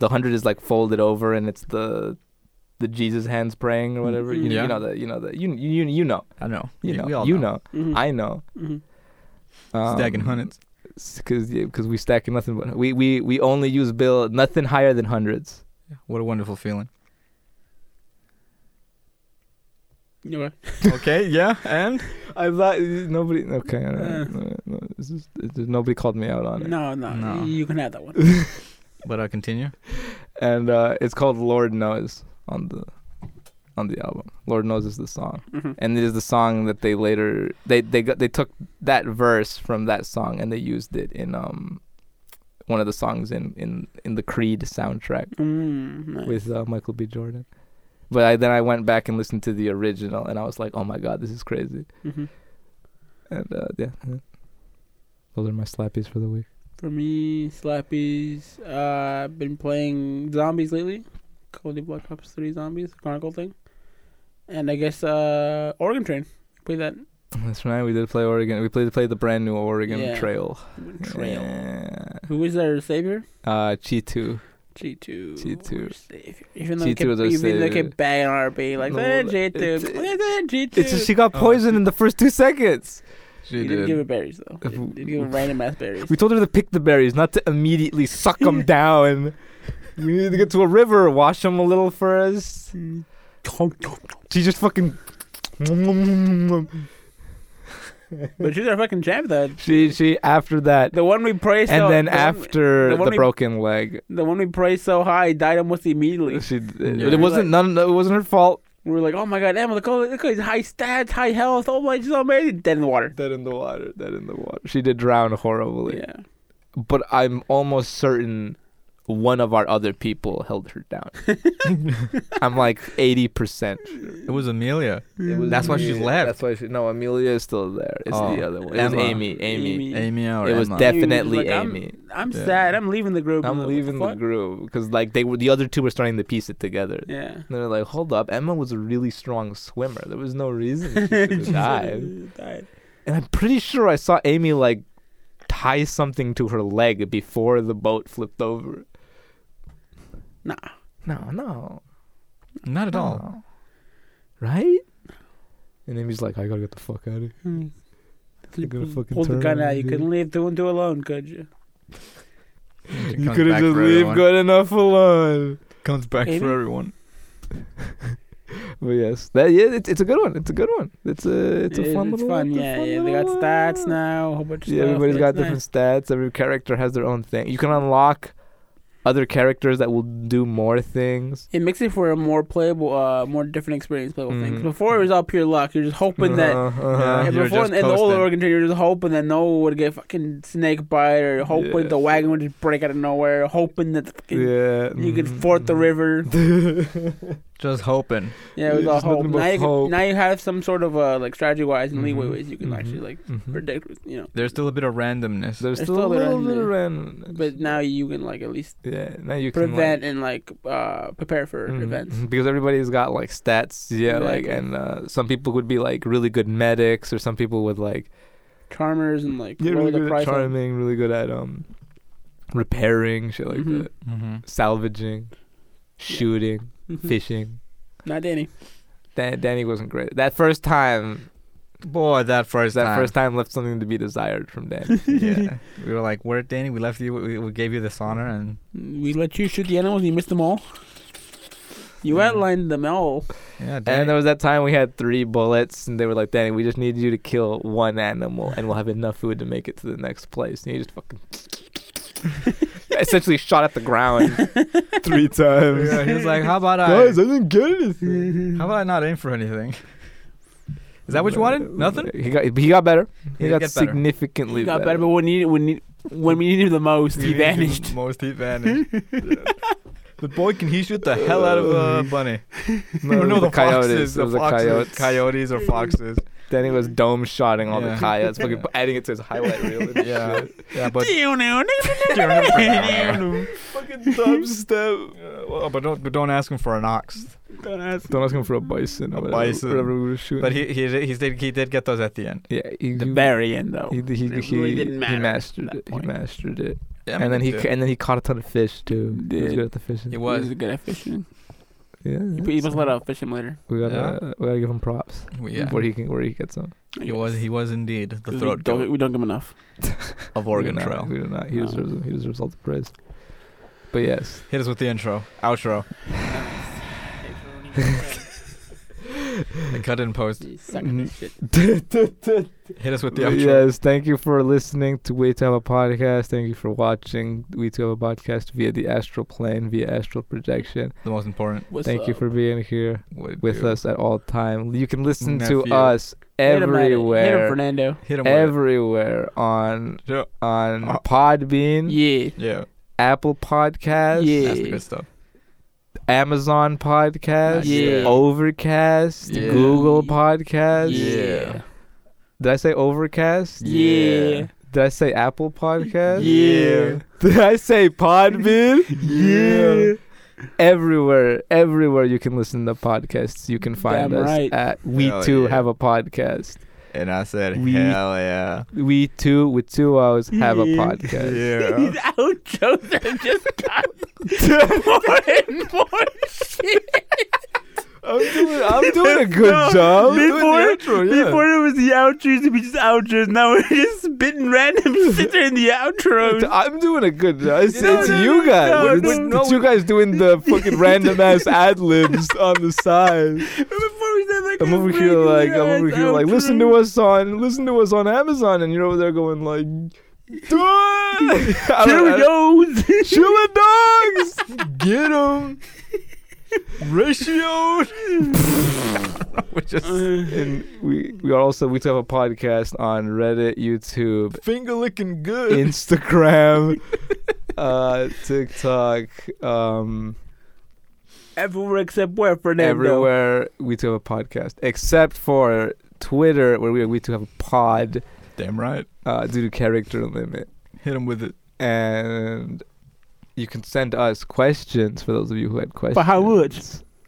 Speaker 2: the hundred is like folded over, and it's the the Jesus hands praying or whatever. You,
Speaker 1: Mm-hmm. Yeah.
Speaker 2: you know that. You know that. You you you know.
Speaker 1: I know.
Speaker 2: You
Speaker 1: We-
Speaker 2: know.
Speaker 1: We all
Speaker 2: you
Speaker 1: know.
Speaker 2: know.
Speaker 3: Mm-hmm.
Speaker 4: Mhm.
Speaker 2: I know.
Speaker 4: Mhm.
Speaker 2: Um,
Speaker 1: Stacking hundreds.
Speaker 2: because because we stacking nothing but we we we only use bill nothing higher than hundreds.
Speaker 1: What a wonderful feeling.
Speaker 4: You know what?
Speaker 1: okay. Yeah. And
Speaker 2: I thought nobody. Okay, all right. no, no, it's just, it's just nobody called me out on it.
Speaker 4: No, no,
Speaker 1: No.
Speaker 4: y- You can have that one.
Speaker 1: but I continue.
Speaker 2: And uh, it's called Lord Knows on the on the album. Lord Knows is the song,
Speaker 4: Mhm.
Speaker 2: and it is the song that they later they they got, they took that verse from that song and they used it in um one of the songs in in in the Creed soundtrack.
Speaker 4: Mm, nice.
Speaker 2: with uh, Michael B. Jordan. But I, then I went back and listened to the original, and I was like, "Oh my god, this is crazy!"
Speaker 4: Mhm.
Speaker 2: And uh, yeah, yeah. those are my slappies for the week.
Speaker 4: For me, Slappies. Uh, I've been playing zombies lately. Call of Duty Black Ops 3 Zombies, Chronicle thing. And I guess uh, Oregon Train. Play that
Speaker 2: That's right. We did play Oregon. We played played the brand new Oregon
Speaker 4: Yeah.
Speaker 2: Trail.
Speaker 4: trail.
Speaker 2: Yeah.
Speaker 4: Who is their savior?
Speaker 2: Uh, Chitu.
Speaker 4: G2.
Speaker 2: G2
Speaker 4: our savior. Even though they
Speaker 2: G2
Speaker 4: kept,
Speaker 2: is our
Speaker 4: even though they
Speaker 2: savior.
Speaker 4: kept banging on our beat, like,
Speaker 2: No,
Speaker 4: eh,
Speaker 2: it-
Speaker 4: G2.
Speaker 2: it-
Speaker 4: eh, G2.
Speaker 2: It's just, she got
Speaker 1: Oh,
Speaker 2: poisoned in the first two seconds.
Speaker 1: She
Speaker 4: you didn't give her berries, though.
Speaker 2: If-
Speaker 4: You didn't give her random ass berries.
Speaker 2: We told her to pick the berries, not to immediately suck them down. We need to get to a river, wash them a little first. She just fucking.
Speaker 3: But she's our fucking champ, though.
Speaker 2: She she after that,
Speaker 3: The one we praised.
Speaker 2: and
Speaker 3: so,
Speaker 2: then
Speaker 3: the one-
Speaker 2: after
Speaker 3: the
Speaker 2: the,
Speaker 3: one we-
Speaker 2: broken leg,
Speaker 3: the one we praised so high died almost immediately.
Speaker 2: she
Speaker 1: Yeah.
Speaker 2: it wasn't none. It wasn't her fault.
Speaker 3: We were like, oh my god, Emma, look, at- look at his high stats, high health. Oh my, she's so amazing. Dead in the water.
Speaker 2: Dead in the water. Dead in the water. She did drown horribly.
Speaker 4: Yeah.
Speaker 2: But I'm almost certain one of our other people held her down. I'm like eighty percent.
Speaker 1: It was Amelia. That's why she's
Speaker 2: Amelia.
Speaker 1: left.
Speaker 2: That's why she. No, Amelia is still there. It's
Speaker 1: Oh,
Speaker 2: the other one. It was
Speaker 1: Emma.
Speaker 2: Amy. Amy.
Speaker 4: Amy.
Speaker 1: Amy or
Speaker 2: It was
Speaker 1: Emma.
Speaker 2: dead.
Speaker 3: Amy was
Speaker 2: Definitely
Speaker 3: like, I'm-
Speaker 2: Amy.
Speaker 3: I'm,
Speaker 1: Yeah.
Speaker 3: sad. I'm leaving the group.
Speaker 2: I'm
Speaker 3: like,
Speaker 2: leaving the
Speaker 3: fuck?
Speaker 2: group because like they were the other two were starting to piece it together.
Speaker 4: Yeah.
Speaker 2: And they're like, hold up, Emma was a really strong swimmer. There was no reason she should dive.
Speaker 3: Died.
Speaker 2: And I'm pretty sure I saw Amy like tie something to her leg before the boat flipped over.
Speaker 4: Nah.
Speaker 2: No, no,
Speaker 1: Not at
Speaker 2: no.
Speaker 1: all.
Speaker 2: Right? And Amy's like, I gotta get the fuck out of here.
Speaker 4: Hmm.
Speaker 2: You're gonna fucking
Speaker 3: Pulled the
Speaker 2: turn
Speaker 3: gun
Speaker 2: on
Speaker 3: out. You
Speaker 2: me."
Speaker 3: couldn't leave two and two alone, could you?
Speaker 2: Oh. You
Speaker 1: Comes back
Speaker 2: could have just
Speaker 1: for
Speaker 2: leave
Speaker 1: everyone.
Speaker 2: good enough alone.
Speaker 1: Comes back
Speaker 3: Amy?
Speaker 1: for everyone.
Speaker 2: But yes, that yeah, it's, it's a good one. It's a good one. It's a it's a fun
Speaker 3: it's
Speaker 2: little.
Speaker 3: fun,
Speaker 2: it's a
Speaker 3: yeah,
Speaker 2: fun
Speaker 3: yeah. They got
Speaker 2: little
Speaker 3: stats
Speaker 2: one.
Speaker 3: now, a whole bunch of
Speaker 2: Yeah,
Speaker 3: stuff.
Speaker 2: everybody's
Speaker 3: It's
Speaker 2: got
Speaker 3: nice.
Speaker 2: different stats. Every character has their own thing. You can unlock other characters that will do more things.
Speaker 3: It makes it for a more playable, uh, more different experience playable thing.
Speaker 2: Mhm.
Speaker 3: Before it was all pure luck. You're just hoping that.
Speaker 2: Uh-huh,
Speaker 1: Yeah,
Speaker 2: uh-huh.
Speaker 3: And
Speaker 1: you're
Speaker 3: before in
Speaker 1: just
Speaker 3: the old
Speaker 1: coasting.
Speaker 3: Oregon, you're just hoping that no one would get fucking snake bite, or hoping
Speaker 2: Yeah.
Speaker 3: the wagon would just break out of nowhere, hoping that the fucking
Speaker 2: yeah. Mm-hmm.
Speaker 3: you could
Speaker 2: mhm,
Speaker 3: fort the
Speaker 2: mhm.
Speaker 3: river.
Speaker 1: Just hoping.
Speaker 3: Yeah, it was
Speaker 2: Yeah,
Speaker 3: all
Speaker 2: just nothing
Speaker 3: hope.
Speaker 2: but
Speaker 3: Now you,
Speaker 2: hope.
Speaker 3: now you have some sort of uh, like strategy wise and leeway
Speaker 2: Mhm,
Speaker 3: ways you can
Speaker 2: mhm,
Speaker 3: actually like
Speaker 2: mhm.
Speaker 3: predict. You know,
Speaker 1: There's still a bit of randomness.
Speaker 2: There's
Speaker 3: There's
Speaker 2: still,
Speaker 3: still
Speaker 2: a
Speaker 3: a bit
Speaker 2: little
Speaker 3: of
Speaker 2: bit of randomness.
Speaker 3: but now you can like at least
Speaker 2: yeah, now you can
Speaker 3: prevent
Speaker 2: like,
Speaker 3: and like uh, prepare for
Speaker 2: mhm,
Speaker 3: events.
Speaker 2: mhm, because everybody's got like stats. Yeah, like
Speaker 3: Exactly.
Speaker 2: and uh, some people would be like really good medics, or some people would like
Speaker 3: Charmers and like
Speaker 2: yeah,
Speaker 3: lower
Speaker 2: really
Speaker 3: the
Speaker 2: good at
Speaker 3: price on-
Speaker 2: charming, really good at um repairing, shit like
Speaker 4: Mhm.
Speaker 2: that,
Speaker 1: mm-hmm.
Speaker 2: salvaging, shooting.
Speaker 4: Mhm.
Speaker 2: fishing.
Speaker 3: Mm-hmm. Not Danny.
Speaker 2: Mm. Dan- Danny wasn't great. That first time,
Speaker 1: Boy, that first
Speaker 2: that
Speaker 1: time.
Speaker 2: first time left something to be desired from Danny.
Speaker 1: yeah. We were like, where Danny? We left you. We, we gave you this honor, and
Speaker 4: We let you shoot the animals and you missed them all.
Speaker 2: Mm-hmm.
Speaker 3: You
Speaker 1: Mhm.
Speaker 3: outlined them all.
Speaker 1: yeah.
Speaker 2: and
Speaker 1: Danny,
Speaker 2: there was that time we had three bullets, and they were like, Danny, we just need you to kill one animal, and we'll have enough food to make it to the next place. And he just fucking. essentially shot at the ground three times.
Speaker 1: yeah, he was like, how about I?
Speaker 2: didn't get anything.
Speaker 1: How about I not aim for anything? Is that what you wanted? Nothing?
Speaker 2: He got he got better. He,
Speaker 1: did
Speaker 2: got
Speaker 1: get better.
Speaker 2: significantly
Speaker 4: He got better, but when, he, when, he, when we needed him the most, he vanished.
Speaker 1: Most he vanished. But boy, can he shoot the hell out of a bunny.
Speaker 2: No,
Speaker 1: Or
Speaker 2: it was the coyotes.
Speaker 1: foxes,
Speaker 2: It was the
Speaker 1: foxes.
Speaker 2: coyotes.
Speaker 1: Coyotes or foxes.
Speaker 2: Then he was dome shotting all
Speaker 1: Yeah.
Speaker 2: the coyotes, fucking
Speaker 1: Yeah.
Speaker 2: adding it to his highlight reel. And
Speaker 1: Yeah.
Speaker 2: shit.
Speaker 1: Yeah, but
Speaker 2: fucking dubstep.
Speaker 1: Uh, well, but don't but don't ask him for an ox.
Speaker 4: Don't ask.
Speaker 2: Don't ask him for a bison.
Speaker 1: A
Speaker 2: or
Speaker 1: bison.
Speaker 2: Whatever we were shooting.
Speaker 1: But he he did- he did he did get those at the end.
Speaker 2: yeah, he,
Speaker 4: The
Speaker 2: he-
Speaker 4: very end, though.
Speaker 2: He, he, he,
Speaker 4: It really
Speaker 2: he-
Speaker 4: didn't
Speaker 2: he
Speaker 4: matter at
Speaker 2: mastered
Speaker 4: that
Speaker 2: it.
Speaker 4: point.
Speaker 2: He mastered it.
Speaker 1: Yeah, I mean,
Speaker 2: and then he
Speaker 1: did.
Speaker 2: ca- and then he caught a ton of fish too. He was
Speaker 4: Did.
Speaker 2: good at the
Speaker 1: It
Speaker 2: fishing.
Speaker 4: He
Speaker 1: was.
Speaker 4: good at fishing.
Speaker 2: Yeah.
Speaker 4: He, he must let out fish him later.
Speaker 2: We gotta
Speaker 1: Yeah.
Speaker 2: we gotta give him props.
Speaker 1: Well, yeah.
Speaker 2: Where he can where he gets them.
Speaker 1: He was he was indeed the
Speaker 4: We
Speaker 1: throat
Speaker 4: don't,
Speaker 1: goat
Speaker 4: we don't give him enough.
Speaker 1: of Oregon
Speaker 2: we do not-
Speaker 1: Trail.
Speaker 2: We do not. He
Speaker 4: No.
Speaker 2: deserves them. He deserves all the praise. But yes.
Speaker 1: Hit us with the intro, outro, and cut in post. Hit us with the outro.
Speaker 2: Yes, thank you for listening to We To Have a Podcast. Thank you for watching We To Have a Podcast via the astral plane, via astral projection.
Speaker 1: The most important.
Speaker 4: What's
Speaker 2: thank you
Speaker 4: up?
Speaker 2: for being here
Speaker 1: would
Speaker 2: with
Speaker 1: do.
Speaker 2: us at all time. You can listen to
Speaker 1: Nephew.
Speaker 2: us
Speaker 4: Hit him, Matt. Hit him,
Speaker 2: everywhere,
Speaker 4: Fernando.
Speaker 1: Hit him. With
Speaker 2: everywhere on
Speaker 1: Yeah.
Speaker 2: on
Speaker 1: Uh,
Speaker 2: Podbean,
Speaker 4: Yeah.
Speaker 1: it. Yeah.
Speaker 2: Apple Podcasts,
Speaker 4: Yeah.
Speaker 1: That's the good stuff.
Speaker 2: Amazon Podcasts,
Speaker 4: Yeah.
Speaker 2: Overcast,
Speaker 1: Yeah.
Speaker 2: Google Podcasts.
Speaker 4: Yeah.
Speaker 2: Did I say Overcast?
Speaker 4: Yeah.
Speaker 2: Did I say Apple Podcast?
Speaker 4: Yeah.
Speaker 2: Did I say Podbean? Everywhere, everywhere you can listen to podcasts, you can find
Speaker 4: Damn
Speaker 2: us
Speaker 4: right.
Speaker 2: at We
Speaker 1: Hell
Speaker 2: Too
Speaker 1: yeah.
Speaker 2: Have a Podcast.
Speaker 1: And I said,
Speaker 2: We-
Speaker 1: hell yeah.
Speaker 2: We Too with two O's have a
Speaker 4: Yeah.
Speaker 2: podcast.
Speaker 1: Yeah.
Speaker 4: These out Joseph just got more and more shit.
Speaker 2: I'm doing, I'm doing a good job. I'm doing
Speaker 4: before-
Speaker 2: the intro, yeah.
Speaker 4: Before it was the outros, it'd be just outros. Now we're just spitting random shit in the outros.
Speaker 2: I'm doing a good job. It's,
Speaker 4: No,
Speaker 2: it's
Speaker 4: no,
Speaker 2: you
Speaker 4: no,
Speaker 2: guys.
Speaker 4: no,
Speaker 2: it's,
Speaker 4: no.
Speaker 2: it's you guys doing the fucking random ass ad libs on the side.
Speaker 4: But before we said like
Speaker 2: I'm
Speaker 4: Like he's
Speaker 2: over here
Speaker 4: breaking
Speaker 2: like
Speaker 4: your
Speaker 2: I'm over
Speaker 4: ass
Speaker 2: here
Speaker 4: out,
Speaker 2: like listen
Speaker 4: Drew.
Speaker 2: to us on listen to us on Amazon and you're over there going like I
Speaker 3: Here
Speaker 2: don't-
Speaker 3: we
Speaker 2: I-
Speaker 3: go.
Speaker 2: Chilla dogs get them ratioed
Speaker 1: Which is
Speaker 4: Uh,
Speaker 2: and we we also we have a podcast on Reddit YouTube
Speaker 1: finger licking good.
Speaker 2: Instagram uh TikTok um
Speaker 3: Everywhere except where, Fernando.
Speaker 2: everywhere we two have a podcast except for Twitter where we we two have a pod
Speaker 1: Damn right.
Speaker 2: uh, due to character limit.
Speaker 1: Hit him with it.
Speaker 2: and you can send us questions for those of you who had questions.
Speaker 3: For how much?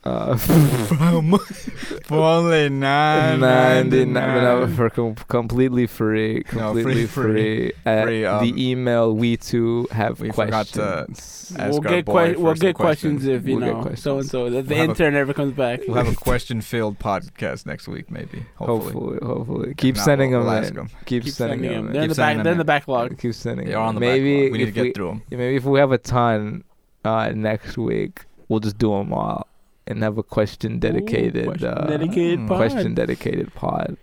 Speaker 2: Uh,
Speaker 1: For only nine
Speaker 2: ninety nine no,
Speaker 1: ninety-nine.
Speaker 2: for com- completely free,
Speaker 1: No,
Speaker 2: completely
Speaker 1: free,
Speaker 2: free, at
Speaker 1: Free, um,
Speaker 2: the email we too have
Speaker 1: we forgot
Speaker 2: questions.
Speaker 1: to ask
Speaker 4: we'll
Speaker 1: our
Speaker 4: get
Speaker 1: boy
Speaker 4: que-
Speaker 1: for
Speaker 4: we'll
Speaker 1: some
Speaker 4: get questions, if you
Speaker 2: We'll get
Speaker 4: know
Speaker 2: questions.
Speaker 4: so and so. The, the
Speaker 1: We'll have a-
Speaker 4: intern never comes back.
Speaker 1: We'll have a question-filled podcast next week, maybe. Hopefully.
Speaker 2: hopefully, hopefully.
Speaker 1: If
Speaker 2: keep
Speaker 1: not,
Speaker 2: sending
Speaker 1: we'll-
Speaker 2: them
Speaker 1: we'll
Speaker 2: in.
Speaker 1: ask 'em.
Speaker 2: Keep,
Speaker 4: Keep
Speaker 2: sending,
Speaker 4: sending them.
Speaker 2: them.
Speaker 4: They're in
Speaker 1: Keep
Speaker 4: the
Speaker 1: sending
Speaker 4: back.
Speaker 1: them
Speaker 4: They're in the backlog.
Speaker 2: in. Keep sending.
Speaker 1: They
Speaker 2: them
Speaker 1: are on the
Speaker 2: in. maybe
Speaker 1: backlog. We need to
Speaker 2: if
Speaker 1: get through them.
Speaker 2: Yeah, maybe if we have a ton uh, next week, we'll just do them all and have a question dedicated
Speaker 4: question
Speaker 2: uh,
Speaker 4: dedicated
Speaker 1: mm,
Speaker 4: pod.
Speaker 2: question dedicated pod.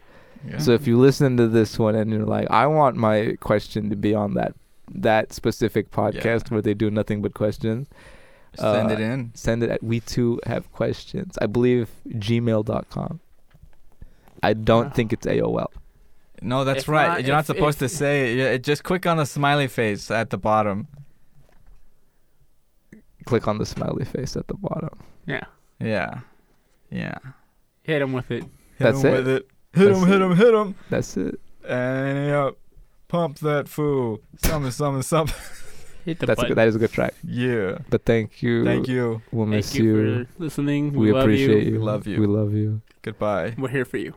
Speaker 1: Yeah.
Speaker 2: So if you listen to this one and you're like, I want my question to be on that that specific podcast where they do nothing but questions,
Speaker 1: Send
Speaker 2: uh,
Speaker 1: it in.
Speaker 2: send it at we too have questions. I believe gmail.com. I don't
Speaker 4: Yeah.
Speaker 2: think it's AOL.
Speaker 1: No, that's
Speaker 4: If
Speaker 1: right.
Speaker 4: not-
Speaker 1: You're not
Speaker 4: if-
Speaker 1: supposed
Speaker 4: if-
Speaker 1: to say it. Yeah, it- Just click on the smiley face at the bottom.
Speaker 2: Click on the smiley face at the bottom.
Speaker 4: Yeah,
Speaker 1: Yeah. Yeah.
Speaker 4: hit him with it.
Speaker 1: Hit
Speaker 2: That's
Speaker 1: 'em
Speaker 2: it.
Speaker 1: with it. Hit
Speaker 2: That's
Speaker 1: him, hit
Speaker 2: it.
Speaker 1: him, hit him.
Speaker 2: That's it.
Speaker 1: And yeah, pump that fool. Something, something, something.
Speaker 4: Hit the
Speaker 2: That's a
Speaker 4: button.
Speaker 2: good, that is a good track.
Speaker 1: Yeah.
Speaker 2: But thank you.
Speaker 1: Thank you.
Speaker 2: We'll
Speaker 4: Thank
Speaker 2: miss
Speaker 4: you for listening.
Speaker 2: We,
Speaker 4: love
Speaker 2: appreciate
Speaker 4: you.
Speaker 2: you.
Speaker 1: We love you.
Speaker 2: We love you.
Speaker 1: Goodbye.
Speaker 4: We're here for you.